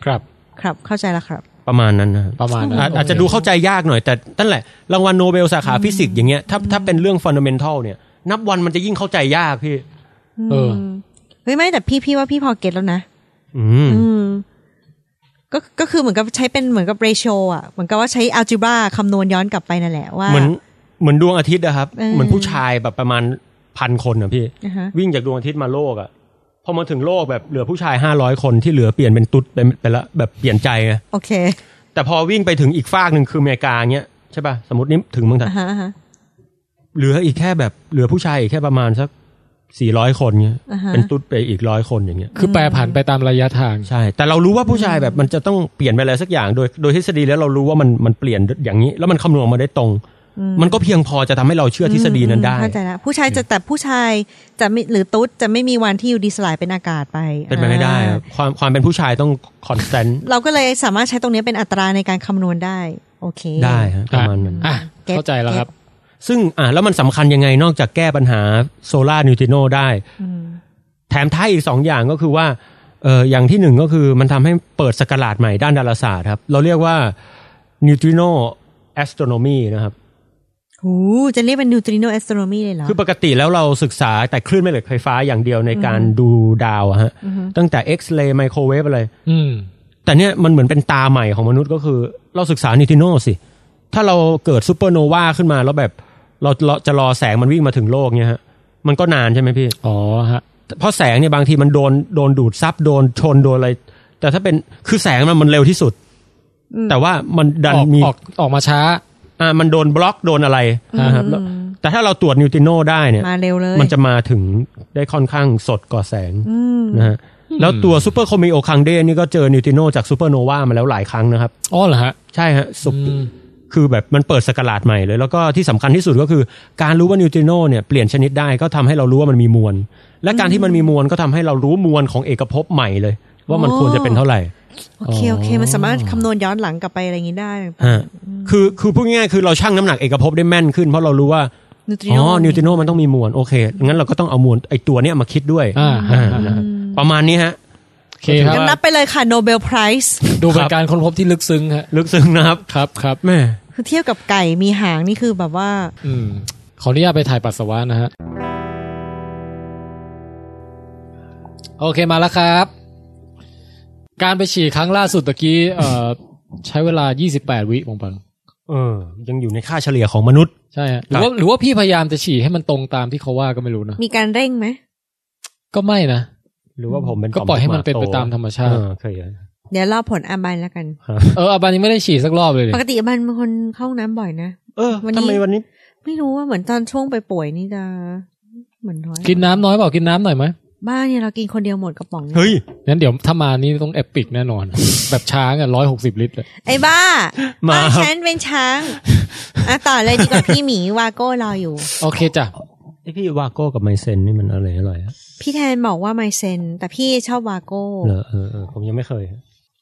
B: ครับ
C: ครับเข้าใจแล้วครับ
A: ประมาณนั้นนะครับ
B: ประมาณนั้น
A: อาจอาจจะดูเข้าใจยากหน่อย แต่นั่นแหละ รางวัลโนเบลสาขาฟิสิกส์อย่างเงี้ยถ้าถ้าเป็นเรื่องฟันเดเมนทัลเนี่ย นับวันมันจะยิ่งเข้าใจยากพี่
B: เออ
C: เฮ้ยไม่แต่พี่พี่ว่าพี่พอเก็ตแล้วนะ
A: อืม
C: อืมก็ก็คือเหมือนกับใช้เป็นเหมือนกับเรโชอ่ะเหมือนกับว่าใช้อัลจิบราคำนวณย้อนกลับไปนั่นแหละว่า
A: เหมือนเหมือนดวงอาทิตย์นะครับ
C: เออ
A: เหมือนผู้ชายแบบประมาณพันคนนะพี่
C: อ่าฮะ
A: วิ่งจากดวงอาทิตย์มาโลกอะพอมาถึงโลกแบบเหลือผู้ชายห้าร้อยคนที่เหลือเปลี่ยนเป็นตุ๊ดไปไปละแบบเปลี่ยนใจไง
C: โอเค
A: แต่พอวิ่งไปถึงอีกฟากหนึ่งคืออเมริกาเงี้ยใช่ป่ะสมมตินี่ถึงเมืองไทย
C: อ่าฮะอ่าฮะ
A: เหลืออีกแค่แบบเหลือผู้ชายอีกแค่ประมาณสักสี่ร้อยคนเงี้ย
C: อ่าฮะ
A: เป็นตุ๊ดไปอีกร้อยคนอย่างเงี้ย
B: คือแปรผันไปตามระยะทาง
A: ใช่ แต่เรารู้ว่าผู้ชายแบบมันจะต้องเปลี่ยนไปอะไรสักอย่างโดยโดยทฤษฎีแล้วเรารู้ว่ามันมันเปลี่ยนอย่างนี้ แล้วมันคำนวณมาได้ตรง มันก็เพียงพอจะทำให้เราเชื่อทฤษฎีนั้นได้
C: เข้าใจแล้วผู้ชายจะแต่ผู้ชายจะไม่หรือตุ๊ดจะไม่มีวันที่อยู่ดีสลายเป็นอากาศไป
A: เป็นไปไม่ได้ครับ
C: อ่า
A: ความความเป็นผู้ชายต้องคอนเซนต์
C: เราก็เลยสามารถใช้ตรงนี้เป็นอัตราในการคำนวณได้ โอเค
A: ได้ฮะประมาณนั้น
B: อ่ะ
C: เก็ต
B: เข้าใจแล้วครับ
A: ซึ่งอ่ะแล้วมันสำคัญยังไงนอกจากแก้ปัญหาโซลาร์นิวติโนได้
C: อืม
A: แถมท้ายอีกสองอย่างก็คือว่าเอออย่างที่หนึ่งก็คือมันทำให้เปิดสกราดใหม่ด้านดาราศาสตร์ครับ เราเรียกว่านิวติโนแอสโ r ร n o มีนะครับ
C: หูจะเรียกเป็นนิวตริโนแอสโ r ร n o มีเลยเหรอ
A: คือปกติแล้วเราศึกษาแต่คลื่นแม่เหล็กไฟฟ้าอย่างเดียวในการดูดาวอะฮะตั้งแต่เอ็กซ์เรย์ไมโครเวฟอะไร
B: อืม
A: แต่เนี่ยมันเหมือนเป็นตาใหม่ของมนุษย์ก็คือ เราศึกษานิวติโนสิ ถ้าเราเกิดซูเปอร์โนวาขึ้นมาแล้วแบบเราเราจะรอแสงมันวิ่งมาถึงโลกเนี่ยฮะมันก็นานใช่ไหมพี่
B: อ๋อฮะ
A: เพราะแสงเนี่ยบางทีมันโดนโดนดูดซับโดนชนโดนอะไร แต่ถ้าเป็นคือแสงมันมันเร็วที่สุด
C: อืม
A: แต่ว่ามันดัน
B: ออก
A: มี
B: ออกออกมาช้า
A: อ่ามันโดนบล็อกโดนอะไรนะครับแล้วแต่ถ้าเราตรวจนิวติโนได้เนี่ย
C: มาเร็วเลย
A: มันจะมาถึงได้ค่อนข้างสดกว่าแสง
C: อืม
A: นะฮะแล้วตัวซูเปอร์โคมิโอคังเดนี่ก็เจอนิวติโนจากซูเปอร์โนวามาแล้วหลายครั้งนะครับ
B: อ๋อเหรอฮะ
A: ใช่ฮะสุ
B: อืม
A: คือแบบมันเปิดสกราดใหม่เลย แล้วก็ที่สำคัญที่สุดก็คือ การรู้ว่านิวตริโนเนี่ยเปลี่ยนชนิดได้ก็ทำให้เรารู้ว่ามันมีมวล และการที่มันมีมวลก็ทำให้เรารู้มวลของเอกภพใหม่เลย ว่ามันควรจะเป็นเท่าไหร่
C: โอเคโอเค มันสามารถคำนวณย้อนหลังกลับไปอะไรอย่างนี้ได้
A: ฮะคือคือพูดง่ายๆคือเราชั่งน้ำหนักเอกภพได้แม่นขึ้นเพราะเรารู้ว่า
C: นิวตริ
A: อ๋
C: โน
A: อนิวตริโนมันต้องมีมวลโอเคงั้นเราก็ต้องเอามวลไอตัวเนี้ยมาคิดด้วย
B: อ่าฮะ
A: อ่านะครับประมาณนี้ฮะ
B: โอเคครับ
C: งั้นนับไปเลยค่ะโนเบลไพรส์
B: ดูเป็
A: ครั
B: น
A: บ
B: การค้นพบที่ลึกซึ้งฮะ
A: ลึกซึ้งนะครับ
B: ครับครับ
A: แม่
C: คือเทียบกับไก่มีหางนี่คือแบบว่า
B: อืม ขออนุญาตไปถ่ายปัสสาวะนะฮะ โอเคมาแล้วครับ การไปฉี่ครั้งล่าสุดตะกี้เอ่อ ใช้เวลา 28 วิปองปัง
A: เออยังอยู่ในค่าเฉลี่ยของมนุษย์
B: ใช่ฮะหรือว่าหรือว่าพี่พยายามจะฉี่ให้มันตรงตามที่เขาว่าก็ไม่รู้นะ
C: มีการเร่งไหม
B: ก็ไม่นะ
A: หรือว่าผมเป็น
B: ก็ปล่อยให้มันเป็นไปตามธรรมชาติ
A: เออเคยนะ
C: เดี๋ยวรอผลอาบันแล้วกัน
A: ครับ
B: เอออาบานยังไม่ได้ฉี่สักรอบเลยดิ
C: ปกติอาบันเป็นคนเข้าห้องน้ำบ่อยนะ
A: เออ
C: วันนี้
A: ทำไมวันนี้
C: ไม่รู้ว่าเหมือนตอนช่วงไปป่วยนี่จะเหมือนน้อย
B: กินน้ำน้อยเปล่ากินน้ำหน่อยไหม
C: บ้านเนี่ยเรากินคนเดียวหมดกระป๋องนี่
A: เฮ้ย
B: งั้นเดี๋ยวถ้ามานี่ต้องเอปิกแน่นอน แบบช้างอ่ะร้อยหกสิบลิตรเลย
C: ไอ้บ้า
A: หมา
C: บ้านฉันเป็นช้างอ่ะต่อเลยดีกว่าพี่หมีวาโก้รออยู่
B: โอเคจ้ะ
A: ไอพี่วาโก้กับไมเซนนี่มันอะไรอร่อยอะ
C: พี่แทนบอกว่าไมเซนแต่พี่ชอบวาโก้
A: เหรอเออเออผมยังไม่เคย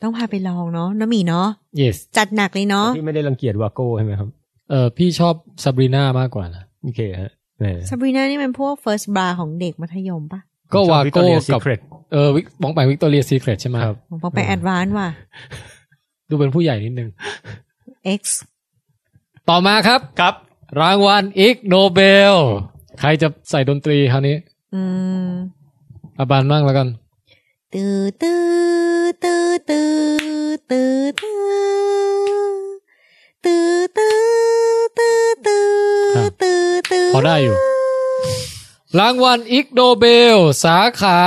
C: ต้องพาไปลองเนาะน้องหมีเนาะ
B: yes
C: จัดหนักเลยเนาะ
A: พี่ไม่ได้รังเกียจวาโก้ใช่ไหมครับ
B: เออพี่ชอบซาบรีน่ามากกว่านะ
A: โอเคฮะแหม
C: ซาบรีน่านี่มันพวก first bar ของเด็กมัธยมปะ
B: ก็วาโก้
A: ชอ Victoria's
B: กับ
A: Secret
B: เออวิมองไปวิกตอเรียซีเครตใช่ไหม
A: ครับ
C: ผมบอกไปแอดวานซ์ว่ะ
B: ดูเป็นผู้ใหญ่นิดนึง
C: X
B: ต่อมาครับ
A: ครับ
B: รางวัลอีกโนเบล ใครจะใส่ดนตรีคราวนี้
C: อืม
B: อาบานมากแล้วกัน
C: ตื้อตื้อตื้อตื้อตื้อตื้อตื้อตื้อตื้อตื้อบ ตื้อตื้อ
B: ครัพอได้อยู่ รางวัลอีกโนเบล สาขา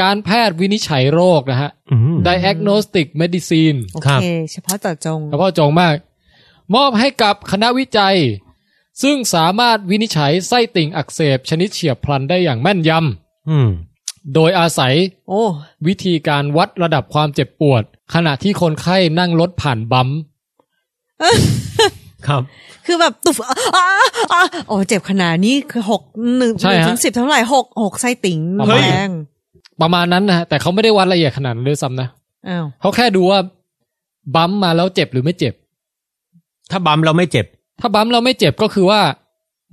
B: การแพทย์วินิจฉัยโรคนะฮะ
A: อืม
B: Diagnostic Medicine
C: โอ
A: ครับ
C: เค เฉพาะเจาะจง
B: เฉพาะจงมาก มอบให้กับคณะวิจัย ซึ่งสามารถวินิจฉัยไส้ติ่งอักเสบชนิดเฉียบพลันได้อย่างแม่นย
A: อืม
B: ำ โดยอาศัย
C: โอ้
B: วิธีการวัดระดับความเจ็บปวด ขณะที่คนไข้นั่งรถผ่านบัมป์
A: ครับ
C: คือแบบตุบอ้าอ้าโอ้เจ็บขนาดนี้คือหกหนึ่ง
B: ใช่ฮะ
C: ถึงสิบเท่าไหร่หกหกไส้ติ่ง
B: เฮ้ย
C: แรง
B: ประมาณนั้นนะฮะแต่เขาไม่ได้วัดละเอียดขนาดนั้นด้วยซ้ำนะ
C: อ้าว
B: เขาแค่ดูว่าบัมป์มาแล้วเจ็บหรือไม่เจ็บ
A: ถ้าบัมเราไม่เจ็บ
B: ถ้าบัมป์เราไม่เจ็บก็คือว่า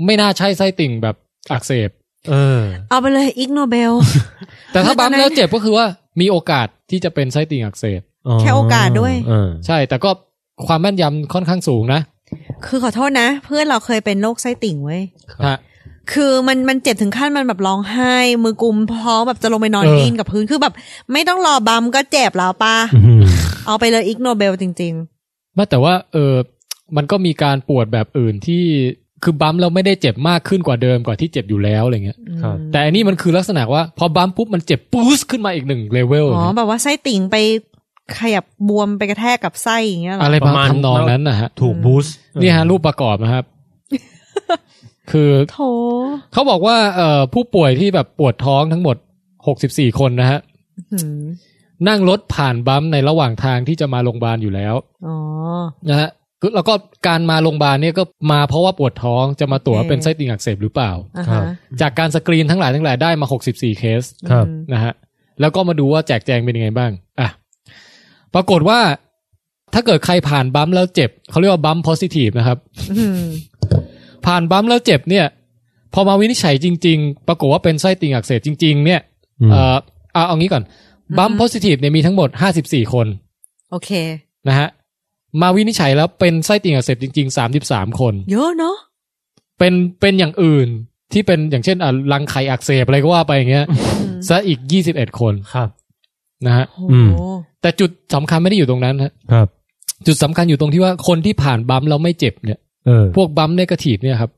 B: ไม่น่าใช่ไส้ติ่งแบบอักเสบ
A: เออ
C: เอาไปเลยอีกโนเบล
B: แต่ถ้า
C: แล้วต
B: บั
C: อน
B: มป์
C: นั้น
B: แล้วเจ็บก็คือว่ามีโอกาสที่จะเป็นไส้ติ่งอักเสบ
C: แค่โอกาสด้วย
A: เออ
B: ใช่ แต่ก็ความแม่นยำค่อนข้างสูงนะ
C: คือขอโทษนะ เพื่อนเราเคยเป็นโรคไส้ติ่งเว้ย
B: ฮะ
C: คือมันมันเจ็บถึงขั้นมันแบบร้องไห้ มือกุมพร้อมแบบจะลงไปนอน
B: เออ
C: ดิ้นกับพื้นคือแบบ ไม่ต้องรอบัมก็เจ็บแล้วป้า
A: อื้อหือ
C: เอาไปเลยอีกโนเบลจริง
B: ไม่แต่ว่าเออมันก็มีการปวดแบบอื่นที่คือบัมป์เราไม่ได้เจ็บมากขึ้นกว่าเดิมกว่าที่เจ็บอยู่แล้วอะไรเงี้ย
A: ครับ
B: แต่อันนี้มันคือลักษณะว่า พอบัมป์ปุ๊บมันเจ็บปุ๊บขึ้นมาอีกหนึ่งเลเวล
C: ๆ อ๋อแบบว่าไส้ติ่งไปขยับบวมไปกระแทกกับไส้อย่างเงี้ยเหรอ
B: อะ
C: อ
B: ไรป
A: ประ ระ
B: มา
A: มา
B: ณ
A: ณ
B: ทำนองนั้นนะฮะ
A: ถูกบูสต์
B: นี่ฮะรูปประกอบ นะครับ คือ
C: โถ
B: เขาบอกว่าเอ่อผู้ป่วยที่แบบปวดท้องทั้งหมด 64 คนนะฮะ
C: หืม
B: นั่งรถผ่านบัมป์ในระหว่างทางที่จะมาโรงพยาบาลอยู่แล้ว
C: อ๋อ
B: นะฮะคือแล้วก็การมาโรงพยาบาลเนี่ยก็มาเพราะว่าปวดท้องจะมาตรวจ
C: โอเค
B: ว่าเป็นไส้ติ่งอักเสบหรือเปล่า
C: อ่า
A: ครั
C: ฮะ
A: บ
B: จากการสกรีนทั้งหลายทั้งหลายได้มา 64 เคส
A: ครับ
C: อืม
B: นะฮะแล้วก็มาดูว่าแจกแจงเป็นยังไงบ้างอ่ะปรากฏว่าถ้าเกิดใครผ่านบัมป์แล้วเจ็บ เขาเรียกว่าบัมโพซิทีฟนะครับ
C: อืม
B: ผ่านบัมป์แล้วเจ็บเนี่ย พอมาวินิจฉัยจริง ๆ ปรากฏว่าเป็นไส้ติ่งอักเสบจริง ๆ เนี่ย
A: อืม
B: เออเอาเอางี้ก่อนบัมโพซิทีฟเนี่ยมีทั้งหมด 54 คน
C: โอเค
B: นะฮะมาวินิจฉัยแล้วเป็นไส้ติ่งอักเสบจริง ๆ 33 คน
C: เยอะเนาะ
B: เป็นเป็นอย่างอื่นที่เป็นอย่างเช่นอ่ะรังไข่อักเสบอะไรก็ว่าไปอย่างเงี้ย
C: อืม
B: ซะอีก 21 คน
A: ครับ
B: นะฮะ
C: โห
A: อืม
B: แต่จุดสำคัญไม่ได้อยู่ตรงนั้นฮะ
A: ครับ
B: จุดสำคัญอยู่ตรงที่ว่าคนที่ผ่านบัมป์แล้วไม่เจ็บเนี่ย
A: เออ
B: พวกบัมป์เนกาทีฟเนี่ยครับ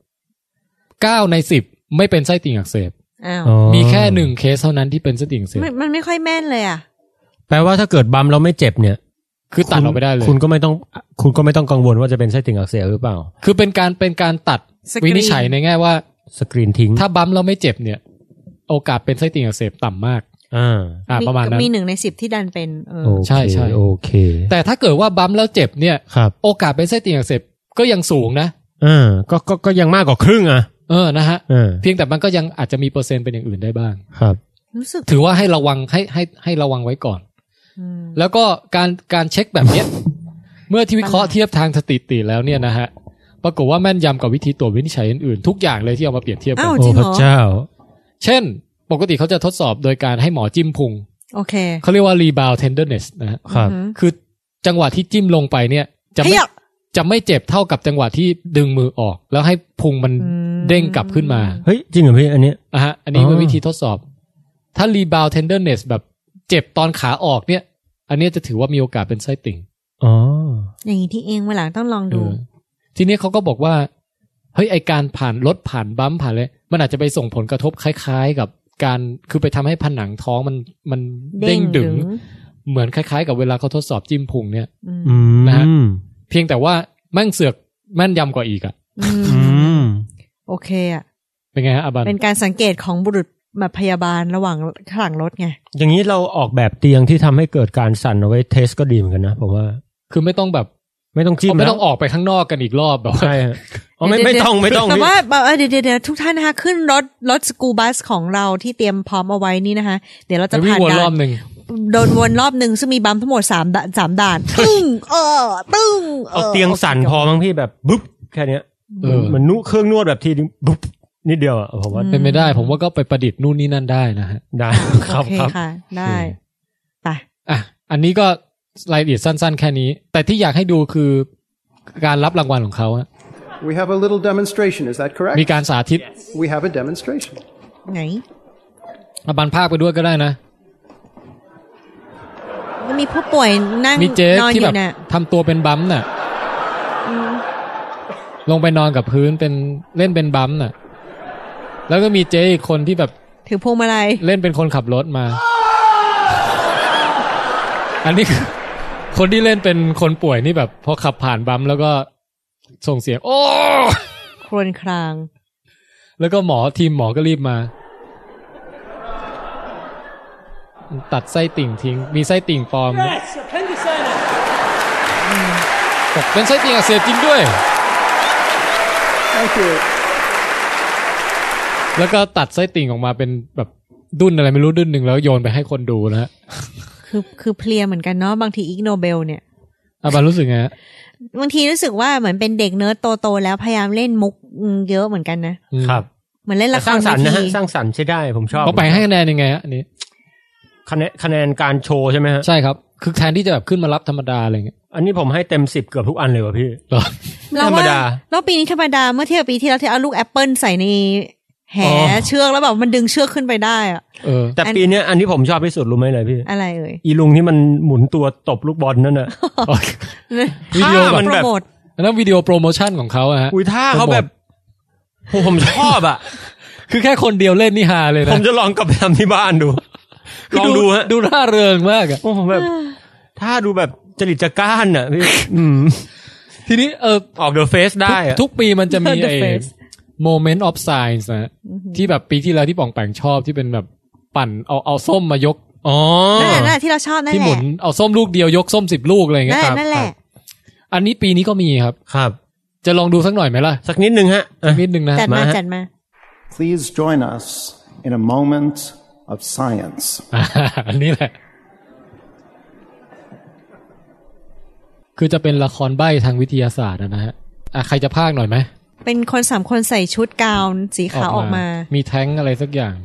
B: 9 ใน 10 ไม่เป็นไส้ติ่งอักเสบ
C: อ้าว
A: อ๋อ
B: มีแค่หนึ่งเคสเท่านั้นที่เป็นไส้ติ่งอักเสบ
C: มันมันไม่ค่อยแม่นเลยอ่ะ
A: แปลว่าถ้าเกิดบัมเราไม่เจ็บเนี่ย
B: คือตัดออกไปได้เลย
A: คุณก็ไม่ต้อง คุณก็ไม่ต้องกังวลว่าจะเป็นไส้ติ่งอักเสบหรือเปล่า
B: คือเป็นการเป็นการตัด
C: สกรีน
B: วินิจฉัยในแง่ว่า
A: สกรีนทิ้ง
B: ถ้าบัมป์แล้วไม่เจ็บเนี่ย โอกาสเป็นไส้ติ่งอักเสบต่ำมาก
A: อ่า
B: อ่าประมาณนั้น
C: มีหนึ่งในสิบที่ดันเป็นเออ
A: โอเค
B: ใช่ใช่
A: โอเค
B: แต่ถ้าเกิดว่าบัมป์แล้วเจ็บเนี่ย
A: ครับ
B: โอกาสเป็นไส้ติ่งอักเสบก็ยังสูงนะ
A: อ่าก็ก็ก็ยังมากกว่าครึ่งอ่ะ
B: เออนะฮะ
A: เออ
B: เพียงแต่มันก็ยังอาจจะมีเปอร์เซ็นต์เป็นอย่างอื่นได้บ้าง
A: ครับ
C: รู้สึก
B: ถือว่าให้ระวังให้ให้ให้ระวังไว้ก่อน
C: อืม
B: แล้วก็การการเช็คแบบเนี้ย เมื่อที่วิเคราะห์เทียบทางสถิติแล้วเนี่ยนะฮะ ปรากฏว่าแม่นยำกับวิธีตรวจวินิจฉัยอื่นๆทุกอย่างเลยที่เอามาเปรียบเทียบกั
C: อ้าว
B: น
C: จ
A: โอ้
C: ริงเห
A: พ
C: รอ
A: ระเจ้า
B: เช่น ปกติเขาจะทดสอบโดยการให้หมอจิ้มพุง
C: โอเค
B: เขาเรียกว่า rebound tenderness นะฮะ
A: ครับ
C: อืม
B: คือจังหวะที่จิ้มลงไปเนี่ย จะ
C: เฮ้ย
B: ไม่
C: อ่ะ
B: จะไม่เจ็บเท่ากับจังหวะที่ดึงมือออก แล้วให้พุงมัน
C: อืม
B: เด้งกลับขึ้นมา
A: เฮ้ย จริงเหรอพี่อันเนี้ย
B: อ่ะฮะอันนี้
A: อ๋อ
B: เป็นวิธีทดสอบ ถ้า rebound tenderness แบบเจ็บตอนขาออกเนี่ย อันเนี้ยจะถือว่ามีโอกาสเป็นไส้ติ่ง
A: อ๋อ
C: อย่างนี้ที่เองวันหลังต้องลองดู
B: เออทีนี้เขาก็บอกว่า เฮ้ย ไอการผ่านรถผ่านบัมป์ผ่านเลย มันอาจจะไปส่งผลกระทบคล้าย ๆ กับการคือไปทำให้ผนังท้องมันมันเด้งดึง เหมือนคล้าย ๆ กับเวลาเขาทดสอบจิ้มพุงเนี่ย
C: อืม
A: อืม
B: นะฮะ เพียงแต่ว่าแม่งเสือกแม่นยำกว่าอีกอะ
C: อื
A: อืม
C: มโอเคอ่ะ
B: เป็นไงฮะอาบัน
C: เป็นการสังเกตของบุรุษแบบพยาบาลระหว่างข้างหลังรถไง
A: อย่างนี้เราออกแบบเตียงที่ทำให้เกิดการสั่นเอาไว้เทสก็ดีเหมือนกันนะผมว่า
B: คือไม่ต้องแบบ
A: ไม่ต้องจิ้ม
B: ไม่
A: แล้ว
B: ต้องออกไปข้างนอกกันอีกรอบแบบว่า
A: ใช่ฮะอ๋อไม่ไม่ต้องไม่ต้อง
C: แต่
A: พี่
C: ว่าเอ่อเดี๋ยวเดี๋ยวเดี๋ยวทุกท่านนะคะขึ้นรถรถสกูบัสของเราที่เตรียมพร้อมเอาไว้นี่นะคะ เดี๋ยวเรา
B: ไป
C: จะ
B: วิ่ง
C: ผ่าน
B: วนร
C: ด่า
B: อบ
C: น
B: หนึ่ง
C: โดนวนรอบหนึ่งซึ่งมีบัมทั้งหมดสามด่านสามด่าน ตึ้งเออตึ้ง
A: เอาเตียงสั่นพอมั้งพี่แบบบุ๊บแค่เนี้ย
B: เออ
A: มันนุเครื่องนวดแบบทีนึงบุ๊บนิดเดียวอ่ะผมว่า
B: เป็นไม่ได้ ผมว่าก็ไปประดิษฐ์นู่นนี่นั่นได้นะฮะ
A: ได้ค
C: โอ
A: รับ
C: เค
A: ครับ
C: ค่ะ ได้ไป
B: อ่ะ อันนี้ก็รายละเอียดสั้น ๆ แค่นี้ แต่ที่อยากให้ดูคือการรับรางวัลของเขาอะ
F: We have a little demonstration, is that correct?
B: มีการสาธิต
F: We have a demonstration.
C: ไหน
B: อาบันภาคไปด้วยก็ได้นะ
C: มันมีผู้ป่วยนั่ง
B: มีเจ๊
C: นอน
B: ที่
C: อ
B: แบ
C: ยู่
B: บ
C: น่ะ
B: ทำตัวเป็นบัมป์น่ะ ลงไปนอนกับพื้นเป็นเล่นเป็นบัมป์น่ะ แล้วก็มีเจ๊อีกคนที่แบบ
C: ถือพวงมาลัย
B: เล่นเป็นคนขับรถมา อันนี้คือคนที่เล่นเป็นคนป่วยนี่แบบ พอขับผ่านบัมป์แล้วก็ ส่งเสียง โอ้
C: ครวญคราง
B: แล้วก็หมอทีมหมอก็รีบมา ตัดไส้ติ่งทิ้ง มีไส้ติ่งปลอม
G: Yes, appendicitis.
B: บอกเป็นไส้ติ่งอักเสบจริงด้วย
F: Thank you.
B: แล้วก็ตัดไส้ติ่งออกมาเป็นแบบดุนอะไรไม่รู้ดุนหนึ่งแล้วโยนไปให้คนดูนะฮะ
C: คือคือเพลียเหมือนกันเนาะบางทีอิกโนเบลเนี่ย
B: อาบารู้สึกไงฮะ
C: บางทีรู้สึกว่าเหมือนเป็นเด็กเนิร์ดโตๆแล้วพยายามเล่นมุกอืมเยอะเหมือนกันนะ
B: อืม
A: ครับ
C: เหมือนเล่น
A: แต่
C: ละค
A: ส
C: ร
A: ร้างสรรค์นะฮะ
C: เวที
A: สร้างสรรค์ใช้ได้ผมชอบ
B: เขาไปให้คะแนนยังไงฮะอันนี้
A: คะแนนคะแนนการโชว์ใช่ไหมฮะ
B: ใช่ครับ คือแทนที่จะแบบขึ้นมารับธรรมดาอะไรเงี้ย
A: อันนี้ผมให้เต็มสิบเกือบทุกอันเลยว่ะพี่
B: เหรอ
C: เรา
A: ธรรม
C: ว่า
A: ดา
C: แล้วปีนี้ธรรมดาเมื่อเทียบกับปีที่แล้วที่เอาลูกแอปเปิลใส่ในแห
A: อ๋อ
C: เชือกแล้วแบบมันดึงเชือกขึ้นไปได้อะ
B: เออ
A: แต่ปีเนี้ยอันที่ผมชอบที่สุดรู้ไหมเลยพี่
C: อะไรเอ่ย
A: อีลุงที่มันหมุนตัวตบลูกบอลนั่นน่ะ วิดีโอ
C: ท่า
A: มัน
C: โปร
A: แบบ
C: โมท
B: อันนั้นวิดีโอโปรโมชั่นของเขาอะฮะ
A: อุ้ยท่าเขาแบบโหผมชอบอ่ะ
B: คือแค่คนเดียวเล่นนี่ฮาเลย
A: ผ
B: นะ
A: มจะลองกลับไปทำที่บ้านดู
B: คือ
A: ลองดูฮะ
B: ดูร่าเริงมากอะ
A: โอ้โหแบบท่าดูแบบจริตจักร้านอ่ะพี่อืม
B: ทีนี้เออ
A: ออกเดอะเฟสได้อะ
B: ทุกปีมันจะ มี
C: เดอะ
B: ไอ้
C: เฟส
B: moment of science นะฮะที่แบบปีที่แล้วที่ป่องแปงชอบที่เป็นแบบปั่นเอาเอาส้มมายก
A: อ๋อ
C: นั่นแหละนั่นแหละที่เราชอบนั่น
B: ที่
C: แห
B: หมุ
C: ละ
B: นเอาส้มลูกเดียวยกส้มสิบลูกอะไรอย่างเงี้
C: นั่น
B: ย
C: แหละนั่นแห
B: ครับ
C: ละ
B: อันนี้ปีนี้ก็มีครับ
A: ครับ
B: จะลองดูสักหน่อยไหมล่ะ
A: สักนิดนึงฮะอ่ะ
B: นิดนึงนะ
C: จัดมา
A: มาฮะ
C: จัดมา
H: Please join us in a moment of science.
B: อ่าอันนี้แหละ คือจะเป็นละครใบ้ทางวิทยาศาสตร์นะฮะอ่ะใครจะพากย์หน่อยไหม
C: เป็นคนสามคนใส่ชุดกาวน์สีขาวออกมา
B: มีแท้งอะไรสักอย่าง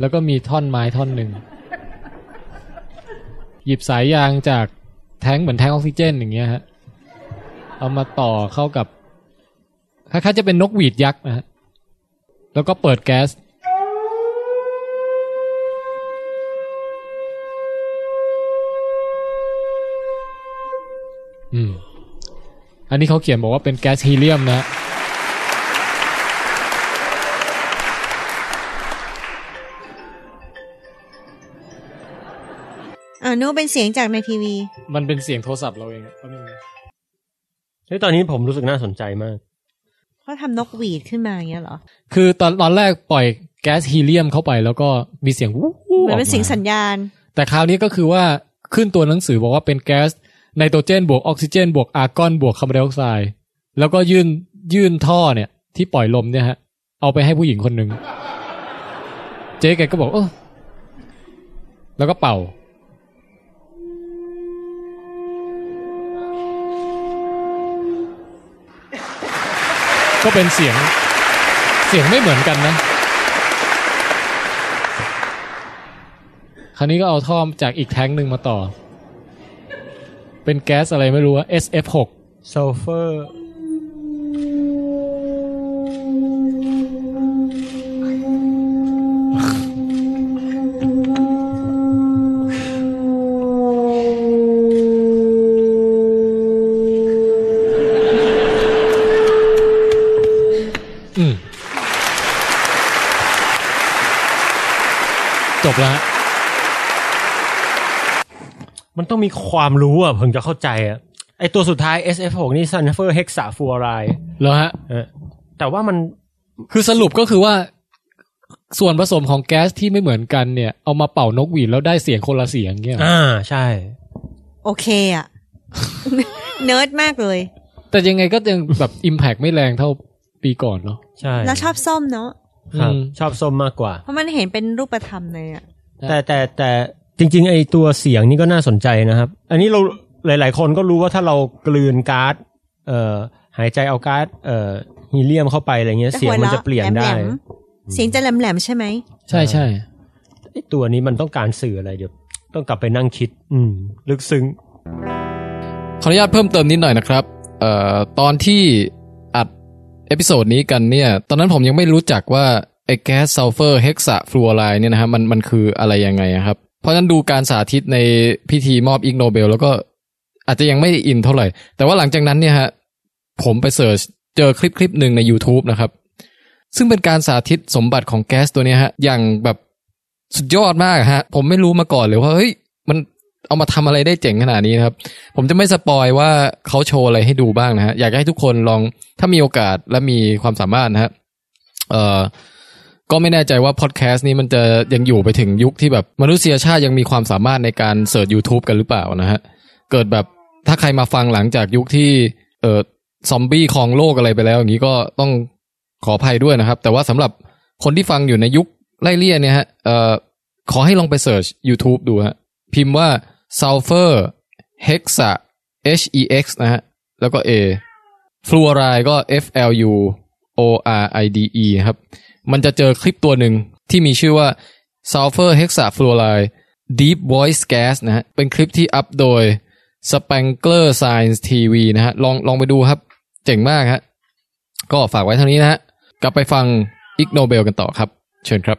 B: แล้วก็มีท่อนไม้ท่อนหนึ่ง หยิบสายยางจากแท้งเหมือนแท้งออกซิเจนอย่างเงี้ยฮะ เอามาต่อเข้ากับคล้ายๆจะเป็นนกหวีดยักษ์นะฮะ แล้วก็เปิดแก๊ส อืม อันนี้เขาเขียนบอกว่าเป็นแก๊สฮีเลียมนะฮะ
C: อ่านึกว่าเป็นเสียงจากในทีวี
B: มันเป็นเสียงโทรศัพท์เราเองอะแป๊บนึงนะ
A: เฮ้ยตอนนี้ผมรู้สึกน่าสนใจมาก
C: เขาทำนกหวีดขึ้นมาอย่างเงี้ยเหรอ
B: คือตอนตอนแรกปล่อยแก๊สฮีเลียมเข้าไปแล้วก็มีเสียงวู้วู้
C: เหมื
B: อ
C: อ
B: อน ก
C: เป็นเสียง
B: มา
C: สัญญาณ
B: แต่คราวนี้ก็คือว่าขึ้นตัวหนังสือบอกว่าเป็นแก๊สไนโตรเจน บวกออกซิเจน บวกอาร์กอน บวกคาร์บอนไดออกไซด์แล้วก็ยื่นยื่นท่อเนี่ย ที่ปล่อยลมเนี่ยฮะ เอาไปให้ผู้หญิงคนหนึ่งเจ๊แกก็บอกเออแล้วก็เป่า ก็เป็นเสียงเสียงไม่เหมือนกันนะ คราวนี้ก็เอาท่อมจากอีกแท้งหนึ่งมาต่อ เป็นแก๊สอะไรไม่รู้ว่า SF6
A: ซัลเฟอร์
B: จบแล้วฮะ
A: มันต้องมีความรู้อ่ะผมจะเข้าใจอ่ะ ไอตัวสุดท้าย SF6 นี่ซัลเฟอร์เฮกซาฟลูออไรด์
B: แล้วฮะ
A: เออแต่ว่ามัน
B: คือสรุปก็คือว่า ส่วนผสมของแก๊สที่ไม่เหมือนกันเนี่ย เอามาเป่านกหวีดแล้วได้เสียงคนละเสียงเงี้ย
A: อ่าใช่
C: โอเคอะ เนิร์ดมากเลย
B: แต่ยังไงก็ยังแบบอิมแพกไม่แรงเท่าปีก่อนเนาะ
A: ใช่
C: แล้วชอบส้มเนาะ
A: ครับ
B: อืม
A: ชอบส้มมากกว่า
C: เพราะมันเห็นเป็นรูปธรรมเลยอะ
A: แต่แต่แต่จริง ๆ ไอตัวเสียงนี่ก็น่าสนใจนะครับ อันนี้เราหลาย ๆ คนก็รู้ว่าถ้าเรากลืนก๊าซเอ่อหายใจเอาก๊าซเอ่อฮีเลียมเข้าไปอะไรเงี้ย
C: แต่
A: เสียง
C: หัว
A: มัน
C: รา
A: จะเปลี่ยนได้
C: แหลมๆเสียงจะแหลมๆใช่ไหม
B: ใช่ใช่
A: ไอ้ตัวนี้มันต้องการสื่ออะไรเดี๋ยว ต้องกลับไปนั่งคิด อืม ลึกซึ้ง
I: ขออนุญาตเพิ่มเติมนิดหน่อยนะครับ เอ่อตอนที่อัดเอพิโซดนี้กันเนี่ย ตอนนั้นผมยังไม่รู้จักว่าไอ้แก๊สซัลเฟอร์เฮกซาฟลูออไรด์เนี่ยนะฮะมันมันคืออะไรยังไงอะครับ เพราะฉะนั้นดูการสาธิตในพิธีมอบอิกโนเบล แล้วก็อาจจะยังไม่อินเท่าไหร่ แต่ว่าหลังจากนั้นเนี่ยฮะผมไปเสิร์ชเจอคลิปคลิปหนึ่งใน YouTube นะครับ ซึ่งเป็นการสาธิตสมบัติของแก๊สตัวเนี้ยฮะ อย่างแบบสุดยอดมากฮะ ผมไม่รู้มาก่อนเลยว่าเฮ้ยมัน เอามาทำอะไรได้เจ๋งขนาดนี้นะครับ ผมจะไม่สปอยว่าเขาโชว์อะไรให้ดูบ้างนะฮะ อยากให้ทุกคนลองถ้ามีโอกาสและมีความสามารถนะฮะเอ่อก็ไม่แน่ใจว่าพอดแคสต์นี้มันจะยังอยู่ไปถึงยุคที่แบบมนุษยชาติยังมีความสามารถในการเสิร์ช YouTube กันหรือเปล่านะฮะ เกิดแบบถ้าใครมาฟังหลังจากยุคที่เออซอมบี้ครองโลกอะไรไปแล้ว อย่างนี้ก็ต้องขออภัยด้วยนะครับ แต่ว่าสำหรับคนที่ฟังอยู่ในยุคไล่เลี่ยเนี่ยฮะเอ่อขอให้ลองไปเสิร์ช YouTube ดูฮะ พิมพ์ว่า sulfur hexa h e x นะฮะ แล้วก็ a fluoride ก็ f l u o r i d e ครับ มันจะเจอคลิปตัวหนึ่งที่มีชื่อว่า sulfur hexa fluoride deep voice gas นะฮะ เป็นคลิปที่อัพโดย spangler science tv นะฮะ ลองลองไปดูครับ เจ๋งมากฮะ ก็ฝากไว้เท่านี้นะฮะ กลับไปฟังอิกโนเบลกันต่อครับ เชิญครับ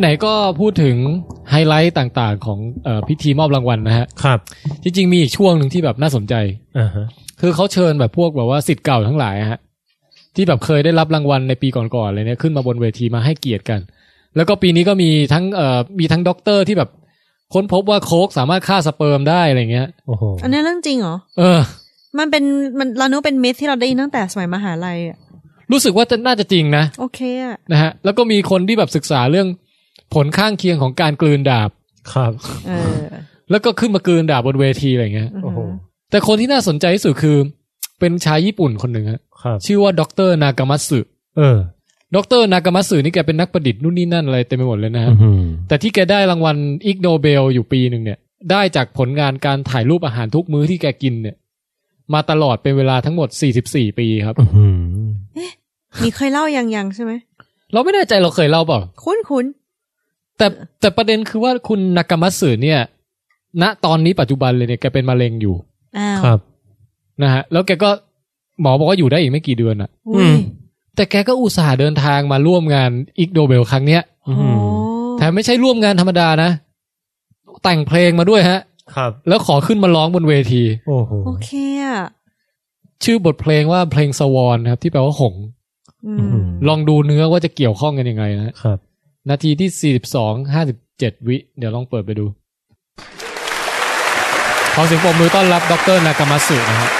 B: ไหนๆก็พูดถึงไฮไลท์ต่างๆ ของเออพิธีมอบรางวัลนะฮะ
A: ครับ
B: จริงๆมีอีกช่วงหนึ่งที่แบบน่าสนใจ
A: อ่าฮะ
B: คือเขาเชิญแบบพวกแบบว่าสิทธิ์เก่าทั้งหลายอะฮะที่แบบเคยได้รับรางวัลในปีก่อนๆเลยเนี่ยขึ้นมาบนเวทีมาให้เกียรติกัน แล้วก็ปีนี้ก็มีทั้งเอ่อมีทั้งด็อกเตอร์ที่แบบค้นพบว่าโคกสามารถฆ่าสเปิร์มได้อะไรเงี้ย
A: โอ้โห
C: อันนี้เรื่องจริงเหรอ
B: เออ
C: มันเป็นมันเรานึกว่าเป็นมิธที่เราได้ยินตั้งแต่สมัยมหาลัยอะ
B: รู้สึกว่าจะน่าจะจริงนะ
C: โอเคอะ
B: นะฮะแล้วก็มีคนที่แบบศึกษาเรื่องผลข้างเคียงของการกลืนดาบ
A: ครับ
C: เออ
B: แล้วก็ขึ้นมากลืนดาบบนเวทีอะไรเงี้ย
C: อือ
A: โอ้โห
C: หือ
B: แต่คนที่น่าสนใจที่สุดคือ เป็นชายญี่ปุ่นคนหนึ่งฮะ
A: ครับ
B: ชื่อว่าดรนากามัตสึ
A: เออ
B: ดรนากามัตสึนี่แกเป็นนักประดิษฐ์นู่นนี่นั่นอะไรเต็มไปหมดเลยนะ
A: อื
B: ฮะ
A: ม
B: แต่ที่แกได้รางวัลอิกโนเบลอยู่ปีหนึ่งเนี่ย ได้จากผลงานการถ่ายรูปอาหารทุกมื้อที่แกกินเนี่ย มาตลอดเป็นเวลาทั้งหมด 44 ปีครับ
A: อื้อหือ
C: มีเคยเล่ายังยังใช่ไหม
B: เราไม่แน่ใจเราเคยเล่าเปล่า
C: คุ้นคุ้น
B: แต่แต่ประเด็นคือว่าคุณนากามัตสึเนี่ย ณตอนนี้ปัจจุบันเลยเนี่ยแกเป็นมะเร็งอยู่
C: อ้าว
A: ครับ
B: นะฮะ แล้วแกก็หมอบอกว่าอยู่ได้อีกไม่กี่เดือนอะ
C: อุ้ย
B: แต่แกก็อุตส่าห์เดินทางมาร่วมงานอิกโนเบลครั้งเนี้ย
C: โอ้
B: แต่ไม่ใช่ร่วมงานธรรมดานะ แต่งเพลงมาด้วยฮะ
A: ครับ
B: แล้วขอขึ้นมาร้องบนเวที
A: โอ้โห
C: โอเคอะ
B: ชื่อบทเพลงว่าเพลงสวอนครับที่แปลว่าหงส์
C: อื
A: อื้อ
C: ม
A: หือ
B: ลองดูเนื้อว่าจะเกี่ยวข้องกันยังไงนะฮะ
A: ครับ
B: นาทีที่สี่สิบสองห้าสิบเจ็ดวิ เดี๋ยวลองเปิดไปดู ขอเสียงปรบมือต้อนรับดรนากามัตสึนะครับ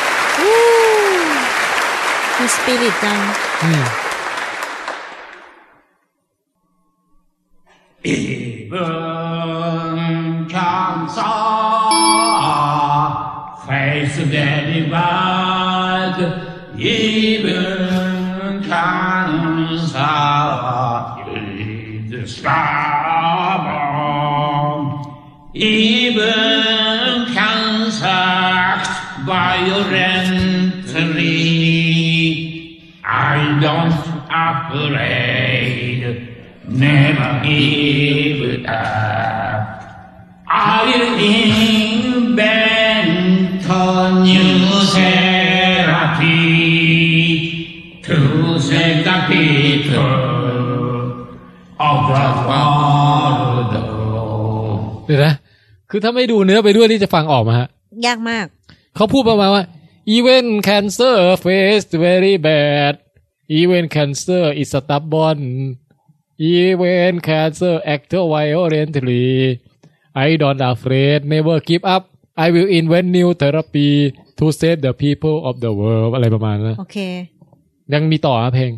C: มีสปิริตจัง
B: อืม
G: 文长沙，face very bad。一文长沙，is strong。一文长沙，violently。I don't afraid, never give up. I will invent a new therapy to save the people of the world.
B: เดี๋ยวนะ คือถ้าไม่ดูเนื้อไปด้วยนี่จะฟังออกมาฮะ
C: ยากมาก
B: เขาพูดประมาณว่า even cancer faced very bad even cancer is stubborn even cancer act violently I don't afraid never give up I will invent new therapy to save the people of the world อะไรประมาณนั้น
C: โอเค
B: ยังมีต่อนะเพลง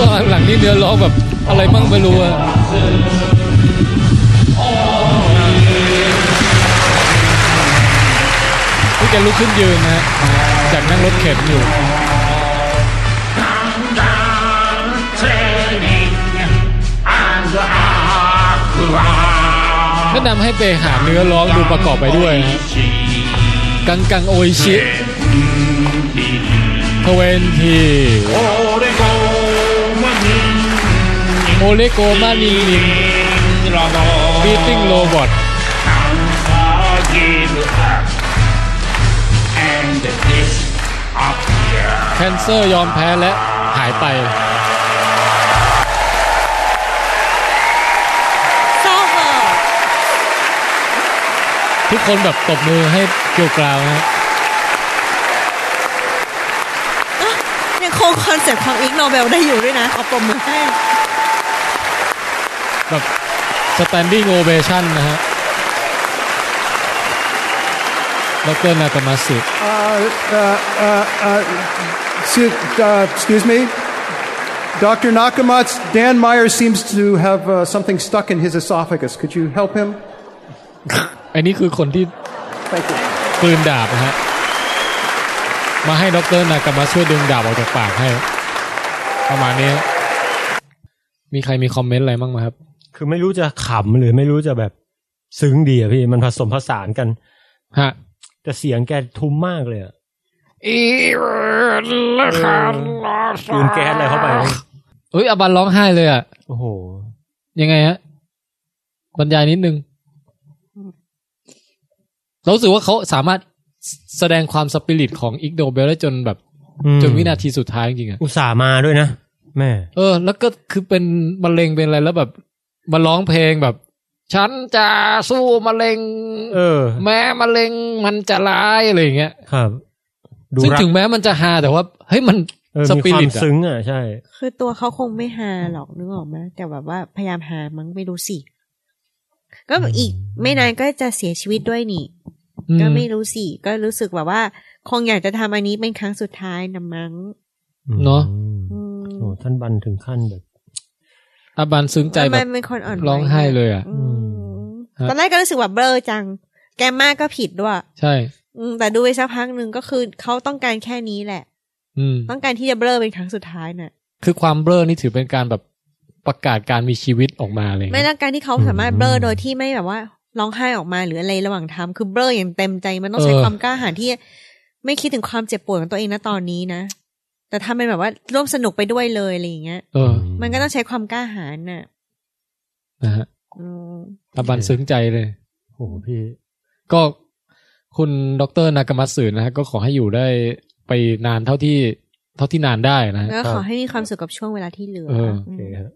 B: ตอนหลังนี่เนื้อร้องแบบอะไรมั่งไม่รู้อะพี่แกลุกขึ้นยืนนะฮะจากนั่งรถเข็นอยู่
G: Cancer
B: แนะนำให้ไปหาเนื้อร้องดูประกอบไปด้วยนะกังกังโออิชิทเวนทีโอเลโกมานินินบีติ้งโรบอท แคนเซอร์ยอมแพ้และหายไป
C: เศร้าเบอร์
B: ทุกคนแบบตบมือให้เกลียวกราวนะฮะ
C: ยังคงคอนเซ็ปต์ของอิกโนเบลได้อยู่ด้วยนะเอาปมมือให้
B: แบบสแตนดิ้งโอเบชั่นนะฮะดรนากามาสิ
F: Uh, uh, uh, uh, excuse, uh, excuse me. Dr. Nakamatsu, Dan Meyer seems to have uh, something stuck in his esophagus. Could you help him?
B: อันนี้คือคนที่
F: Thank you.
B: ปืนดาบนะฮะ มาให้ดรนากามาช่วยดึงดาบออกจากปากให้ ประมาณนี้ มีใครมีคอมเมนต์อะไรบ้างไหมครับ
A: คือไม่รู้จะขำหรือไม่รู้จะแบบซึ้งดีอะพี่มันผสมผสานกัน
B: ฮะ
A: แต่เสียงแกทุ้มมากเลยอะปืนแก๊สอะไรเข้าไป
B: เอ้ยอบันร้องไห้เลยอ่ะ
A: โอ้โห
B: ยังไงฮะ บรรยายนิดนึง เรารู้สึกว่าเขาสามารถแสแสดงความสปิริตของอิกโดเบลได้จนแบบ
A: อืม
B: จนวินาทีสุดท้ายจริงๆอะ
A: อุตส่าห์มาด้วยนะ แม่
B: เออ แล้วก็คือเป็นมะเร็งเป็นอะไรแล้วแบบ มาร้องเพลงแบบ ฉันจะสู้มะเร็ง
A: เออ
B: แม้มะเร็งมันจะร้ายอะไรอย่างเงี้ย
A: ครับ ดู
B: ซึ่ง
A: รัก
B: ถึงแม้มันจะฮาแต่ว่าเฮ้ยมัน
A: เออ
B: ส
A: มี
B: ปิ
A: ควา
B: ริ
A: ม
B: ตอะ
A: ซึ้งอ่ะ ใช่
C: คือตัวเขาคงไม่ฮาหรอกนึกออกไหมแต่แบบว่าพยายามหามั้งไม่รู้สิ ก็อีกไม่นานก็จะเสียชีวิตด้วยนี่
B: อืม
C: ก็ไม่รู้สิ ก็รู้สึกแบบว่า คงอยากจะทำอันนี้เป็นครั้งสุดท้ายนะมั้ง
B: เนอะ
C: อืม
A: โอ้ท่านบันถึงขั้นแบบ
B: อาบันซึ้งใจ
C: ทำ
B: แบ
C: ไม
B: บ
C: เป็นคนอ่อนหวาน
B: ร้องไห้เลยอะ
C: อืม
B: ฮะ
C: ตอนแรกก็รู้สึกว่าเบลอจัง แกมมากก็ผิดด้วย
B: ใช่
C: อืมแต่ดูไปสักพักหนึ่งก็คือเขาต้องการแค่นี้แหละ
B: อืม
C: ต้องการที่จะเบลอเป็นครั้งสุดท้ายน่ะ
B: คือความเบลอนี่ถือเป็นการแบบประกาศการมีชีวิตออกมาอะไรอย่าง
C: ไม่
B: เลย
C: และการที่เขาสามารถเบลอโดยที่ไม่แบบว่าร้องไห้ออกมาหรืออะไรระหว่างทำคือเบลออย่างเต็มใจมันต้องใช้ความกล้าหาญที่ ไม่คิดถึงความเจ็บปวดของตัวเองนะตอนนี้นะ แต่ถ้าเป็นแบบว่าร่วมสนุกไปด้วยเลยอะไรอย่างเงี้ย
B: เออ
C: มันก็ต้องใช้ความกล้าหาญน่ะ
B: นะฮะ
C: อืม
B: อาบันซึ้งใจเลย
A: โอ้โหพี่
B: ก็คุณดรนากามัตสึนะฮะก็ขอให้อยู่ได้ไปนานเท่าที่เท่าที่นานได้นะฮะ
C: แล้วก็ขอให้มีความสุขกับช่วงเวลาที่เหลือ
B: เออ
A: โอเคฮะ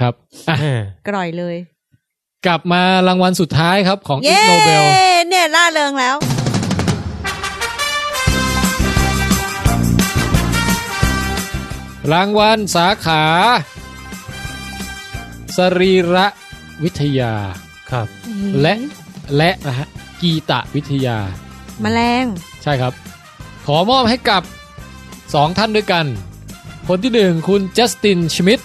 B: ครับอ่ะ
A: แม่
C: กร่อยเลย
B: กลับมารางวัลสุดท้ายครับของอิ
C: เย้
B: กโนเบล
C: เนี่ยล่าเริงแล้ว
B: รางวัลสาขา สรีระวิทยา
A: ครับ
B: และและนะฮะกีตะวิทยา
C: แมลง
B: ใช่ครับ ขอมอบให้กับ 2 ท่านด้วยกัน คนที่ 1 คุณจัสตินชมิด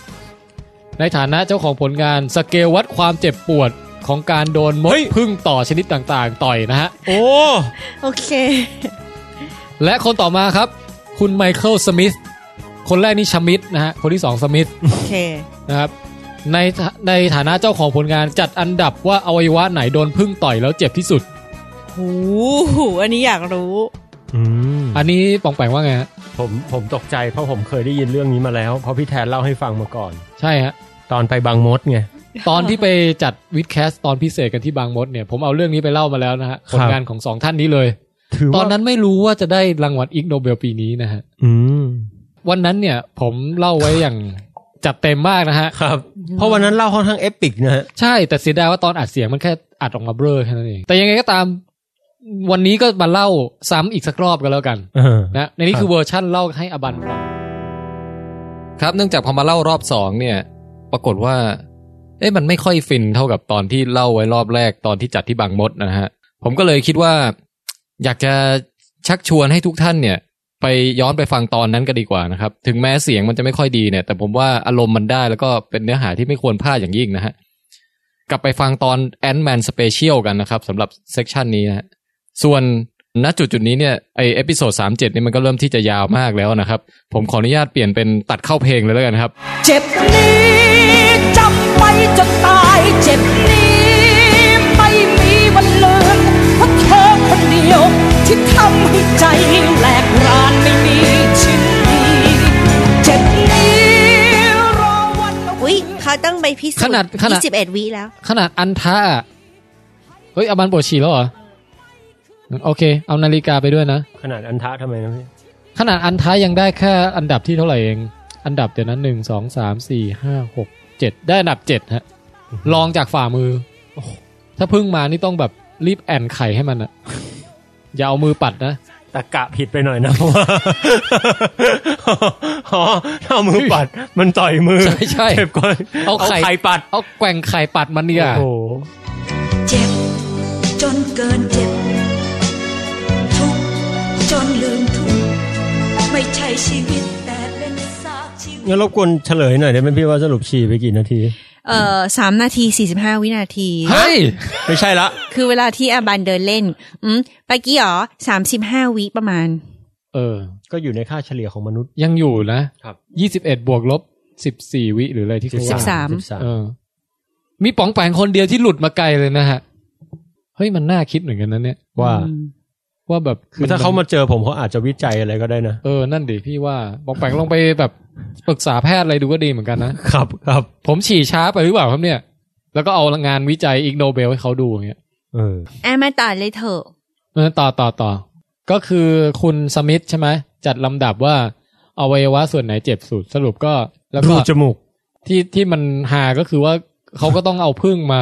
B: ในฐานะเจ้าของผลงานสเกลวัดความเจ็บปวดของการโดนมดพึ่งต่อชนิดต่างๆ ต่อยนะฮะ
A: โอ้
C: โอเค
B: และคนต่อมาครับ คุณไมเคิลสมิธคนแรกนี่ชมิดนะฮะ คนที่ 2 สมิธ
C: โอเค
B: นะครับในในฐานะเจ้าของผลงานจัดอันดับว่าอวัยวะไหนโดนพึ่งต่อยแล้วเจ็บที่สุด
C: หูอันนี้อยากรู้
A: อืม
B: อันนี้ปองแปงว่าไงฮะ
A: ผมผมตกใจเพราะผมเคยได้ยินเรื่องนี้มาแล้ว เพราะพี่แทนเล่าให้ฟังมาก่อน
B: ใช่ฮะ
A: ตอนไปบางมดไง
B: ตอนที่ไปจัดวิดแคสตอนพิเศษกันที่บางมดเนี่ยผมเอาเรื่องนี้ไปเล่ามาแล้วนะฮะ
A: ค
B: ผ
A: รับ
B: ลงานของสองท่านนี้เลย
A: ถือว่า
B: ตอนนั้นไม่รู้ว่าจะได้รางวัลอิกโนเบลปีนี้นะฮะ
A: อืม
B: วันนั้นเนี่ยผมเล่าไว้อย่าง จัดเต็มมากนะฮะ
A: ครับ เพราะวันนั้นเล่าค่อนข้างเอปิกนะฮะ
B: ใช่แต่เสียดายว่าตอนอัดเสียงมันแค่อัดออกมาเบลอแค่นั้นเอง แต่ยังไงก็ตามวันนี้ก็มาเล่าซ้ำอีกสักรอบกันแล้วกัน
A: เออ
B: นะในนี้คือเวอร์ชั่นเล่าให้อบันฟัง
I: ครับเนื่องจากพอมาเล่ารอบสองเนี่ย ปรากฏว่า เอ๊ะมันไม่ค่อยฟินเท่ากับตอนที่เล่าไว้รอบแรกตอนที่จัดที่บางมดนะฮะ ผมก็เลยคิดว่า อยากจะชักชวนให้ทุกท่านเนี่ย ไปย้อนไปฟังตอนนั้นกันดีกว่านะครับ ถึงแม้เสียงมันจะไม่ค่อยดีเนี่ย แต่ผมว่าอารมณ์มันได้แล้วก็เป็นเนื้อหาที่ไม่ควรพลาดอย่างยิ่งนะฮะ กลับไปฟังตอน Ant Man Special กันนะครับสำหรับเซกชันนี้นะฮะส่วนณจุดจุดๆนี้เนี่ยไอเอพิโซด37นี่มันก็เริ่มที่จะยาวมากแล้วนะครับ ผมขออนุญาตเปลี่ยนเป็นตัดเข้าเพลงเลยแล้วกันครับ
J: เจ็บนี้จำไว้จนตาย เจ็บนี้
B: ขนาดขนาด
C: ยี่สิบเอ็ดวิแล้ว
B: ขนาดอันท่าอะเฮ้ยเอาบันปวดฉี่แล้วเหรอ โอเค เอานาฬิกาไปด้วยนะ
A: ขนาดอันทะทำไมนะพี่
B: ขนาดอันท้ายยังได้แค่อันดับที่เท่าไหร่เอง อันดับเดี๋ยวนั้นหนึ่งสองสามสี่ห้าหกเจ็ดได้อันดับเจ็ดฮะรองจากฝ่ามือโอ้โหถ้าเพึ่งมานี่ต้องแบบรีบแอนไข่ให้มันอะอย่าเอามือปัดนะ
A: ตะกะผิดไปหน่อยนะ เพราะว่าอ๋อถ้าเอามือปัดมันต่อยมือ
B: ใช่ใช่
A: เก็บก่อน
B: เอาไข่
A: ปัด
B: เอาแกว่งไข่ปัดมันเนี่ย
A: โอ้โห
J: เจ็บ จนเกินเจ็บ ทุกข์จนลืมทุกข์ไม่ใช่ชีวิตแต่เป็นซากชีวิต
A: งั้นรบกวนเฉลยหน่อยได้ไหมพี่ว่าสรุปฉี่ไปกี่นาที
C: เอ่อสามนาทีสี่สิบห้าวินาที
B: เฮ้ย
A: ไม่ใช่ละ
C: คือเวลาที่อาบันเดินเล่น อืมไปกี้หรอสามสิบห้าวิประมาณ
B: เออ
A: ก็อยู่ในค่าเฉลี่ยของมนุษย์
B: ยังอยู่นะครับ ยี่สิบเอ็ดบวกลบสิบสี่วิหรืออะไรที่เขา
C: สิ
B: ว่า
C: บสาม
B: เออ มีป๋องแปงคนเดียวที่หลุดมาไกลเลยนะฮะ เฮ้ยมันน่าคิดเหมือนกันนะเนี่ย
A: ว่า
C: อืม
B: ว่าแบบ
A: คือถ้าเขามาเจอผมเขาอาจจะวิจัยอะไรก็ได้นะ
B: เออ นั่นดิพี่ว่าป๋องแปงลองไปแบบปรึกษาแพทย์อะไรดูก็ดีเหมือนกันนะ
A: ครับครับ
B: ผมฉี่ช้าไปหรือเปล่าครับเนี่ย แล้วก็เอางานวิจัยอีกโนเบลให้เขาดูอย่างเงี้ย
A: เออ
C: แอะมาต่อเลยเถอะ
B: เออต่อต่อต่อ ก็คือคุณสมิธใช่ไหมจัดลำดับว่าอวัยวะส่วนไหนเจ็บสุดสรุปก็ แล้ว
A: รู
B: ก็
A: จมูก
B: ที่ที่มันหาก็คือว่าเขาก็ต้องเอาพึ่งมา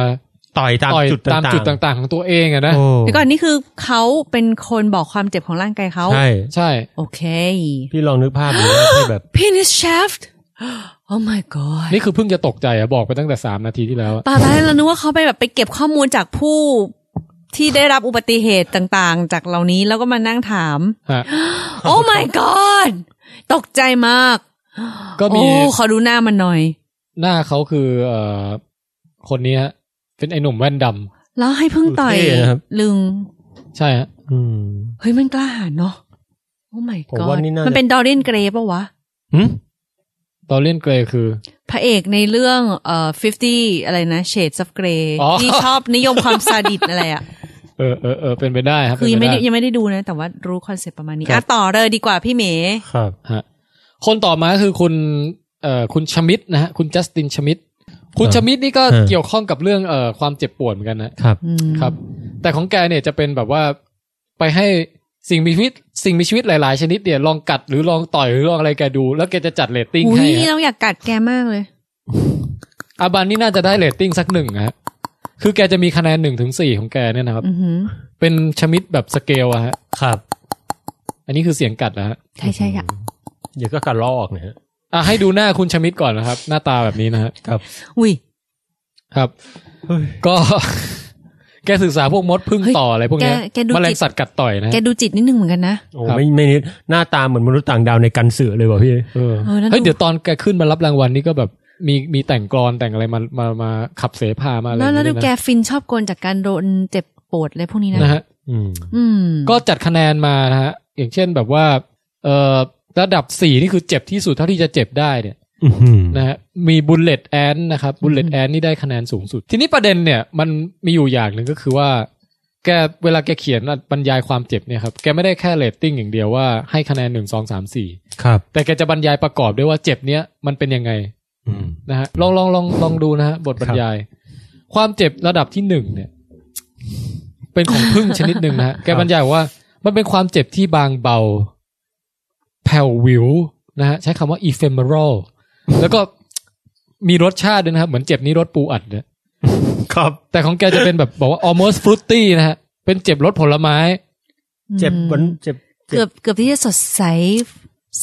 A: ต่อยตาม
B: ต่อย
A: จุด
B: ตามจุด
A: ต่าง
B: ต่างๆ ของตัวเองอะนะ
A: ๆโอ้
C: แล้วก่อนนี่คือเขาเป็นคนบอกความเจ็บของร่างกายเขา
A: ใช่
B: ใช่
C: โอเค
A: พี่ลองนึกภาพดูว่า ที่แบบ
C: penis shaft oh my god
B: นี่คือเพิ่งจะตกใจอะบอกไปตั้งแต่สามนาทีที่แล้วอะ
C: ป่าไปเรานึกว่าเขาไปแบบไปเก็บข้อมูลจากผู้ที่ได้รับอุบัติเหตุต่างๆ จากเหล่านี้แล้วก็มานั่งถาม
B: ฮะ
C: โอ้ my god ตกใจมาก
B: ก็มี
C: โอ้ขอดูหน้ามันหน่อย
B: หน้าเขาคือเอ่อคนนี้ฮะเป็นไอหนุ่มแว่นดำ
C: แล้วให้เพิ่งต่อย
A: เท่นะครับ
C: ลึง
B: ใช่ฮะ
A: อืม
C: เฮ้ยมันกล้าหาญเนาะโอ้ my
A: ผม
C: god
A: ว่านี่น่าจะ
C: มันเป็นดอเรียนเกรย์ปะวะ
A: หืม
B: ตอนเล่นเกรย์คือ
C: พระเอกในเรื่องเอ่อ50 อะไรนะ Shades of Grey
B: อ๋อ
C: ที่ชอบนิยมความซาดิสอะไรอ่ะ
B: เออเออเอ อเป็นไปได้ครับ
C: คือยัง
B: เป็นป
C: ไม่ได้
B: ด้
C: ยังไม่ได้ดูนะ แต่ว่ารู้คอนเซ็ปต์ประมาณนี้
B: ครั
C: อ่ะ
B: บ
C: ต่อเลยดีกว่าพี่เหม
A: ครับ
B: ฮะคนต่อมาคือคุณเอ่อคุณชมิดนะฮะคุณจัสตินชมิดคุณชมิดนี่ก็
A: เออ
B: เกี่ยวข้องกับเรื่องเอ่อความเจ็บปวดเหมือนกันนะครับ
C: อืม
B: ครับ แต่ของแกเนี่ยจะเป็นแบบว่าไปให้สิ่งมีชีวิตสิ่งมีชีวิตหลาย ๆ ชนิดเนี่ยลองกัดหรือลองต่อยหรือลองอะไรแกดู แล้วแกจะจัดเรตติ้ง
C: อุ้
B: ให้
C: ย
B: ฮะ
C: เราอยากกัดแกมากเลย
B: อาบันนี่น่าจะได้เรตติ้งสักหนึ่งนะฮะคือแกจะมีคะแนนหนึ่งถึงสี่ของแกเนี่ยนะครับ
C: อือหือ
B: เป็นชมิดแบบสเกลอะฮะ
A: ครับ
B: อันนี้คือเสียงกัดนะฮะ
C: ใช่ใช่ค่ะ
A: เดี๋ยวก็กระลอกนะฮะ
B: อ่ะให้ดูหน้าคุณชมิดก่อนนะครับ หน้าตาแบบนี้นะฮะ
A: ครับ
C: อุ้ย
B: ครับ
A: เฮ้ย
B: ก็ แกศึกษาพวกมดพึ่งต่ออะไรพวก
C: แก
B: เนี้ย
C: แกดู
B: แมล
C: จิ
B: ง
C: ต
B: สัตว์กัดต่อยนะ
C: แกดูจิตนิดนึงเหมือนกันนะ
A: โอ้
B: ครับ
A: ไม่ไม่นิดหน้าตาเหมือนมนุษย์ต่างดาวในกันเสือเลยว่ะพี่
B: เออ
C: เออนั่นดู
B: เฮ้ยเดี๋ยวตอนแกขึ้นมารับรางวัลนี่ก็แบบมีมีแต่งกรอนแต่งอะไรมามามาขับเสพามาอะไรอ
C: แล้
B: ย่าวง
C: แล้วดู
B: เงี้ย
C: แก
B: นะ
C: ฟินชอบโกนจากการโดนเจ็บปวดอะไรพวกนี้นะ
B: นะฮะ
A: อืม
C: อืม
B: ก็จัดคะแนนมานะฮะ อย่างเช่นแบบว่า เอ่อระดับสี่นี่คือเจ็บที่สุดเท่าที่จะเจ็บได้เนี่ย
A: อื้อหือ
B: นะฮะมีบุลเลตแอนนะครับบุลเลตแอนนี่ได้คะแนนสูงสุด ทีนี้ประเด็นเนี่ยมันมีอยู่อย่างหนึ่งก็คือว่า แกเวลาแกเขียนบรรยายความเจ็บเนี่ยครับแกไม่ได้แค่เรตติ้งอย่างเดียวว่าให้คะแนนหนึ่งสองสามสี่
A: ครับ
B: แต่แกจะบรรยายประกอบด้วยว่าเจ็บเนี้ยมันเป็นยังไง
A: อืม
B: นะฮะลองลองลองลองดูนะฮะบทบรรยาย ความเจ็บระดับที่หนึ่งเนี่ย เป็นของพึ่งชนิดหนึ่งนะฮะแกบรรยายว่า มันเป็นความเจ็บที่บางเบา แผ่ววิวนะฮะใช้คำว่า ephemeral แล้วก็มีรสชาติด้วยนะฮะเหมือนเจ็บนี้รสปูอัดเนี่ย
A: ครับ
B: แต่ของแกจะเป็นแบบบอกว่า almost fruity นะฮะเป็นเจ็บรสผลไม้
A: เจ็บเหมือน
C: อืม
A: เจ็บ
C: เกือบเกือบที่จะสดใส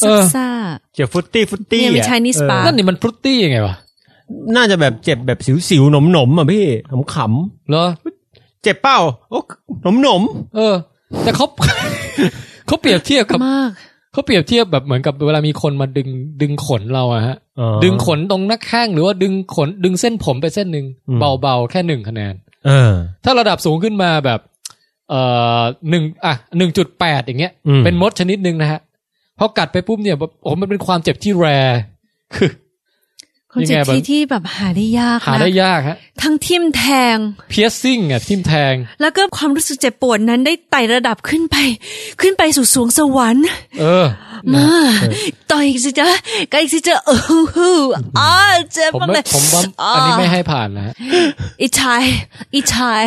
B: เอ
C: ซับ
B: อ
C: ซ่า
A: เจ็บฟุตตี้ฟุตตี้
C: เนี่ยเป็น
A: อะ
C: Chinese
A: เออ
C: bar
B: นั่นนี่มัน fruity ยังไงวะ
A: น่าจะแบบเจ็บแบบสิวๆหนมๆอ่ะพี่ขำ
B: เหรอ
A: ๆเจ็บเป้าโอ้หนมๆ
B: เออ แต่เขา เขาเปรียบเทียบกับ
C: มาก
B: เขาเปรียบเทียบแบบเหมือนกับเวลามีคนมาดึงดึงขนเราอะฮะ
A: อ๋อ
B: ดึงขนตรงหน้าแข้งหรือว่าดึงขนดึงเส้นผมไปเส้นหนึ่ง
A: อืม
B: เบาๆ แค่หนึ่งคะแนน
A: เออ
B: ถ้าระดับสูงขึ้นมาแบบ เอ่อหนึ่งอ่ะหนึ่งจุดแปดอย่างเงี้ย
A: อืม
B: เป็นมดชนิดหนึ่งนะฮะพอกัดไปปุ๊บเนี่ยแบบโอ้โหมันเป็นความเจ็บที่แรคือ
C: ค
K: เป็น
B: ยัง
K: สิท
B: ไง
K: ธิที่แบบหาได้ยาก
B: หา
K: นะ
B: ได้ยากฮะ
K: ทั้งทิ่มแทง
B: เพียซิ่งอ่ะทิมแทง
K: แล้วก็ความรู้สึกเจ็บปวดนั้นได้ไต่ระดับขึ้นไป ขึ้นไปสู่สวงสวรรค์
B: เออ
K: มาต่ออีกสิจ๊ะก็อีกสิจ๊ะโอ้โหอ้าเจ็บ
B: ผม
K: มากเล
B: ไม่
K: ย
B: ผมว่าอันนี้ไม่ให้ผ่านนะฮะ
K: อีชายอีชาย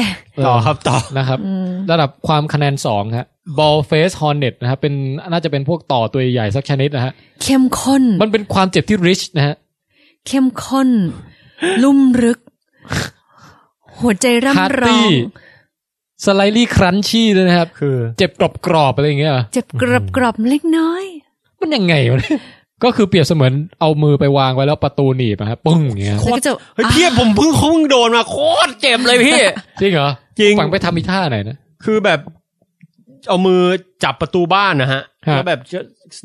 A: ต่อครับต่อ
B: นะครับ
K: อืม
B: ระดับความคะแนนสองฮะ ball face hornet นะครับเป็นน่าจะเป็นพวกต่อตัวใหญ่ๆสักชนิดนะฮะ
K: เข้มข้น
B: มันเป็นความเจ็บที่ rich นะฮะ
K: เข้มข้น ลุ่มลึก หัวใจร่ำร้อง
B: hearty slightly crunchy ด้วยนะครับ
A: คือ
B: เจ็บกรอบๆอะไรอย่างเงี้ยเหรอ
K: เจ็บกรอบกรอบๆเล็กน้อย
B: มันยังไงวะ เนี่ยก็คือเปรียบเสมือนเอามือไปวางไว้แล้วประตูหนีบนะครับปึ้งอย่างเงี้ย
A: โคตร
K: แล้วก็จะ
A: เฮ้ยเพียผมเพิ่งเพิ่งโดนมาโคตรเจ็บเลยพี่
B: จริงเหรอ
A: จริง
B: ฝังไปทำอีท่าไหนนะ
A: คือแบบเอามือจับประตูบ้านนะฮะ
B: ครับ
A: แล้วแบบ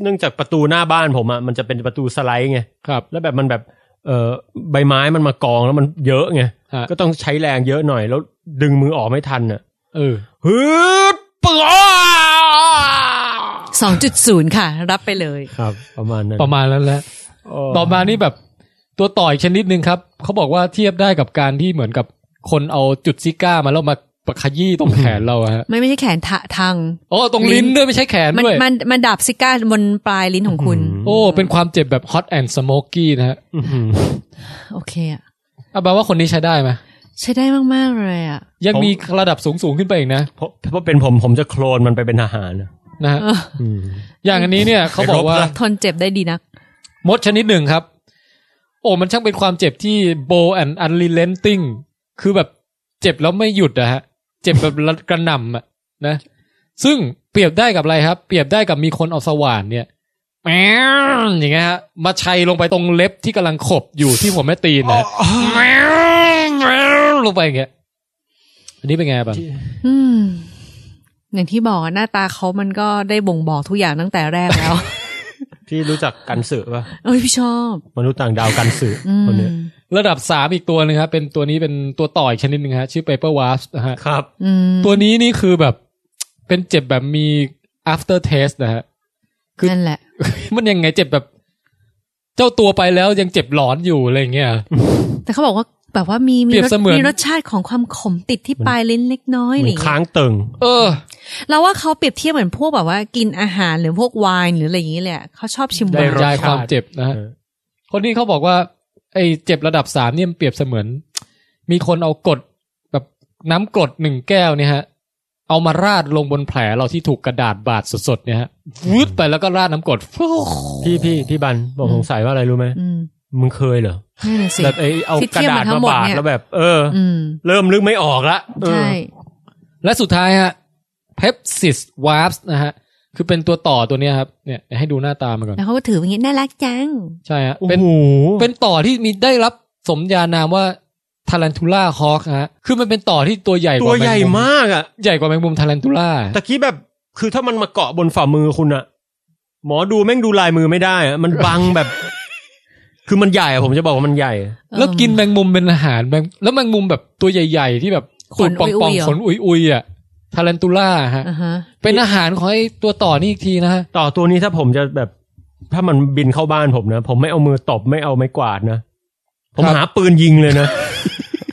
A: เนื่องจากประตูหน้าบ้านผมอะมันจะเป็นประตูสไลด์ไง
B: ครับ
A: แล้วแบบมันแบบเออใบไม้มันมากองแล้วมันเยอะไง
B: ฮะ
A: ก็ต้องใช้แรงเยอะหน่อย แล้วดึงมือออกไม่ทันอะ
B: เออ
A: ฮึบปะ
K: 2.0 ค่ะ รับไปเลย
A: ครับ ประมาณนั้น
B: ประมาณนั้นแหละ
A: โอ้
B: ต่อมานี่แบบตัวต่ออีกชนิดหนึ่งครับ เขาบอกว่าเทียบได้กับการที่เหมือนกับคนเอาจุดซิก้ามาแล้วมาประขยี้ตรงแขนเราอะฮะ
K: ไม่ไม่ใช่แขนทะทาง
B: โอ้ตรงลิ้นด้วยไม่ใช่แขน
K: มัน
B: ด้วย
K: มันมันดับซิก้าบนปลายลิ้นของคุณ
B: โอ้ เป็นความเจ็บแบบ hot and smoky นะฮะ
A: อื้อหือ
K: โอเคอะ
B: อาบาว่าคนนี้ใช้ได้ไหม
K: ใช้ได้มากๆเลยอะ
B: ยัง
A: ผม
B: มีระดับสูงสูงๆขึ้นไปอีกนะ
A: เพราะเพราะเป็นผมผมจะโคลนมันไปเป็นอาหารอะ
B: นะฮะ
K: เออ
A: อืม
B: อย่างอันนี้เนี่ยเขาบอกว่า
K: ทนเจ็บได้ดีนัก
B: มดชนิดหนึ่งครับ โอ้ มันช่างเป็นความเจ็บที่ bold and unrelenting คือแบบเจ็บแล้วไม่หยุดนะฮะ เจ็บแบบระกระหน่ำอะนะ ซึ่งเปรียบได้กับอะไรครับ เปรียบได้กับมีคนเอาสว่านเนี่ยแมวอย่างเงี้ยฮะ มาชัยลงไปตรงเล็บที่กำลังขบอยู่ที่หัวแม่ตีนนะฮะแมวแมวลงไปอย่างเงี้ย อันนี้เป็นไงบ้าง
K: อืม อย่างที่บอกอะหน้าตาเขามันก็ได้บ่งบอกทุกอย่างตั้งแต่แรก แล้ว
A: พี่รู้จักกันสือปะ
K: เอ้ยพี่ชอบ
A: มนุษย์ต่างดาวกันสือ
K: อืม
A: คนเนี้ย
B: ระดับสามอีกตัวหนึงครับ เป็นตัวนี้เป็นตัวต่ออีกชนิดหนึ่งฮะ ชื่อ paper wasp นะฮะ
A: ครับ
K: อืม
B: ตัวนี้นี่คือแบบ เป็นเจ็บแบบมี after taste นะฮะ คือ
K: นั่นแหละ
B: มันยังไงเจ็บแบบ เจ้าตัวไปแล้วยังเจ็บหลอนอยู่อะไรอย่างเงี้ย
K: แต่เขาบอกว่าแบบว่ามี
B: เปรียบ
K: รส
B: เสมือน
K: มีรสชาติของความขมติดที่ปลายลิ้นเล็กน้อย
A: เห
K: ห
A: มื
K: รือ อน ย่างเงี้ย
A: ค้างเติ่ง
B: เออ
K: เราว่าเขาเปรียบเทียบเหมือนพวกแบบว่ากินอาหารหรือพวกไวน์หรืออะไรอย่างเงี้ยแหละเขาชอบชิม
B: บ
A: ได้
B: ร
A: ร
B: ร
K: ไวน์
A: ส
B: ยายความเจ็บนะฮะ
A: เออ
B: คนนี้เขาบอกว่า ไอ้เจ็บระดับสามเนี่ยมันเปรียบเสมือน มีคนเอากรดแบบน้ำกรดหนึ่งแก้วเนี่ยฮะ เอามาราดลงบนแผลเราที่ถูกกระดาษบาดสดๆเนี่ยฮะวืดไปแล้วก็ราดน้ำกรดฟู่
A: พี่พี่พี่บันบอกสงสัยว่าอะไรรู้ไหม
K: อืม
A: มึงเคยเหรอ
K: นั่นนะสิ
A: แบบไอเอากระดาษมาบาดแล้วแบบ เอออ
K: อืม
A: เริ่มลึกไม่ออกละเออ
K: ใช่
B: และสุดท้ายฮะเพปซิสวาร์ปนะฮะ คือเป็นตัวต่อตัวเนี้ยครับเนี่ยเดี๋ยวให้ดูหน้าตามันก่อน
K: แล้วเขาก็ถืออย่างงี้น่ารักจัง
B: ใช่ฮะ
A: โอ้
B: เป็น
A: โห
B: เป็นต่อที่มีได้รับสมญานามว่าทารันทูล่าฮอคฮะ คือมันเป็นต่อที่ตัวใหญ่
A: ตัวใหญ่
B: กว่
A: มากอ่ะ
B: แมงมุมใหญ่กว่าแมงมุมทารันทูล่า
A: ตะกี้แบบคือถ้ามันมาเกาะบนฝ่ามือคุณอะหมอดูแม่งดูลายมือไม่ได้อะมันบังแบบ คือมันใหญ่อะผมจะบอกว่ามันใหญ่
B: แล้วกินแมงมุมเป็นอาหารแมงแล้วแมงมุมแบบตัวใหญ่ ๆ ที่แบบ
K: ข
B: ตู
K: น
B: ดป
K: อุุ้
B: อง
K: ย
B: ๆข
K: ๆเหรอ
B: นอุยๆอ่ะทารันทูล่าฮะ
K: อ่าฮะ
B: เป็นอาหารของไอ้ตัวต่อนี่อีกทีนะฮะ
A: ต่อตัวนี้ถ้าผมจะแบบ ถ้ามันบินเข้าบ้านผมนะ ผมไม่เอามือตบไม่เอาไม้กวาดนะ ผม
B: ครับ
A: หาปืนยิงเลยนะ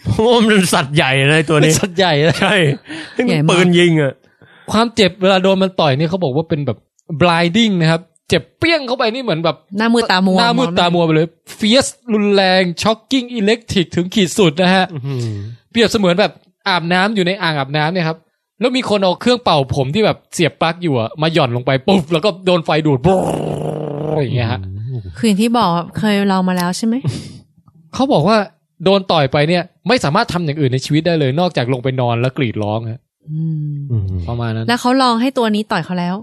A: เพ ราะว่ามันสัตว์ใหญ่นะไอ้ตัว
B: เป็น
A: นี้
B: สัตว์ใหญ่ นะ
A: ใช่ซึ่ง
K: ใหญ่มาก
A: ปืนยิงอ่ะ
B: ความเจ็บเวลาโดนมันต่อยเนี่ยเขาบอกว่าเป็นแบบ blinding นะครับ เจ็บเปี้ยงเข้าไปนี่เหมือนแบบ
K: หน้ามืดตามัว
B: หน้ามืดตามัวไปเลยเฟียสรุนแรงช็อกกิ้งอิเล็กทริกถึงขีดสุดนะฮะ เปรียบเสมือนแบบอาบน้ำอยู่ในอ่างอาบน้ำเนี่ยครับ แล้วมีคนเอาเครื่องเป่าผมที่แบบเสียบปลั๊กอยู่อะมาหย่อนลงไปปุ๊บแล้วก็โดนไฟดูดบรรอย่างเงี้ยฮะ
K: คืออย่างที่บอกว่าเคยลองมาแล้วใช่ไหม
B: เขาบอกว่าโดนต่อยไปเนี่ย ไม่สามารถทำอย่างอื่นในชีวิตได้เลย นอกจากลงไปนอนแล้วกรีดร้องฮะ
K: อืม
B: ประมาณนั้น
K: แล้วเขาลองให้ตัวนี้ต่อยเขาแล้ว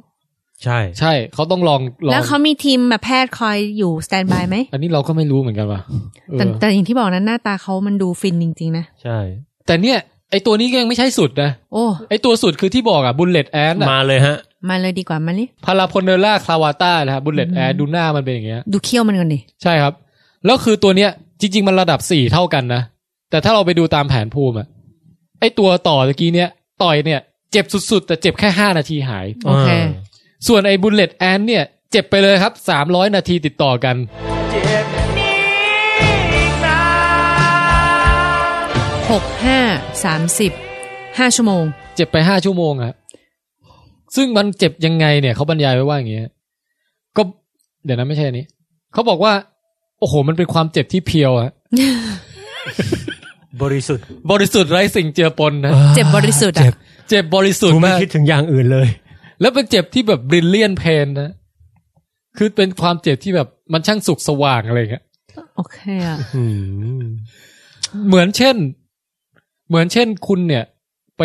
A: ใช่
B: ใช่เขาต้องลองลอ
K: แล้ว
B: ง
K: เขามีทีมแบบแพทย์คอยอยู่สแตนบายไหม
B: อันนี้เราก็ไม่รู้เหมือนกันว่ะเออ
K: แต่แต่อย่างที่บอกนั้นหน้าตาเขามันดูฟินจริง ๆ นะ
A: ใช่
B: แต่เนี่ย ไอตัวนี้ก็ยังไม่ใช่สุดนะ
K: โอ้
B: ไอตัวสุดคือที่บอกอะบุลเลตแอน
A: มาเลยฮะ
K: มาเลยดีกว่ามาเลย
B: พาราพอนเดล่าคลาวาต้านะฮะบุลเลตแอนดูหน้ามันเป็นอย่างเงี้ย
K: ดูเขี้ยวมันก่อนดิ
B: ใช่ครับ แล้วคือตัวเนี้ย จริง ๆ มันระดับสี่เท่ากันนะ แต่ถ้าเราไปดูตามแผนภูมิอะไอตัวต่อตะกี้เนี้ยต่อยเนี่ย เจ็บสุด ๆ แต่เจ็บแค่ห้านาทีหาย
K: โอเค
B: ส่วนไอบุลเลตแอนเนี่ย เจ็บไปเลยครับสามร้อยนาทีติดต่อกัน
L: เจ็บนี้
K: หกห้าสามสิบห้าชั่วโมง
B: เจ็บไปห้าชั่วโมงอะซึ่งมันเจ็บยังไงเนี่ยเขาบรรยายไว้ว่าอย่างเงี้ยก็เดี๋ยวนะไม่ใช่อันนี้เขาบอกว่า โอ้โห มันเป็นความเจ็บที่เพียวอะ
A: บริสุทธิ์
B: บริสุทธิ์ไร้สิ่งเจือปนนะ
K: เจ็บบริสุทธิ์อะ
A: เจ็บ
B: เจ็บบริสุทธิ์
A: ไม่
B: มาก
A: คิดถึงอย่างอื่นเลย
B: แล้วเป็นเจ็บที่แบบบริเลียนเพนนะ คือเป็นความเจ็บที่แบบมันช่างสุขสว่างอะไรอย่างเงี้ย
K: โอเคอะ
B: เหมือนเช่น เหมือนเช่นคุณเนี่ย ไป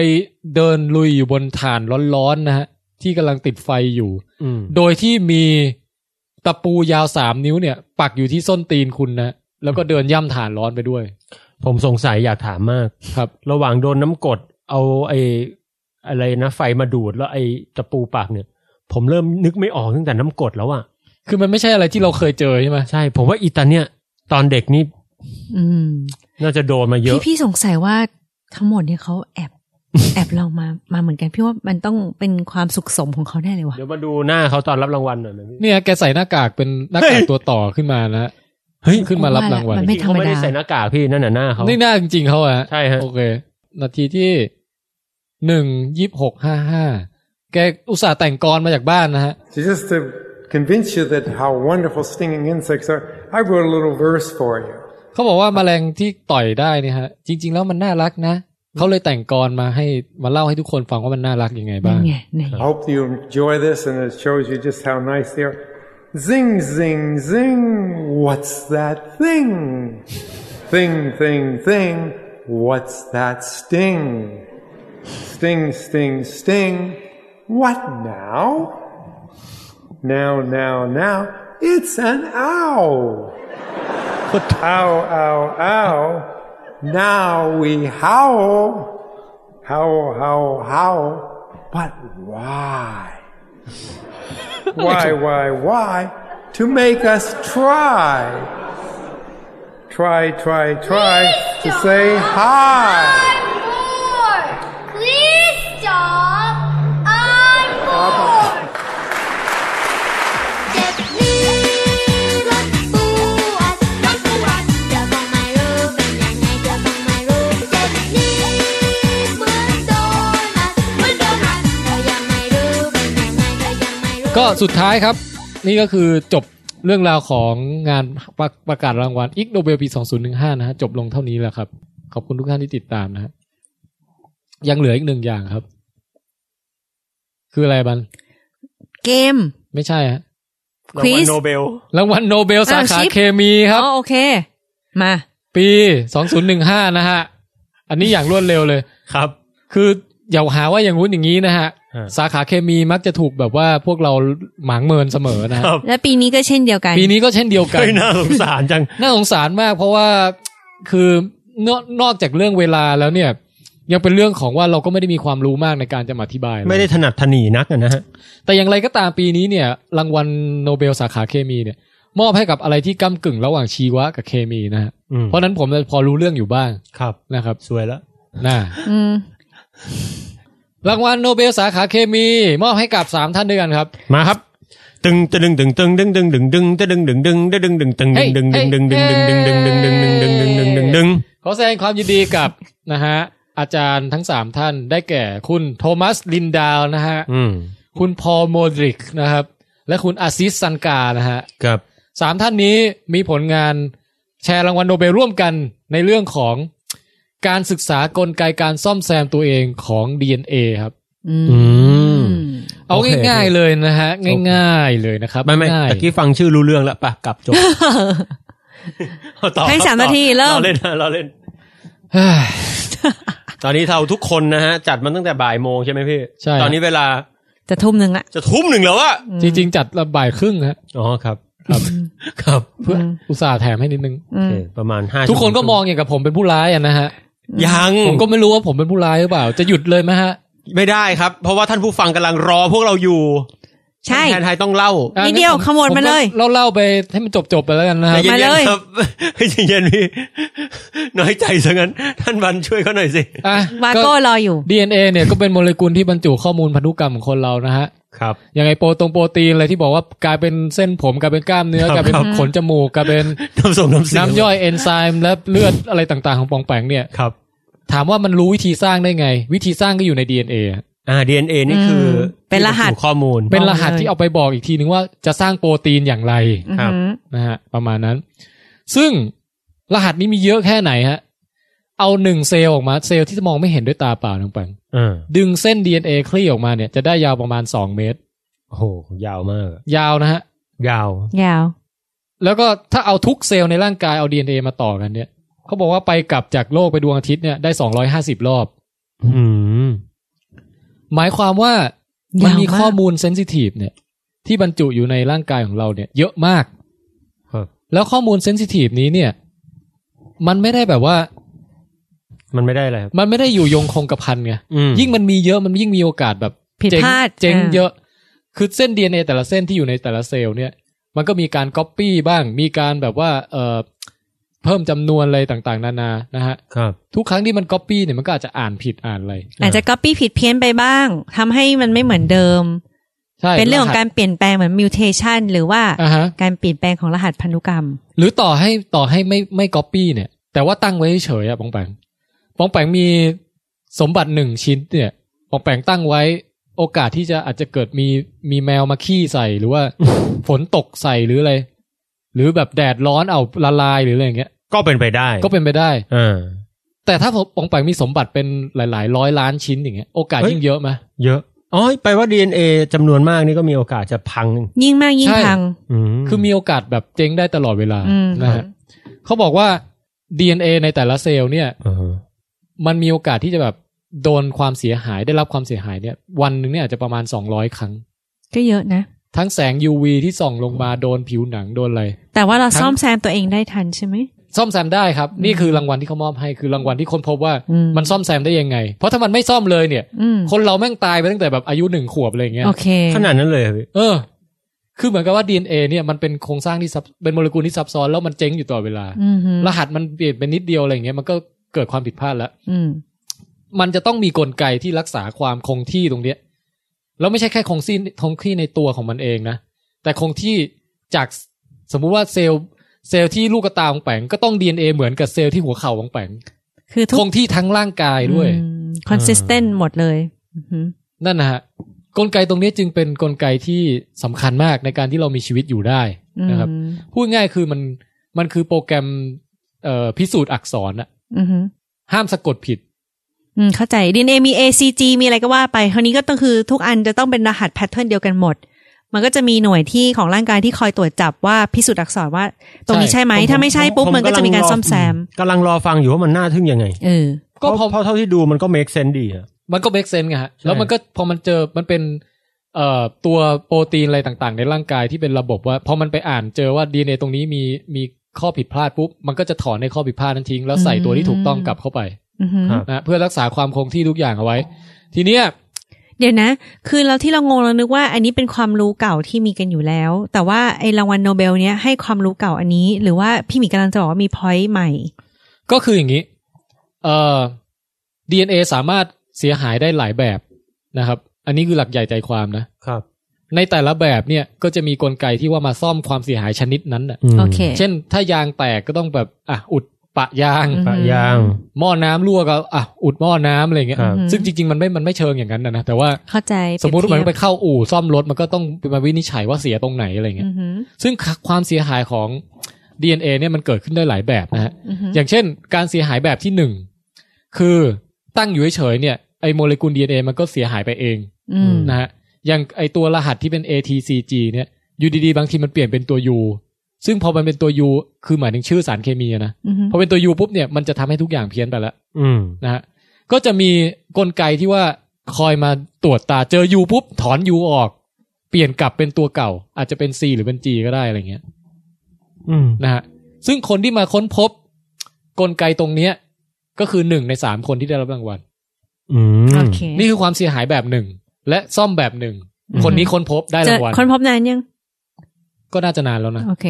B: เดินลุยอยู่บนฐานร้อนๆนะฮะ ที่กำลังติดไฟอยู่
A: อืม
B: โดยที่มีตะปูยาวสามนิ้วเนี่ย ปักอยู่ที่ส้นตีนคุณนะ แล้วก็เดินย่ำฐานร้อนไปด้วย
A: ผมสงสัยอยากถามมาก
B: ครับ
A: ระหว่างโดนน้ำกรดเอาไอ้อะไรนะ ไฟมาดูดแล้วไอ้ตะปูปากเนี่ย ผมเริ่มนึกไม่ออกตั้งแต่น้ำกรดแล้วอะ
B: คือมันไม่ใช่อะไรที่เราเคยเจอใช่ไหม
A: ใช่ ผมว่าอีตาเนี่ย ตอนเด็กนี่
K: อืม
A: น่าจะโดนมาเยอะ
K: พี่พี่สงสัยว่าทั้งหมดเนี่ยเขาแอบ แอบเรามามาเหมือนกัน พี่ว่ามันต้องเป็นความสุขสมของเขาแน่เลยวะ
A: เดี๋ยวมาดูหน้าเขาตอนรับรางวัลหน่อยนะพี่
B: เนี่ยแกใส่หน้ากากเป็นหน้ากากตัวต่อขึ้นมานะ
A: เฮ้ย
B: ขึ้นมารับรางวัล
K: มันไม่ธร
A: เขา
K: รม
A: ไม่
K: ดา
A: ได้ใส่หน้ากากพี่นั่นน่ะหน้าเขา
B: นี่หน้าจริงๆเขาอะ
A: ใช่ฮะ
B: โอเค นาทีที่หนึ่งยี่หกห้าห้าแกอุตส่าห์แต่งกรมาจากบ้านนะฮะ
M: So just to convince you that how wonderful stinging insects are, I wrote a little verse for you.
B: เขาบอกว่าแมลงที่ต่อยได้เนี่ยฮะ จริง ๆ แล้วมันน่ารักนะ เขาเลยแต่งกรมาให้มาเล่าให้ทุกคนฟังว่ามันน่ารักยังไงบ้าง
M: I hope you enjoy this and it shows you just how nice they are. Zing, zing, zing. What's that thing? Thing, thing, thing. What's that sting? Sting, sting, sting. What now? Now, now, now. It's an owl. Ow, ow, ow. Now we howl. Howl, howl, howl. But why? why, why, why? To make us try. Try, try, try to say hi.
N: Please stop. I'm bored. เจ็บนี้รักปวดรักปวดเธอคงไม่รู้เป็นยังไงเธอคงไม่รู้เจ็บนี้เหมือนโดนัทเหมือนโดนัทเธอยังไม่รู้เป็นยังไงเธอยังไม่รู้
B: ก็สุดท้ายครับ นี่ก็คือจบเรื่องราวของงานประประกาศรางวัล อิกโนเบลปี 2015 นะฮะ จบลงเท่านี้แหละครับ ขอบคุณทุกท่านที่ติดตามนะฮะ ยังเหลืออีกหนึ่งอย่างครับ คืออะไรบัน
K: เกม
B: ไม่ใช่ฮะ
K: ควิส
A: โนเบล
B: รางวัลโนเบลสา
K: อ้าว
B: ขา
K: ชิป
B: เคมีครับ
K: อ๋อโอเค มา
B: ปี 2015 นะฮะ อันนี้อย่างรวดเร็วเลย
A: ครับ
B: คืออย่าหาว่าอย่างงู้นอย่างนี้นะฮะ
A: ฮะ
B: สาขาเคมีมักจะถูกแบบว่าพวกเราหมางเมินเสมอนะฮะ
A: ครับ
K: และปีนี้ก็เช่นเดียวกัน
B: ปีนี้ก็เช่นเดียวกัน
A: เฮ้ยน่าสงสารจัง
B: น่าสงสารมากเพราะว่าคือนอกนอกจากเรื่องเวลาแล้วเนี่ย ยังเป็นเรื่องของว่าเราก็ไม่ได้มีความรู้มากในการจะมาอธิบายเลย
A: ไม่ได้ถนัดถนีนักอะนะฮะ
B: แต่อย่างไรก็ตามปีนี้เนี่ย รางวัลโนเบลสาขาเคมีเนี่ย มอบให้กับอะไรที่ก้ากึ่งระหว่างชีวะกับเคมีนะฮะ
A: อืม
B: เพราะฉะนั้นผมพอรู้เรื่องอยู่บ้าง
A: ครับ
B: นะครับ
A: สวยแล้ว
B: น่า
K: อืม
B: รางวัลโนเบลสาขาเคมี มอบให้กับสามท่านด้วยกันครับ
A: มาครับ ตึงตึงตึงตึงตึงตึงตึงตึงตึงตึงตึงตึงตึงตึงตึงตึงตึงตึงตึงตึงตึงตึงตึงตึงตึงตึงตึงตึง
B: ขอแสดงความยินดีกับ นะฮะอาจารย์ทั้งสามท่านได้แก่คุณโทมัสลินดาวนะฮะ
A: อืม
B: คุณพอลโมดริกนะครับ และคุณอาซิสซันกานะฮะ
A: ครับ
B: สามท่านนี้มีผลงานแชร์รางวัลโนเบลร่วมกันในเรื่องของการศึกษากลไกการซ่อมแซมตัวเองของ DNA ครับ
K: อืม
A: อืม
B: เอา
A: โอเค
B: ง่ายๆเลยนะฮะ ง่ายๆเลยนะครับ
A: ไม่ไม่
B: ง่าย
A: ตะกี้ฟังชื่อรู้เรื่องแล้วปะกลับจบเอต่อ
K: ให้สาม
A: ต่อ
K: นาทีเริ่ม
A: เราเล่นนะเราเล่น
B: เฮ้ย
A: ตอนนี้เราทุกคนนะฮะ จัดมันตั้งแต่บ่ายโมงใช่ไหมพี่
B: ใช่
A: ตอนนี้เวลา
K: จะทุ่มหนึ่งละ
A: จะทุ่มหนึ่งแล้วอะ
B: จริงๆ จัดละบ่ายครึ่งฮะ
A: อ๋อครับ ครับ ครับ
B: เพื่ออุตส่าห์แถมให้นิดนึง
K: อื
A: โอ
K: ม
A: เคประมาณห้า
B: ทุกคนก็มอง
A: ชั่วโ
B: อย่างกับผมเป็นผู้ร้ายอะนะฮะ
A: มงยัง
B: ผมก็ไม่รู้ว่าผมเป็นผู้ร้ายหรือเปล่า จะหยุดเลยไหมฮะ
A: ไม่ได้ครับ เพราะว่าท่านผู้ฟังกำลังรอพวกเราอยู่
K: ใช่
A: แทนไทยต้องเล่า
B: อ่ะ
K: นิดเดียว
B: งั้ผ
K: ขมวดมาเลย
B: ผเล่าๆไปให้มันจบๆไปแล้วกันนะค
A: ใจเย็น
B: รับ
K: มาเลย
A: ๆครับใจเย็นๆพี่ น้อยใจซะงั้น ท่านบันช่วยเขาหน่อยสิ
B: อ่ะ
K: วาโก้รออยู่
B: DNA เนี่ยก็เป็นโมเลกุลที่บรรจุข้อมูลพันธุกรรมของคนเรานะฮะ
A: ครับ
B: อย่างไอโปรตรงโปรตีนอะไรที่บอกว่ากลายเป็นเส้นผมกลายเป็นกล้ามเนื้อ
A: ครับ
B: กลายเป็น
A: ครับ
B: ขนจมูกกลายเป็น
A: น้ำส่งน้ำเสียง
B: น้ำย่อยเอนไซม์และเลือดอะไรต่างๆของปองแปงเนี่ย
A: ครับ
B: ถามว่ามันรู้วิธีสร้างได้ไง วิธีสร้างก็อยู่ใน DNA อะ
A: อ่า DNA นี่คืออ
C: เป็นรหัส
A: ที่บจุข้อมูล
B: เป็นรหัสที่เอาไปบอกอีกทีนึงว่าจะสร้างโปรตีนอย่างไร
A: ครับ
C: อือหือ
B: นะฮะประมาณนั้น ซึ่งรหัสนี้มีเยอะแค่ไหนฮะ เอาหนึ่งเซลล์ออกมาเซลล์ที่มองไม่เห็นด้วยตาเปล่าน้องปัง
A: เออ
B: ดึงเส้น DNA คลี่ออกมาเนี่ยจะได้ยาวประมาณ 2 เมตร
A: โอ้โหยาวมากอะ
B: ยาวนะฮะ
A: ยาว
K: ยาว
B: แล้วก็ถ้าเอาทุกเซลล์ในร่างกายเอา DNA มาต่อกันเนี่ยเขาบอกว่าไปกลับจากโลกไปดวงอาทิตย์เนี่ยได้ 250 รอบ
A: อืม
B: หมายความว่ามันมี
K: ยาวมาก
B: ข้อมูลเซนซิทีฟเนี่ย ที่บรรจุอยู่ในร่างกายของเราเนี่ย เยอะมาก
A: ครับ
B: แล้วข้อมูลเซนซิทีฟนี้เนี่ย มันไม่ได้แบบว่า
A: มันไม่ได้อะไรครับ
B: มันไม่ได้อยู่ยงคงกระพันไง
A: อืม
B: ยิ่งมันมีเยอะมันยิ่งมีโอกาสแบบ
K: ผิดพลาด
B: เจ๊ง
K: อ่า
B: เยอะ คือเส้น DNA แต่ละเส้นที่อยู่ในแต่ละเซลล์เนี่ย มันก็มีการก๊อปปี้บ้าง มีการแบบว่า เออเพิ่มจำนวนอะไรต่างๆ นานานะฮะ
A: ครับ
B: ทุกครั้งที่มันก๊อปปี้เนี่ยมันก็อาจจะอ่านผิดอ่านอะไร
K: อาจจะก๊อปปี้ผิดเพี้ยนไปบ้างทำให้มันไม่เหมือนเดิม
B: ใช่
K: เป็นเรื่องของการเปลี่ยนแปลงเหมือนมิวเทชันหรือว่า
B: อ่าฮะ
K: การเปลี่ยนแปลงของรหัสพันธุกรรม
B: หรือต่อให้ต่อให้ไม่ไม่ก๊อปปี้เนี่ย แต่ว่าตั้งไว้เฉยๆอะปองแปงปองแปงมีสมบัติหนึ่งชิ้นเนี่ยปองแปงตั้งไว้โอกาสที่จะอาจจะเกิดมีมีแมวมาขี้ใส่หรือว่า ฝนตกใส่หรืออะไร หรือแบบแดดร้อนเอาละลายหรืออะไรอย่างเงี้ย
A: ก็เป็นไปได้
B: ก็เป็นไปได้
A: เออ
B: แต่ถ้าปองแปงมีสมบัติเป็นหลาย ๆ ร้อยล้านชิ้นอย่างเงี้ยโอกาส
A: เฮ้ย
B: ยิ่งเยอะไหม
A: เยอะอ๋อไปลว่า DNA จำนวนมากนี่ก็มีโอกาสจะพัง
K: ยิ่งมากยิ่งพัง
A: อืม
B: คือมีโอกาสแบบเจ๊งได้ตลอดเวลา
K: อืม
B: นะฮะเขาบอกว่า DNA ในแต่ละเซลล์เนี่ย
A: อืม
B: มันมีโอกาสที่จะแบบโดนความเสียหายได้รับความเสียหายเนี่ย วันหนึ่งเนี่ยอาจจะประมาณ 200 ครั้ง
K: ก็เยอะนะ
B: ทั้งแสง UV ที่ส่องลงมาโดนผิวหนังโดนอะไร
K: แต่ว่าเรา
B: ทั้ง
K: ซ่อมแซมตัวเองได้ทันใช่ไหม
B: ซ่อมแซมได้ครับ นี่คือรางวัลที่เขามอบให้คือรางวัลที่คนพบว่า
K: อืม
B: มันซ่อมแซมได้ยังไง เพราะถ้ามันไม่ซ่อมเลยเนี่ย
K: อืม
B: คนเราแม่งตายไปตั้งแต่แบบอายุหนึ่งขวบอะไรอย่างเงี้ย
K: โอเค
A: ขนาดนั้นเลยเหรอพี่
B: เออ คือเหมือนกับว่า DNA เนี่ยมันเป็นโครงสร้างที่ซับเป็นโมเลกุลที่ซับซ้อนแล้วมันเจ๊งอยู่ตลอดเวลา
K: อืมฮึ
B: รหัสมันเปลี่ยนเป็นนิดเดียวอะไรอย่างเงี้ยมันก็เกิดความผิดพลาดแล้ว
K: อืม
B: มันจะต้องมีกลไกที่รักษาความคงที่ตรงเนี้ยแล้วไม่ใช่แค่คงที่คงที่ในตัวของมันเองนะ แต่คงที่จากสสมมุติว่าเซลล์เซลล์ที่ลูกตาของแปงก็ต้อง DNA เหมือนกับเซลล์ที่หัวเข่าของแปง
K: คือทุก
B: คงที่ทั้งร่างกายด้วย
K: คอนสิสเทนต์หมดเลยอือฮึ
B: นั่นนะฮะกลไกตรงนี้จึงเป็นกลไกที่สำคัญมากในการที่เรามีชีวิตอยู่ได้นะครับ
K: อืม
B: พูดง่ายคือมันมันคือโปรแกรมเอ่อพิสูจน์อักษรอะ
K: อือฮึ
B: ห้ามสะกดผิด
K: อืมเข้าใจ DNA มี ACG มีอะไรก็ว่าไปคราวนี้ก็ต้องคือทุกอันจะต้องเป็นรหัสแพทเทิร์นเดียวกันหมด มันก็จะมีหน่วยที่ของร่างกายที่คอยตรวจจับว่าพิสูจน์อักษรว่า ตรงนี้ใช่ไหม
A: ผ
K: ถ้าไม่ใช่ปุ๊บ
A: ผ
K: มันก็จะมีการซ่อมแซม
A: กำลังรอฟังอยู่ว่ามันน่าทึ่งยังไง
K: เออ
B: ก็พอ
A: เพราะเท่าที่ดูมันก็ make sense ดีอะ
B: มันก็เ e กเซนไงฮะ
A: ใช่
B: แล้วมันก็พอมันเจอมันเป็นเอ่อตัวโปรตีนอะไรต่างๆ ในร่างกายที่เป็นระบบว่าพอมันไปอ่านเจอว่า DNA ตรงนี้มีมีข้อผิดพลาดปุ๊บ มันก็จะถอนในข้อผิดพลาดนั้นทิ้ง แล้วใส่ตัวที่ถูกต้องกลับเข้าไป
K: อือฮึ
A: ครับ
B: นะเพื่อรักษาความคงที่ทุกอย่างเอาไว้ ทีเนี้ย
K: เดี๋ยวนะ คือเราที่เรางงเรานึกว่าอันนี้เป็นความรู้เก่าที่มีกันอยู่แล้ว แต่ว่าไอ้รางวัลโนเบลเนี้ยให้ความรู้เก่าอันนี้ หรือว่าพี่หมีกำลังจะบอกว่ามีพอยต์ใหม่
B: ก็คืออย่างนี้เอ่อ DNA สามารถเสียหายได้หลายแบบนะครับ อันนี้คือหลักใหญ่ใจความนะ
A: ครับ
B: ในแต่ละแบบเนี่ยก็จะมีกลไกที่ว่ามาซ่อมความเสียหายชนิดนั้นน่ะ
A: ม
K: โอเค
B: เช่นถ้ายางแตกก็ต้องแบบอ่ะอุดปะยาง
K: อืม
A: ปะยาง
B: หม้อน้ำรั่วก็อ่ะอุดหม้อน้ำอะไรอย่างเงี้ย
A: ครับ
B: ซึ่งจริงๆ มันไม่มันไม่เชิงอย่างนั้นนะนะแต่ว่า
K: เข้าใจ
B: สมมุติว่ามัน
K: เปรี
B: ไป
K: ยบเทียบ
B: เข้าอู่ซ่อมรถมันก็ต้องมาวินิจฉัยว่าเสียตรงไหนอะไรเงี้
K: อื
B: ย
K: อฮึ
B: ซึ่งความเสียหายของ DNA เนี่ยมันเกิดขึ้นได้หลายแบบนะฮะ
K: อือฮึ
B: อย่างเช่น การเสียหายแบบที่หนึ่งคือตั้งอยู่เฉยๆเนี่ยไอโมเลกุล DNA มันก็เสียหายไปเอง
K: อืม
B: นะฮะอย่างไอตัวรหัสที่เป็น ATCG เนี่ยอยู่ดีๆบางทีมันเปลี่ยนเป็นตัว U ซึ่งพอมันเป็นตัว U คือหมายถึงชื่อสารเคมีอะนะ
K: อือฮึ
B: พอเป็นตัว U ปุ๊บเนี่ยมันจะทำให้ทุกอย่างเพี้ยนไปแล้ว
A: อืม
B: นะฮะก็จะมีกลไกที่ว่าคอยมาตรวจตาเจอยูปุ๊บ ถอนยูออก เปลี่ยนกลับเป็นตัวเก่า อาจจะเป็น C หรือเป็น G ก็ได้อะไรเงี้ย
A: อืม
B: นะฮะซึ่งคนที่มาค้นพบ กลไกตรงเนี้ย ก็คือหนึ่งในสามคนที่ได้รับรางวัล
A: อืม
K: โอเค
B: นี่คือความเสียหายแบบหนึ่ง และซ่อมแบบหนึ่ง
K: อืม
B: คนนี้ค้นพบได้
K: เจ
B: รา
K: อง
B: วัล
K: คนพบนานยัง
B: ก็น่าจะนานแล้วนะ
K: โอเค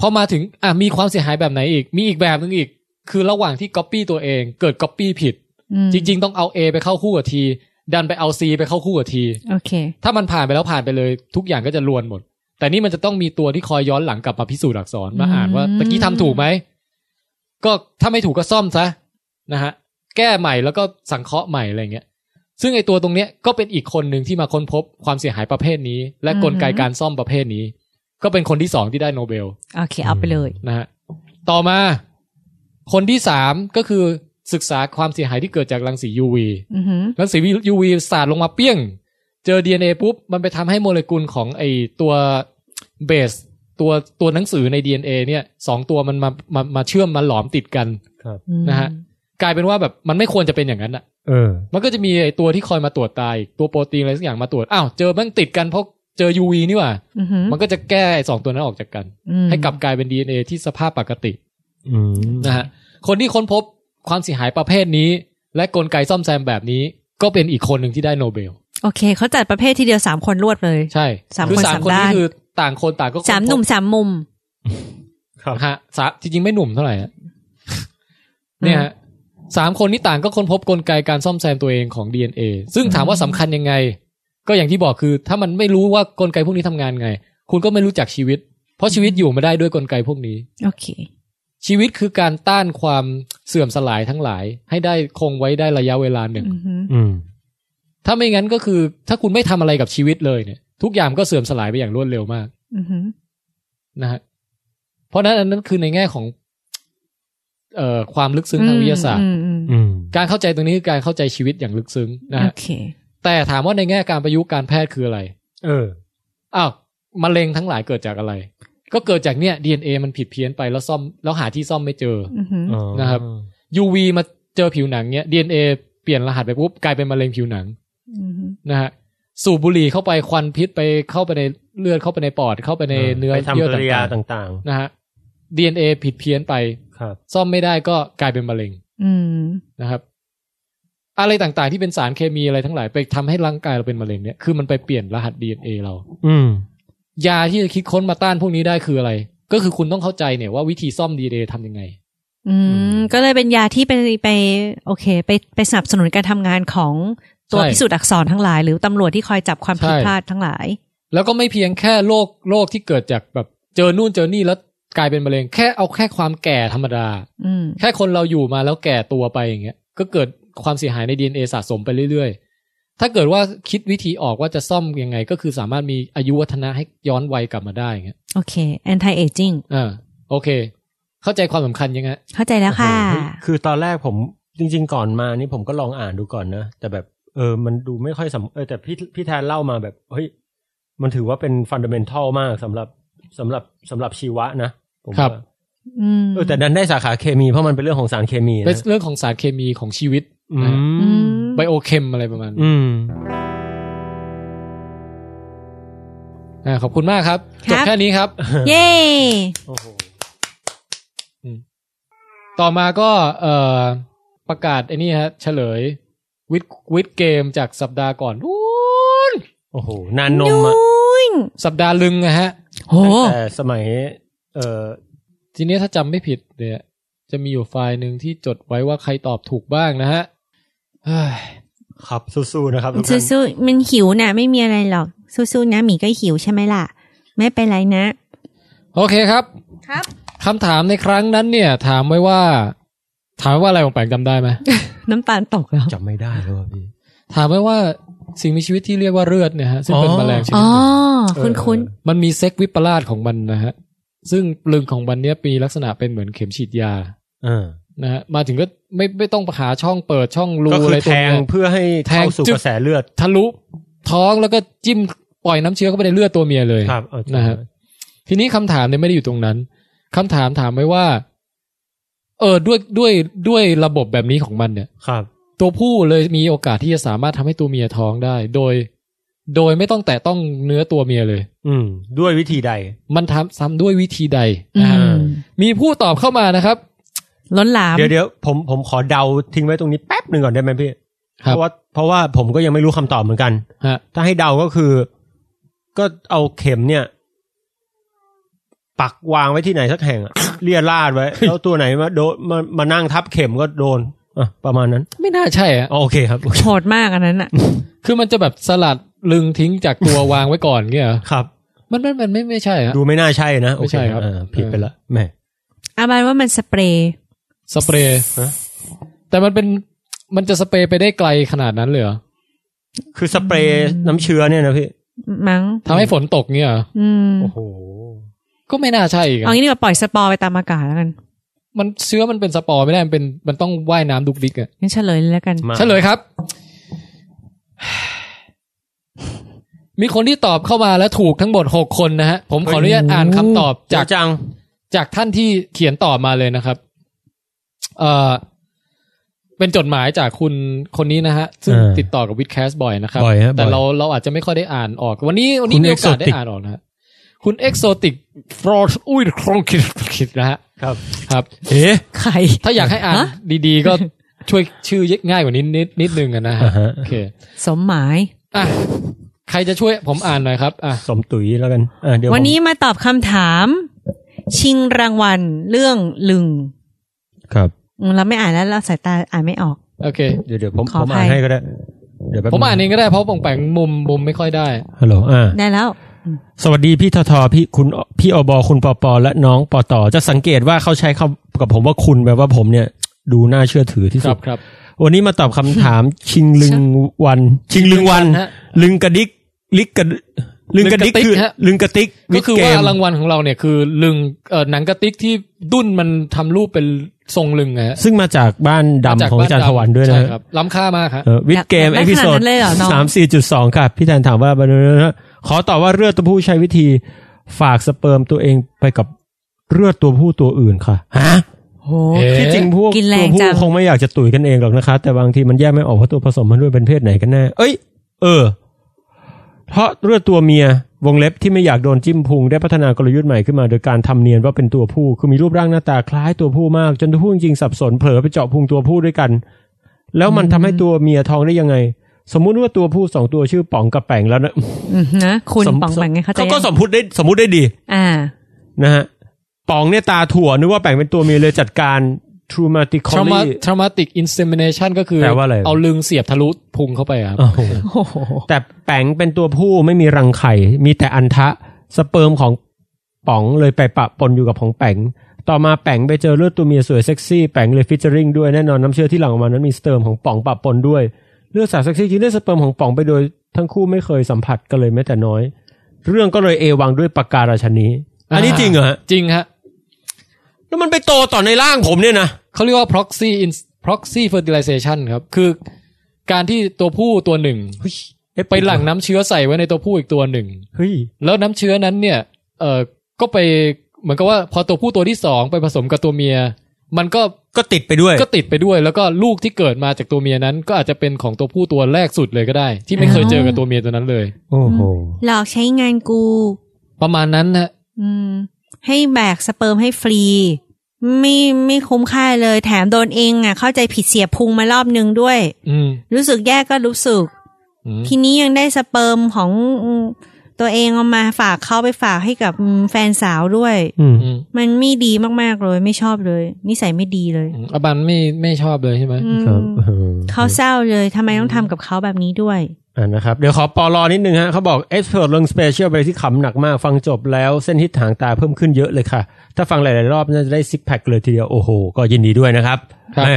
B: พอมาถึงอ่ะมีความเสียหายแบบไหนอีก มีอีกแบบหนึ่งอีก คือระหว่างที่ก๊อปปี้ตัวเอง เกิดก๊อปปี้ผิด
K: อืม
B: จริง ๆ ต้องเอา A ไปเข้าคู่กับ T ดันไปเอา C ไปเข้าคู่กับ T
K: โอเค
B: ถ้ามันผ่านไปแล้วผ่านไปเลย ทุกอย่างก็จะลวนหมด แต่นี่มันจะต้องมีตัวที่คอยย้อนหลังกลับมาพิสูจน์อักษรมาอ่านว่า
K: อืม
B: ตะกี้ทำถูกไหม ก็ถ้าไม่ถูกก็ซ่อมซะ นะฮะแก้ใหม่แล้วก็สังเคราะห์ใหม่อะไรเงี้ย ซึ่งไอตัวตรงเนี้ยก็เป็นอีกคนหนึ่งที่มาค้นพบความเสียหายประเภทนี้ และ
K: อือฮึ
B: กลไกการซ่อมประเภทนี้ ก็เป็นคนที่สองที่ได้โนเบล
K: โอเคเอาไปเลย
B: นะฮะต่อมาคนที่สามก็คือศึกษาความเสียหายที่เกิดจากรังสี UV
K: อือหือ
B: รังสี UV สาดลงมาเปี้ยง เจอ DNA ปุ๊บ มันไปทำให้โมเลกุลของไอตัวเบส ตัวตัวหนังสือใน DNA เนี่ยสองตัวมันมามามาเชื่อมมาหลอมติดกัน
A: ครับ
B: นะฮะกลายเป็นว่าแบบมันไม่ควรจะเป็นอย่างนั้นอะ
A: เออ
B: มันก็จะมีไอตัวที่คอยมาตรวจตายตัวโปรตีนอะไรสักอย่างมาตรวจ อ้าว เจอแมันติดกันเพราะเจอ UV นี่หว่า
K: อือหือ
B: มันก็จะแก้ไอ้สองตัวนั้นออกจากกัน
K: อืม
B: ให้กลับกลายเป็น DNA ที่สภาพปกติ
A: อืม
B: นะฮะ คนที่ค้นพบความเสียหายประเภทนี้ และกลไกซ่อมแซมแบบนี้ ก็เป็นอีกคนหนึ่งที่ได้โนเบล
K: โอเค เขาจัดประเภททีเดียวสามคนรวดเลย
B: ใช่
K: สาม
B: อ
K: คน
B: สาม
K: สาม
B: คนนี้
K: ด้าน
B: คือต่างคนต่างก็ค้พบ
K: สามหนุ่มสามมุม
B: ฮะสามจริงๆไม่หนุ่มเท่าไหร่ฮะเนี่ยฮะสามคนนี้ต่างก็ค้นพบกลไกการซ่อมแซมตัวเองของ DNA ซึ่งถามว่าสำคัญยังไง ก็อย่างที่บอกคือ ถ้ามันไม่รู้ว่ากลไกพวกนี้ทำงานไง คุณก็ไม่รู้จักชีวิต เพราะชีวิตอยู่ไม่ได้ด้วยกลไกพวกนี้
K: โอเค
B: ชีวิตคือการต้านความเสื่อมสลายทั้งหลาย ให้ได้คงไว้ได้ระยะเวลาหนึ่ง
A: อืม
B: ถ้าไม่งั้นก็คือ ถ้าคุณไม่ทำอะไรกับชีวิตเลยเนี่ย ทุกอย่างก็เสื่อมสลายไปอย่างรวดเร็วมาก
K: อือหือ
B: นะฮะ เพราะฉะนั้นอันนั้นคือในแง่ของเอ่อความลึกซึ้งทางวิทยาศาสตร์
K: อืมอืม
A: อืม
B: การเข้าใจตรงนี้คือการเข้าใจชีวิตอย่างลึกซึ้งนะ
K: โอ
B: ฮะ
K: เค
B: แต่ถามว่าในแง่การประยุกต์การแพทย์คืออะไร
A: เออ
B: อ้าวมะเร็งทั้งหลายเกิดจากอะไร ก็เกิดจากเนี่ย DNA มันผิดเพี้ยนไปแล้วซ่อมแล้วหาที่ซ่อมไม่เจออ
K: อหือ
B: นะครับ UV มาเจอผิวหนังเนี่ย DNA เปลี่ยนรหัสไปปุ๊บกลายเป็นมะเร็งผิวหนัง
K: อือหือ
B: นะฮะสูบบุหรี่เข้าไปควันพิษไปเข้าไปในเลือดเข้าไปในปอดเข้าไปใน
A: เออ
B: เนื้อ
A: ไปทำ
B: เยื่อ
A: ปฏิกิริยา
B: ต่าง
A: ต่างๆ
B: นะฮะ DNA ผิดเพี้ยนไป
A: ครับ
B: ซ่อมไม่ได้ก็กลายเป็นมะเร็ง
K: อืม
B: นะครับ อะไรต่างๆที่เป็นสารเคมีอะไรทั้งหลาย ไปทำให้ร่างกายเราเป็นมะเร็งเนี่ยคือมันไปเปลี่ยนรหัส DNA เรา
A: อืม
B: ยาที่จะคิดค้นมาต้านพวกนี้ได้คืออะไร ก็คือคุณต้องเข้าใจเนี่ยว่าวิธีซ่อม DNA ทำยังไง
K: อืม ก็เลยเป็นยาที่ไปไป โอเค ไปไปสนับสนุนการทำงานของตัว
B: ใช่
K: พิสูจน์อักษรทั้งหลาย หรือตำรวจที่คอยจับความผิด
B: ใช่
K: พลาดทั้งหลาย
B: แล้วก็ไม่เพียงแค่โรคโรคที่เกิดจากแบบเจอนู่นเจอนี่แล้วกลายเป็นมะเร็งแค่เอาแค่ความแก่ธรรมดา
K: อืม
B: แค่คนเราอยู่มาแล้วแก่ตัวไปอย่างเงี้ย ก็เกิดความเสียหายใน DNA สะสมไปเรื่อยๆ ถ้าเกิดว่าคิดวิธีออกว่าจะซ่อมยังไง ก็คือสามารถมีอายุวัฒนะให้ย้อนวัยกลับมาได้อย่างเงี้ย
K: โอเค anti aging
B: อ่าโอเค เข้าใจความสำคัญยังไง
K: เข้าใจแล้วค่ะ
A: เฮ้ยคือตอนแรกผมจริง ๆ ก่อนมานี่ผมก็ลองอ่านดูก่อนนะ แต่แบบเออมันดูไม่ค่อยสำเออแต่พี่พี่แทนเล่ามาแบบเฮ้ยมันถือว่าเป็นฟันเดเมนทัลมากสำหรับสำหรับสำหรับชีวะนะผม
B: ครับ
A: ว่า
K: อืม
A: เออแต่ดันได้สาขาเคมีเพราะมันเป็นเรื่องของสารเคมีนะ
B: เป็นเรื่องของสารเคมีของชีวิต
A: อืม
B: ไบโอเคมอะไรประมาณ
A: อืม
B: อ่าขอบคุณมากครับ
K: ค
B: จ
K: รั
B: บบ แค่นี้ครับ
K: เย้
B: ต่อมาก็เอ่อประกาศไอ้นี่ฮะ เฉลยวิดวิดเกมจากสัปดาห์ก่อนนู้น
A: โอ้โห นานนมอะ
B: สัปดาห์ลึงนะฮะ
K: โห
A: ตั้งแต่สมัย เออ
B: ทีนี้ถ้าจำไม่ผิดเนี่ย จะมีอยู่ไฟล์หนึ่งที่จดไว้ว่าใครตอบถูกบ้างนะฮะเฮ้ย
A: ครับสู้ๆนะครับทุกท่าน
K: สู้ๆมันหิวนะไม่มีอะไรหรอก สู้ๆนะหมีก็หิวใช่ไหมล่ะ ไม่เป็นไรนะ
B: โอเคครับ
K: ครับ
B: คำถามในครั้งนั้นเนี่ย ถามไว้ว่า ถามไว้ว่าอะไรของแปลงจำได้ ไหม
K: น้ำตาลตกแล้ว
A: จำไม่ได้แล้วอะพี่
B: ถามไว้ว่าสิ่งมีชีวิตที่เรียกว่าเลือดเนี่ยฮะซึ่งเป็น
A: อ๋อ
B: แมลงชนิด
K: อ๋อ
B: หนึ่ง
A: เออ
K: คุ้นคุ้น
B: มันมีเซ็กวิปลาสของมันนะฮะ ซึ่งลึงของมันเนี่ยมีลักษณะเป็นเหมือนเข็มฉีดยา
A: เออ
B: นะฮะมาถึงก็ไม่ไม่ต้องหาช่องเปิดช่องรู
A: ก็คื
B: อะไร
A: อ
B: ตร
A: แท
B: ง
A: ง
B: เนี้ย
A: เพื่อให้เข้าสู่
B: แทงจึ๊บ
A: กระแสเลือด
B: ทะลุท้องแล้วก็จิ้มปล่อยน้ำเชื้อเข้าไปในเลือดตัวเมียเลย
A: ครับเอาจ
B: นะฮะ ทีนี้คำถามเนี่ยไม่ได้อยู่ตรงนั้นคำถามถามไว้ว่า เออด้วยด้วยด้วยระบบแบบนี้ของมันเนี่ย
A: ครับ
B: ตัวผู้เลยมีโอกาสที่จะสามารถทำให้ตัวเมียท้องได้ โดย โดยไม่ต้องแตะต้องเนื้อตัวเมียเลย
A: อืม ด้วยวิธีใด
B: มันทำซ้ำด้วยวิธีใด
K: ๆอื
B: นะฮะ
K: ม
B: มีผู้ตอบเข้ามานะครับ
K: ล้นหลาม
A: เดี๋ยวเดี๋ยวผมผมขอเดาทิ้งไว้ตรงนี้แป๊บหนึ่งก่อนได้ไหมพี่
B: ครั
A: เพ
B: บ
A: ราะว่าเพราะว่าผมก็ยังไม่รู้คำตอบเหมือนกัน
B: ฮะ
A: ถ้าให้เดาก็คือ ก็เอาเข็มเนี่ย ปักวางไว้ที่ไหนสักแห่งอะ เลียราดไว้ แล้วตัวไหนมาโดนมามานั่งทับเข็มก็โดนอ่ะประมาณนั้น
B: ไม่น่าใช่อะ
A: อ๋อโอเคครับ
K: โหดมากอัน นั้นอ่ะ
B: คือมันจะแบบสลัดลึงทิ้งจากตัว วางไว้ก่อนเงี้ยเหรอ
A: ครับ
B: มันมันมันไม่ไม่ใช่อะ
A: ดูไม่น่าใช่นะโอ
B: ไม่
A: เค
B: ใช่ครับ
A: อ่าผิดไปละแหม่
K: อาบันว่ามันสเปรย์
B: สเปรย์
A: ฮะ
B: แต่ แต่มันเป็นมันจะสเปรย์ไปได้ไกลขนาดนั้นเลยเหรอ
A: คือสเปรย์น้ำเชื้อเนี่ยนะพี่
K: มั้ง
B: ทำให้ฝนตกเนี่ยเหรอ
K: อืม
B: โอ้โหก็ไม่น่าใช่อีกอะ
K: เอางี้ดีกว่าปล่อยสปอร์ไปตามอากาศแล้วกัน
B: มันเชื้อมันเป็นสปอร์ไม่ได้มันเป็นมันต้องว่ายน้ำดุกดิกอะ
K: งั้นเฉลยเลยแล้วกัน
B: เฉลยครับ มีคนที่ตอบเข้ามาแล้วถูกทั้งหมดหกคนนะฮะ ผมขออนุญาตอ่านคำตอบจาก
A: เดี๋ยวจัง
B: จากท่านที่เขียนตอบมาเลยนะครับ เอ่อ เป็นจดหมายจากคุณคนนี้นะฮะ ซึ่ง
A: เออ
B: ติดต่อกับวิดแคสบ่อยนะครับ
A: บ่อยฮะบ่อย
B: แต่เราเราอาจจะไม่ค่อยได้อ่านออก วันนี้วันนี้
A: คุณ
B: มีโอกาสได้
A: Exotic
B: อ่านออกนะฮะคุณเอ็กโซติกฟรอสอุ้ยครองคิดคิดนะฮะ ครับ ครับ
A: เอ๊ะ
K: ใคร
B: ถ้าอยากให้อ่าน
K: ฮะ
B: ดีๆ ก็ ช่วยชื่อง่ายกว่านี้นิดนิดนึงอะนะฮะ
A: อ่าฮะ
B: โอเค
K: สมหมาย
B: อ่ะ ใครจะช่วยผมอ่านหน่อยครับ อ่ะ
A: สมตุ๋ยแล้วกันอ่ะเดี๋ยวผม
K: วันนี้มาตอบคำถาม ชิงรางวัลเรื่องลึง
A: ครับ
K: อืมเราไม่อ่านแล้วเราสายตาอ่านไม่ออก
B: โอเค
A: เดี๋ยวเดี๋ยวผม
K: ขอ
A: ผมอ่า
K: อน ภัย
A: ให้ก็ได้เดี๋ยวแป๊บ
B: ผมอ่าน
A: นึ
B: เองก็ได้เพราะปองแปงมุมมุมไม่ค่อยได้
A: ฮัลโหลอ่า
K: ได้แล้ว
A: สวัสดีพี่ทอทอพี่คุณพี่อบอคุณปอปอและน้องปอต่อจะสังเกตว่าเขาใช้คำกับผมว่าคุณแปลว่าผมเนี่ย ดูน่าเชื่อถือที่
B: ค
A: สุ
B: รั
A: ด
B: บ ครับ
A: วันนี้มาตอบคำถาม ชิงลึงวัน ชิงลึงวัน
B: ฮะ
A: ลึงกระดิกลิกกระลึงกระดิก
B: ลึงกระติ๊ก
A: คือ
B: ฮะ
A: ลึงกระติก
B: ก็คือว่า
A: วิดเม
B: รางวัลของเราเนี่ยคือลึงเอ่อหนังกระติกที่ดุ้นมันทำรูปเป็นทรงลึงนะฮะ
A: ซึ่งมาจากบ้าน
B: มจ
A: ดำ
B: ก
A: ของอาจารย์
B: บ้
A: ถวันด้วยนะ
B: ใช่ครับล้ำค่ามากฮะ
A: วิดเกม
K: ได้
A: เอ
K: ขนาดนั้น
A: พิโซด
K: เลยเหรอน้อง
A: สามสี่จุดสองค่ะพี่แทนถามว่าขอตอบว่าเลือดตัวผู้ใช้วิธี ฝากสเปิร์มตัวเองไปกับเลือดตัวผู้ตัวอื่นค่ะฮะ
K: โอ้
B: เอ๊ะ
A: ที่จริงพวก
K: กินแร
A: ตัว
K: ง
A: ผู้
K: จัง
A: คงไม่อยากจะตุ๋ยกันเองหรอกนะคะ แต่บางทีมันแยกไม่ออกว่าตัวผสมมันด้วยเป็นเพศไหนกันแน่เอ้ย เออ เพราะเลือดตัวเมียวงเล็บที่ไม่อยากโดนจิ้มพุงได้พัฒนากลยุทธ์ใหม่ขึ้นมา โดยการทำเนียนว่าเป็นตัวผู้ คือมีรูปร่างหน้าตาคล้ายตัวผู้มาก จนตัวผู้จริงๆสับสนเผลอไปเจาะพุงตัวผู้ด้วยกัน แล้วมันทำให้ตัวเมียท้องได้ยังไง สมมุติว่าตัวผู้สองตัวชื่อป๋องกับแป่งแล้วนะ
K: อืมนะคุณ
A: สม
K: ปองแปงไงเข้าใจ
A: เขาก็
K: ยัง
A: สมมติได้สมมติได้ดี
K: อ่า
A: นะฮะป๋องเนี่ยตาถั่วนึกว่าแป่งเป็นตัวเมียเลยจัดการ traumatically
B: มาทรามาติกอินเซมิเนชันก็คือ
A: แปลว่าอะไร
B: เอาลึงเสียบทะลุพุงเข้าไปครับ
A: โอ้โหแต่แป๋งเป็นตัวผู้ไม่มีรังไข่ มีแต่อันทะสเปิร์มของป๋องเลยไปปะปนอยู่กับของแป๋งต่อมาแป๋งไปเจอเลือดตัวเมียสวยเซ็กซี่แป๋งเลยฟิชเจอริงด้วยแน่นอนน้ำเชื้อที่หลั่งออกมานั้นมีสเติร์มของป๋องปะปนด้วย เลือดสาวเซ็กซี่จึงได้สเปิร์มของป๋องไปโดย ทั้งคู่ไม่เคยสัมผัสกันเลยแม้แต่น้อย เรื่องก็เลยเอวังด้วยปากการาชนีอันนี้จริงเหรอฮะ
B: จริงฮะ
A: แล้วมันไปโตต่อในร่างผมเนี่ยนะ
B: เขาเรียกว่า proxy in proxy fertilization ครับ คือการที่ตัวผู้ตัวหนึ่งไปหลั่งน้ำเชื้อใส่ไว้ในตัวผู้อีกตัวหนึ่ง
A: เฮ้ย
B: แล้วน้ำเชื้อนั้นเนี่ย เออก็ไปเหมือนกับว่าพอตัวผู้ตัวที่สองไปผสมกับตัวเมีย มันก็
A: ก็ติดไปด้วย
B: ก็ติดไปด้วย แล้วก็ลูกที่เกิดมาจากตัวเมียนั้น ก็อาจจะเป็นของตัวผู้ตัวแรกสุดเลยก็ได้ ที่ไม่เคยเจอกับตัวเมียตัวนั้นเลย
A: โอ้โห
K: หลอกใช้งานกู
B: ประมาณนั้นนะ
K: อืม ให้แบกสเปิร์มให้ฟรี ไม่ไม่คุ้มค่าเลย แถมโดนเองอ่ะ เข้าใจผิดเสียบพุงมารอบนึงด้วย
B: อืม
K: รู้สึกแย่ก็รู้สึก
B: อืม
K: ทีนี้ยังได้สเปิร์มของอืมตัวเองเอามาฝากเขาไปฝากให้กับอืมแฟนสาวด้วย
A: อืม
B: อืม
K: มันไม่ดีมาก ๆ เลย ไม่ชอบเลย นิสัยไม่ดีเลย
B: อืมอบันไม่ไม่ชอบเลยใช่ไหม
K: อืม
A: ครับ
K: เขาเศร้าเลยทำไมต้องทำกับเขาแบบนี้ด้วย
A: อ่านะครับ เดี๋ยวขอปอลอนิดนึงฮะเขาบอก e x p e r t ลง Special ไปที่ขำหนักมาก ฟังจบแล้วเส้นทิศทางตาเพิ่มขึ้นเยอะเลยค่ะ ถ้าฟังหลาย ๆ รอบน่าจะได้ซิกแพคเลยทีเดียว โอ้โห ก็ยินดีด้วยนะครับแม่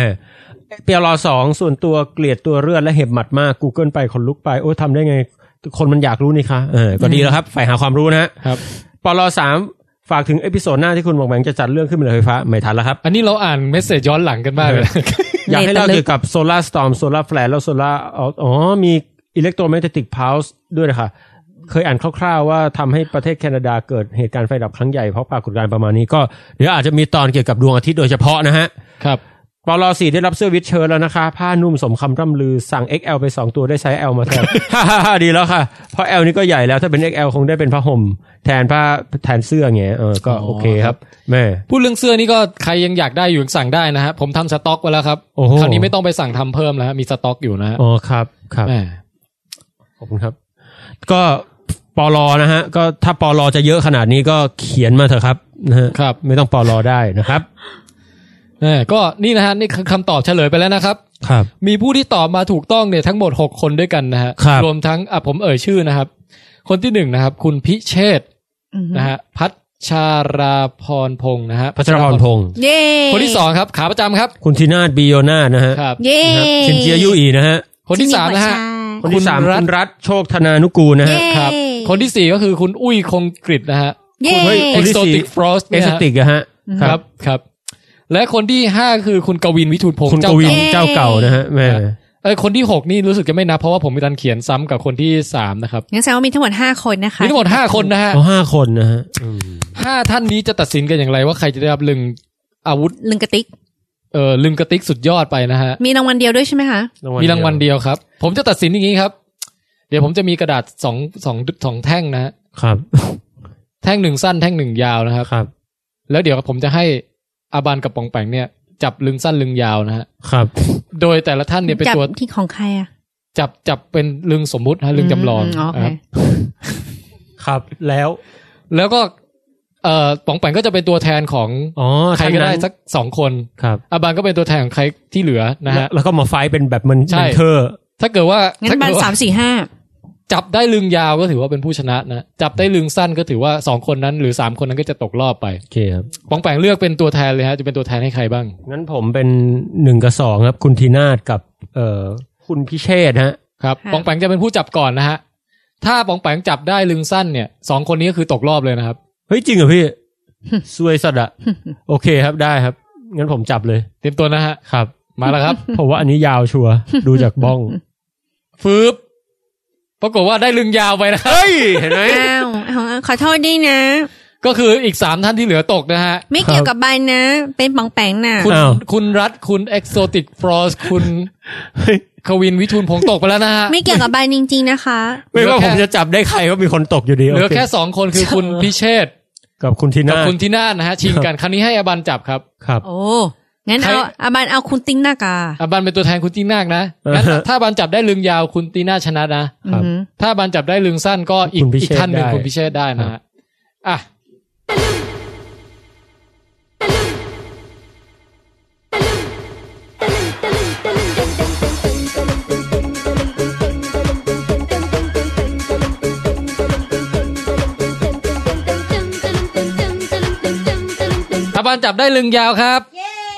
A: เปียรอสองส่วนตัวเกลียดตัวเลือดและเห็บหมัดมาก Google ไปคนลุกไป โอ้ยทำได้ไง คนมันอยากรู้นี่คะเออก็ดีแล้วครับฝ่ายหาความรู้นะฮะ
B: ครับ
A: ปอลอสามฝากถึงเอพิโซดหน้าที่คุณบอกแบงจะจัดเรื่องขึ้นเป็นรถไฟฟ้าไม่ทันแล้วครับ
B: อันนี้เราอ่านเมสเซจย้อนหลังกันบ้างเลย
A: อยากให้
K: เลตะ
A: เล่า
K: ลึก
A: เกี่ยวกับโซลาร์สตอมโซลาร์แฟลชแล้วโซลาร์อ๋อ มีอิเล็กโทรแมกเนติกพาวส์ด้วยนะคะเคยอ่านคร่าวๆว่าทำให้ประเทศแคนาดาเกิดเหตุการณ์ไฟดับครั้งใหญ่เพราะปรากฏการณ์ประมาณนี้ก็เดี๋ยวอาจจะมีตอนเกี่ยวกับดวงอาทิตย์โดยเฉพาะนะฮะ
B: ครับ
A: ปลอสีได้รับเสื้อวิทเชิญแล้วนะคะ ผ้านุ่มสมคำร่ำลือสั่ง XL ไป 2 ตัวได้ไซส์ L มาแทน ฮ่าๆๆดีแล้วค่ะ เพราะ L นี่ก็ใหญ่แล้วถ้าเป็น XL คงได้เป็นผ้าห่มแทนผ้าแทนเสื้ออย่างเงี้ยเออก็โอเคครับแม่
B: พูดเรื่องเสื้อนี่ก็ใครยังอยากได้อยู่ยังสั่งได้นะฮะผมทำสต็อกไว้แล้วครับ
A: โอ้โห
B: คราวนี้ไม่ต้องไปสั่งทำเพิ่มแล้วฮะมีสต็อกอยู่นะฮะ
A: อ๋อครับครับ
B: แหม่
A: ขอบคุณครับ ก็ปอลอนะฮะ ก็ถ้าปอลอจะเยอะขนาดนี้ก็เขียนมาเถอะครับนะฮะ
B: ครับ
A: ไม่ต้องปอลอได้นะครับ
B: แหม่ก็นี่นะฮะนี่คือคำตอบเฉลยไปแล้วนะครับ
A: ครับ
B: มีผู้ที่ตอบมาถูกต้องเนี่ยทั้งหมด 6 คนด้วยกันนะฮะ
A: ครับ
B: รวมทั้งอ่ะผมเอ่ยชื่อนะครับ คนที่หนึ่งนะครับ คุณพิเชษฐ์
K: อือฮึ
B: นะฮะพัฒ ชาราพรพงศ์นะฮะ
A: พัชรพรพงศ์
K: เย้
B: คนที่สองครับขาประจำครับ
A: คุณทีนาดบีโยนานะฮะ
B: ครับ
K: เย้
A: ชินเจียยุอีนะฮะ
B: คนที่สามนะฮะ
A: คนที่สาม
B: คุณรัฐ
A: คุณรัฐโชคธนานุกูลนะฮะ
B: ครับ คนที่สี่ก็คือคุณอุ้ยคงกฤษนะฮะ
K: เย้
A: เฮ้ย
B: เอ็กโซติกฟรอส
A: เอสติกอะฮะ
B: ค
A: ครั
B: รั
A: บบ
B: ครับ และคนที่ห้าคือคุณกวินวิทูลพง
A: คุณก
B: ศ์เจ้า
A: วิน
B: เก่า
A: เจ้าเก่านะฮะแม่
B: เอ้ยคนที่หกนี่รู้สึกจะไม่นับเพราะว่าผมมีการเขียนซ้ำกับคนที่สามนะครับ
K: งั้นแสดงว่ามีทั้งหมดห้าคนนะคะ
B: มีทั้งหมดห้าคนนะฮะ
A: เขาห้าคนนะฮะอืม
B: ห้าท่านนี้จะตัดสินกันอย่างไรว่าใครจะได้รับลึงอาวุธ
K: ลึงกระติก
B: เอ่อลึงกระติกสุดยอดไปนะฮะ
K: มีรางวัลเดียวด้วยใช่ไหมคะ
B: มีรางวัลเดียวครับ ผมจะตัดสินอย่างนี้ครับ เดี๋ยวผมจะมีกระดาษสองสองสองแท่งนะฮะ
A: ครับ
B: แท่งหนึ่งสั้นแท่งหนึ่งยาวนะครับ
A: ครับ
B: แล้วเดี๋ยวผมจะให้อาบานกับปองแปงเนี่ย จับลึงสั้นลึงยาวนะฮะ
A: ครับ
B: โดยแต่ละท่านเนี่ยเป็น
K: จับ
B: ตัว
K: ที่ของใครอ่ะ
B: จับจับเป็นลึงสมมุติฮะลึงจำลอง
K: มโอ
B: ค
K: เค
B: รับ
A: ครับ แล้ว
B: แล้วก็เอ่อปองแปงก็จะเป็นตัวแทนของ
A: อ๋อ
B: ใครก็ได้
A: ท่านนั้น
B: สักสองคน
A: ครับ
B: อาบานก็เป็นตัวแทนของใครที่เหลือนะ
A: แล้ว
B: ฮะ
A: แล้วก็มาไฟท์เป็นแบบเหมัน
B: ใช่
A: เหมือนเธอร์
B: ถ้าเกิดว่า
K: งั้
B: ถ้
K: นบัน
B: เกิดว่
K: สามสี่ห้า
B: จับได้ลึงยาวก็ถือว่าเป็นผู้ชนะนะ จับได้ลึงสั้นก็ถือว่าสองคนนั้นหรือสามคนนั้นก็จะตกรอบไป
A: โอเคครับ
B: ปองแปงเลือกเป็นตัวแทนเลยฮะ จะเป็นตัวแทนให้ใครบ้าง
A: งั้นผมเป็นหนึ่งกับสองครับ คุณทีนาดกับ เอ่อคุณพิเชษฐ์ฮะ
B: ครับ
K: ค่ะ
B: ปองแปงจะเป็นผู้จับก่อนนะฮะ ถ้าปองแปงจับได้ลึงสั้นเนี่ยสองคนนี้ก็คือตกรอบเลยนะครับ
A: เฮ้ยจริงเหรอพี่ ซวยสัตว์อะโอเคครับได้ครับ งั้นผมจับเลย
B: เตรียมตัวนะฮะ
A: ครับ
B: มาแล้วครับ
A: ผมว่าอันนี้ยาวชัวร์ดูจากบ้อง
B: ฟืบปรากฏว่าได้ลึงยาวไปนะ
A: เฮ้ย เห็นไหม
K: อ้าวเอาขอโทษด้วยนะ
B: ก็คืออีกสามท่านที่เหลือตกนะฮะ
K: ไม่เกี่ยวกับใบนะ เป็นปองแปงน่ะ
B: คุณ
A: อ้าว
B: คุณรัฐคุณเอ็กโซติกฟรอสคุณควินวิทูลพงศ์ตกไปแล้วนะฮะ
K: ไม่เกี่ยวกับใบจริงๆนะคะ
A: ไม่ว่า
B: เหลือ
A: ผ
B: แค่
A: มจะจับได้ใครก็มีคนตกอยู่ดี
B: เหลือ
A: โ
B: แค่สองคนคือคุณพิเชษฐ์
A: กับคุณที
B: กับ
A: นาด
B: คุณที่น่านนะฮะชิงกันครั้งนี้ให้อาบันจับครับ
A: ครับ
K: โอ้ งั้น
B: ใคร
K: เอาอาบันเอาคุณติ้งหน้ากา
B: อาบันเป็นตัวแทนคุณตีน่านนะงั้น
A: เออ
B: ถ้าอาบันจับได้ลึงยาวคุณตีน่าชนะนะ
A: ครับ
K: อือหือ
B: ถ้าอาบันจับได้ลึงสั้นก็อีก
A: คุณพิ
B: อี
A: เชษ
B: กท่านหนึ่ง
A: ได้
B: คุณพิเชษได้นะฮะอ่ะอาบันจับได้ลึงยาวครับ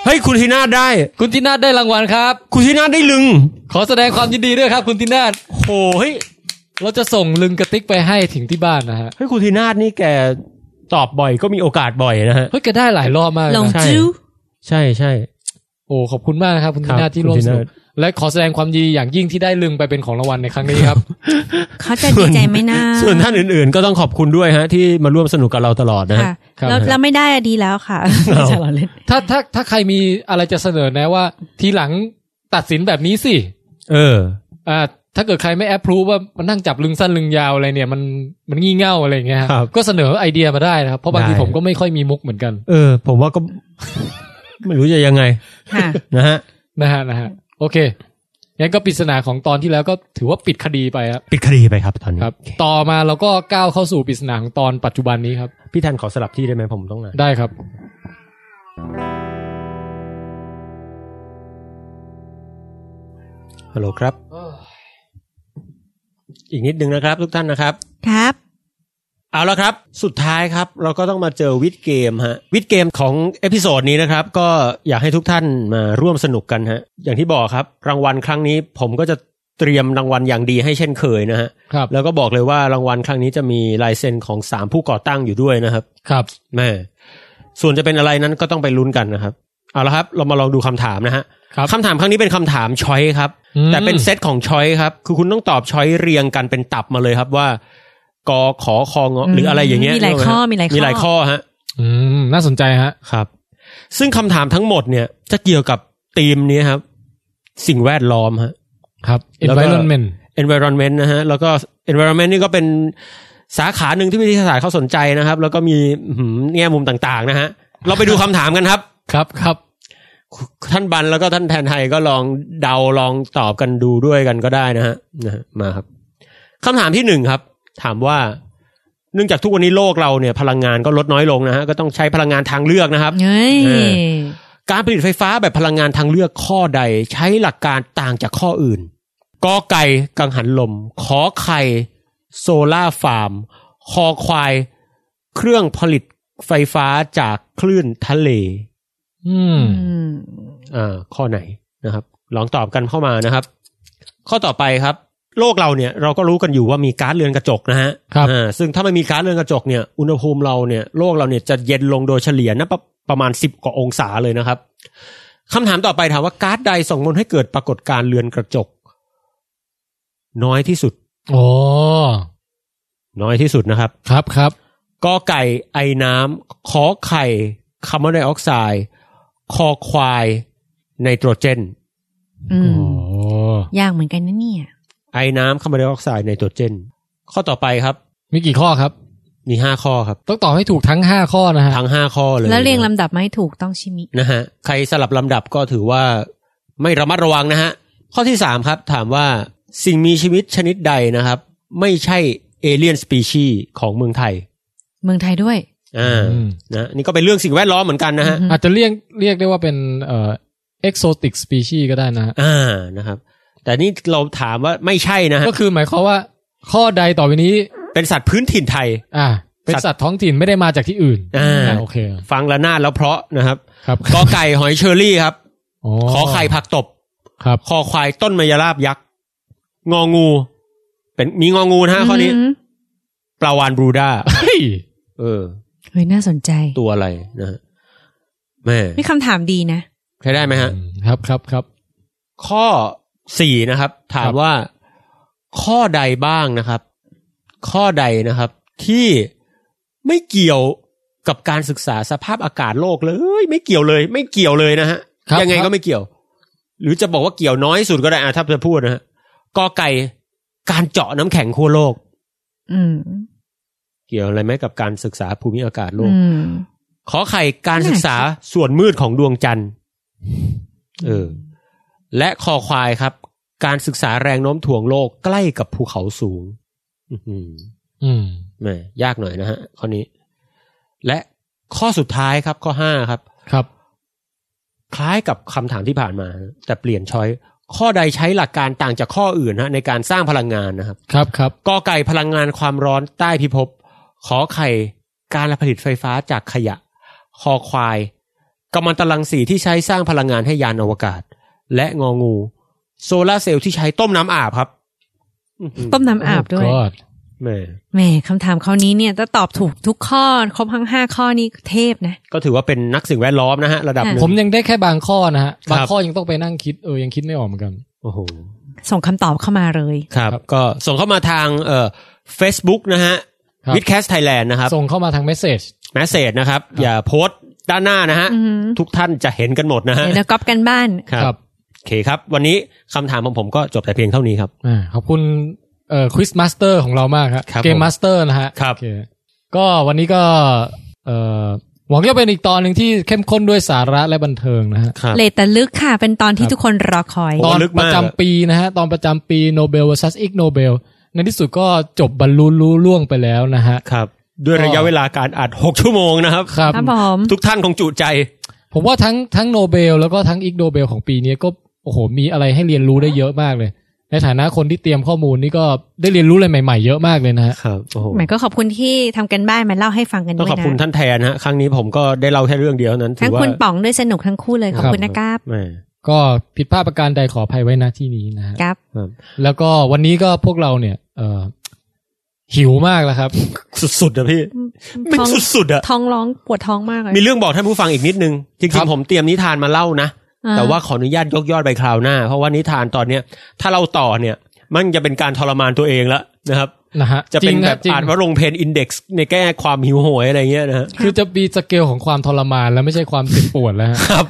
A: เฮ้ยคุณทีนาดได้
B: คุณตีน่าได้รางวัลครับ
A: คุณทีนาดได้ลึง
B: ขอแสดงความยินดีด้วยครับ คุณตีน่า
A: โอ้เฮ้ย
B: เราจะส่งลึงกระติกไปให้ถึงที่บ้านนะฮะ
A: เฮ้ยคุณทีนาดนี่แกตอบบ่อยก็มีโอกาสบ่อยนะฮะ
B: เฮ้ยแกได้หลายรอบมากเลย
K: หล
B: นะ
K: ง
A: ใช่
K: จู้
A: ใช่ใช่
B: โอ้ขอบคุณมากนะครับคุณ
A: ครับ
B: ทีน่าที่ร่วม
A: คุณ
B: ส
A: ธี
B: นุ
A: น่า
B: กและขอแสดงความยินดีอย่างยิ่งที่ได้ลึงไปเป็นของรางวัลในครั้งนี้ ครับ
K: เขาจะดีใจไหมนะ
A: ส่วนท่านอื่นๆ ก็ต้องขอบคุณด้วยฮะ ที่มาร่วมสนุกกับเราตลอดนะฮะ
K: ค่ะ
B: ครับ
K: แล้วแล้วไม่ได้อะดีแล้วค่ะ
A: เอา
K: จะล้อเล่น
B: ถ้าถ้าถ้าใครมีอะไรจะเสนอแนะว่า ทีหลังตัดสินแบบนี้สิ
A: เออ
B: อ่าถ้าเกิดใครไม่แอปพรูฟว่ามันนั่งจับลึงสั้นลึงยาวอะไรเนี่ย มันมันงี่เง่าอะไรอย่างเงี้ยฮะ
A: ครับ
B: ก็เสนอไอเดียมาได้นะครับเพราะบางที
A: ได้
B: ผมก็ไม่ค่อยมีมุกเหมือนกัน
A: เออ ผมว่าก็ ไม่รู้จะยังไง
K: ค่ะ
A: นะฮะ
B: นะฮะนะฮะโอเคงั้นก็ปริศนาของตอนที่แล้วก็ถือว่าปิดคดีไปครับ
A: ปิดคดีไปครับตอนนี้
B: ครับ ต่อมาเราก็ก้าวเข้าสู่ปริศนาของตอนปัจจุบันนี้ครับ
A: พี่ทันขอสลับที่ได้ไหมผมต้องนะ
B: ได้ครับ
A: ฮัลโหลครับ อีกนิดนึงนะครับ ทุกท่านนะครับ
K: ครับ
A: เอาละครับ สุดท้ายครับ เราก็ต้องมาเจอวิดเกมฮะ วิดเกมของเอพิโซดนี้นะครับ ก็อยากให้ทุกท่านมาร่วมสนุกกันฮะ อย่างที่บอกครับ รางวัลครั้งนี้ ผมก็จะเตรียมรางวัลอย่างดีให้เช่นเคยนะฮะ
B: ครับ
A: แล้วก็บอกเลยว่ารางวัลครั้งนี้จะมีลายเซ็นของสามผู้ก่อตั้งอยู่ด้วยนะครับ
B: ครับ
A: แม่ส่วนจะเป็นอะไรนั้นก็ต้องไปลุ้นกันนะครับ เอาละครับ เรามาลองดูคำถามนะฮะ
B: ครับ
A: ถามครั้งนี้เป็นคำถามช้อยครับ
B: อืม
A: แต่เป็นเซตของช้อยครับ คือคุณต้องตอบช้อยเรียงกันเป็นตับมาเลยครับว่ากอขอคองอหรืออะไรอย่างเงี้ย
K: มีหลายข้อมีหลายข้อ
A: มีหลายข้อฮะ
B: อืมน่าสนใจฮะ
A: ครับ ซึ่งคำถามทั้งหมดเนี่ย จะเกี่ยวกับธีมนี้ครับ สิ่งแวดล้อมฮะ
B: ครับ
A: แล้วก็
B: environment
A: environment นะฮะ แล้วก็ environment นี่ก็เป็นสาขาหนึ่งที่วิทยาศาสตร์เขาสนใจนะครับ แล้วก็มีอื้อหือแง่มุมต่างๆ นะฮะ เราไปดูคำถามกันครับ
B: ครับครับ
A: ท่านบันแล้วก็ท่านแทนไทยก็ลองเดาลองตอบกันดูด้วยกันก็ได้นะฮะนะฮะมาครับคำถามที่หนึ่งครับ ถามว่า เนื่องจากทุกวันนี้โลกเราเนี่ย พลังงานก็ลดน้อยลงนะฮะก็ต้องใช้พลังงานทางเลือกนะครับ
K: เฮ้ย
A: เออ การผลิตไฟฟ้าแบบพลังงานทางเลือกข้อใด ใช้หลักการต่างจากข้ออื่นกอไก่กังหันลม ขอไข่โซล่าร์ฟาร์ม คอควาย เครื่องผลิต ไฟฟ้าจากคลื่นทะเล
B: อืม
A: อ่าข้อไหนนะครับ ลองตอบกันเข้ามานะครับ ข้อต่อไปครับ โลกเราเนี่ยเราก็รู้กันอยู่ว่ามีก๊าซเรือนกระจกนะฮะ
B: ครับ
A: อ่าซึ่งถ้าไม่มีก๊าซเรือนกระจกเนี่ยอุณหภูมิเราเนี่ยโลกเราเนี่ยจะเย็นลงโดยเฉลี่ยนะประประมาณสิบกว่าองศาเลยนะครับคำถามต่อไปถามว่าก๊าซใดส่งผลให้เกิดปรากฏการณ์เรือนกระจก น้อยที่สุด
B: โอ้
A: น้อยที่สุดนะครับ
B: ครับครับ
A: กอไก่ไอน้ำขอไข่คาร์บอนไดออกไซด์คอควายไนโตรเจน
K: อืม
B: โอ้
K: ยากเหมือนกันนะเนี่ย
A: ไอน้ำคาร์บอนไดออกไซด์ไนโตรเจน ข้อต่อไปครับ
B: มีกี่ข้อครับ
A: มีห้าข้อครับ
B: ต้องตอบให้ถูกทั้งห้าข้อนะฮะ
A: ทั้งห้าข้อเลย
K: แล้วเรียงลำดับไม่ถูกต้องชิมิ
A: นะฮะใครสลับลำดับก็ถือว่าไม่ระมัดระวังนะฮะ ข้อที่สามครับ ถามว่าสิ่งมีชีวิตชนิดใดนะครับ ไม่ใช่เอเลียนสปีชีของเมืองไทย
K: เมืองไทยด้วย
A: อ่านะนี่ก็เป็นเรื่องสิ่งแวดล้อมเหมือนกันนะฮะ
B: อาจจะเรียกเรียกได้ว่าเป็นเอ่อ exotic species ก็ได้นะฮะ
A: อ่านะครับ แต่นี่เราถามว่าไม่ใช่นะฮะ
B: ก็คือหมายความว่า ข้อใดต่อไปนี้
A: เป็นสัตว์พื้นถิ่นไทย
B: อ่า เป็นสัตว์ท้องถิ่นไม่ได้มาจากที่อื่น
A: อ่า
B: โอเค
A: ฟังละนาดแล้วเพราะนะครับ
B: ครับ
A: กอไก่หอยเชอรี่ครับ
B: อ๋อ
A: ขอไข่ผักตบ
B: ครับ
A: คอควายต้นมายราบยักษ์ งองู เป็นมีงองูนะฮะข้อนี้
K: อืม
A: ปลาวานบรูด้า
B: เฮ้ย
A: เออ
K: เฮ้ยน่าสนใจ
A: ตัวอะไรนะฮะแม่
K: นี่คำถามดีนะ
A: ใช้ได้ไหมฮะ
B: ครับครับครับ
A: ข้อสี่นะครับ ถา
B: ค
A: ม
B: รับ
A: ว่าข้อใดบ้างนะครับ ข้อใดนะครับ ที่ไม่เกี่ยวกับการศึกษาสภาพอากาศโลกเลย ไม่เกี่ยวเลย ไม่เกี่ยวเลยนะฮะ
B: ครับ
A: ยังไง
B: ครั
A: ก็
B: บ
A: ไม่เกี่ยว หรือจะบอกว่าเกี่ยวน้อยสุดก็ได้อะถ้าจะพูดนะฮะกอไก่การเจาะน้ำแข็งขั้วโลก
K: อืม
A: เกี่ยวอะไรไหมกับการศึกษาภูมิอากาศโลก
K: อืม
A: ขอไข่การศึกษาส่วนมืดของดวงจันทร์ เออ และคอควายครับ การศึกษาแรงโน้มถ่วงโลกใกล้กับภูเขาสูง อื้อหือ
B: อืม
A: แหม่ยากหน่อยนะฮะข้อนี้ และข้อสุดท้ายครับ ข้อห้าครับ
B: ครับ
A: คล้ายกับคำถามที่ผ่านมา แต่เปลี่ยนช้อยข้อใดใช้หลักการต่างจากข้ออื่นฮะในการสร้างพลังงานนะครับ
B: ครับครับ
A: กอไก่พลังงานความร้อนใต้พิภพ ขอไข่การผลิตไฟฟ้าจากขยะ คอควายกำมันตรังสีที่ใช้สร้างพลังงานให้ยานอวกาศ และงองู โซลาร์เซลล์ที่ใช้ต้มน้ำอาบครับ
K: ต้มน้ำอาบด้วย
B: Oh God
A: แหม่
K: แหมคำถามข้อนี้เนี่ยถ้าตอบถูกทุกข้อ ครบทั้งห้าข้อนี้เทพนะ
A: ก็ถือว่าเป็นนักสิ่งแวดล้อมนะฮะ ระดับหนึ่ง
B: ผมยังได้แค่บางข้อนะฮะ บาง
A: ครับ
B: ข้อยังต้องไปนั่งคิด เออ ยังคิดไม่ออกเหมือนกัน
A: โอ้โห
K: ส่งคำตอบเข้ามาเลย
A: ครับ ก็ส่งเข้ามาทางเอ่อ Facebook นะฮะ
B: ครับ
A: วิดแคสไทยแลนด์นะครับ
B: ส่งเข้ามาทางเมสเซจ
A: แมสเซจนะครับ อย่าโพสต์ด้านหน้านะฮะ
K: อือหือ
A: ทุกท่านจะเห็นกันหมดนะฮะ
K: เดี๋ยวเราก๊อปกันบ้าน
A: ครับ
B: ครับ
A: โอเคครับ วันนี้คำถามของผมก็จบแต่เพียงเท่านี้ครับ
B: อ่าขอบคุณเอ่อควิสมาสเตอร์ของเรามากครับ
A: ครับ
B: เกม
A: ผม
B: มาสเตอร์นะฮะ
A: ครับ
B: โอเก็วันนี้ก็เอ่อหวังจะเป็นอีกตอนหนึ่งที่เข้มข้นด้วยสาระและบันเทิงนะฮะ
A: ครับ
K: เลตแต่ลึกค่ะ เป็นตอนที่ทุกคนรอคอย
A: โอ้
B: ตอน
A: ลึก
B: ป
A: มาก
B: ระจำปีนะฮะ ตอนประจำปีโนเบล vs อีกโนเบล ในที่สุดก็จบบรรลุรู้ล่วงไปแล้วนะฮะ
A: ครับ ด้วยระยะเวลาการอัด 6 ชั่วโมงนะครับ
B: ครับ
K: ครับผม
A: ทุกท่านคงจุใจ
B: ผมว่าทั้งทั้งโนเบล แล้วก็ทั้งอีกโนเบลของปีนี้ก็โอ้โหมีอะไรให้เรียนรู้ได้เยอะมากเลย ในฐานะคนที่เตรียมข้อมูลนี่ก็ได้เรียนรู้อะไรใหม่ๆเยอะมากเลยนะฮะ
A: ครับ โอ้โห
K: แหมก็ขอบคุณที่ทำกันบ้านมาเล่าให้ฟังกัน
A: ต้อ
K: ด้
A: ง
K: วย
A: ขอบ
K: นะ
A: คุณท่านแทนฮะ ครั้งนี้ผมก็ได้เล่าแค่เรื่องเดียวเท่านั้น ถื
K: ทั้ง
A: อว่า
K: คุณป๋องด้วยสนุกทั้งคู่เลย ขอบ
B: ครับ
K: คุณนะครับ
A: แหม่
B: ก็ผิดพลาดประการใดขออภัยไว้นะที่นี้นะฮะ
K: ครับ
A: ครับ
B: แล้วก็วันนี้ก็พวกเราเนี่ย เออหิวมากแล้วครับ
A: สุดๆนะพี่เป็น
K: ท้อง
A: สุดๆอะ
K: ท้องร้องปวดท้องมากเลย
A: มีเรื่องบอกท่านผู้ฟังอีกนิดนึง จ
B: ค
A: ริ
B: รั
A: ง
B: บ
A: ๆผมเตรียมนิทานมาเล่านะ
K: อ่า
A: แต่ว่าขออนุญาตยกยอดไปคราวหน้า เพราะว่านิทานตอนเนี้ยถ้าเราต่อเนี่ย มันจะเป็นการทรมานตัวเองแล้วนะครับ
B: นะฮะ
A: จะเป็น
B: ริง
A: แบบ
B: จริง
A: อ่านว่าลงเพนอินเด็กซ์ในแก้ความหิวโหยอะไรเงี้ยนะฮะ
B: คือจะมีสเกลของความทรมานแล้วไม่ใช่ความเจ็บปวดแล้วฮะ
A: ครับ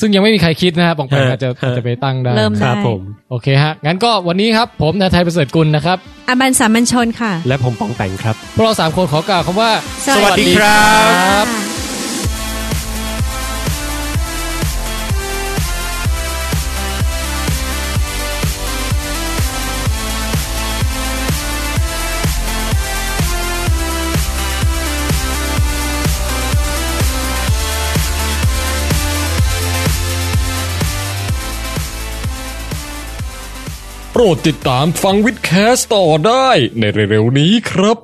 B: ซึ่งยังไม่มีใครคิดนะฮะปองแปง
A: ฮะ
B: อาจจะ
A: ฮะ
B: อาจจะไปตั้งได้
K: เริ่ม
A: ค
K: ได้
A: รับผม
B: โอเคฮะ งั้นก็วันนี้ครับ ผมนายไทยประเสริฐกุลนะครับ
K: อาบันสามัญชนค่ะ
A: และผมปองแปงครับ
B: พวกเราสามคนขอกล่าวคำว่า
K: สวัสดีครับ
B: ครับโปรดติดตามฟังวิดแคสต่อได้ในเร็วๆนี้ครับ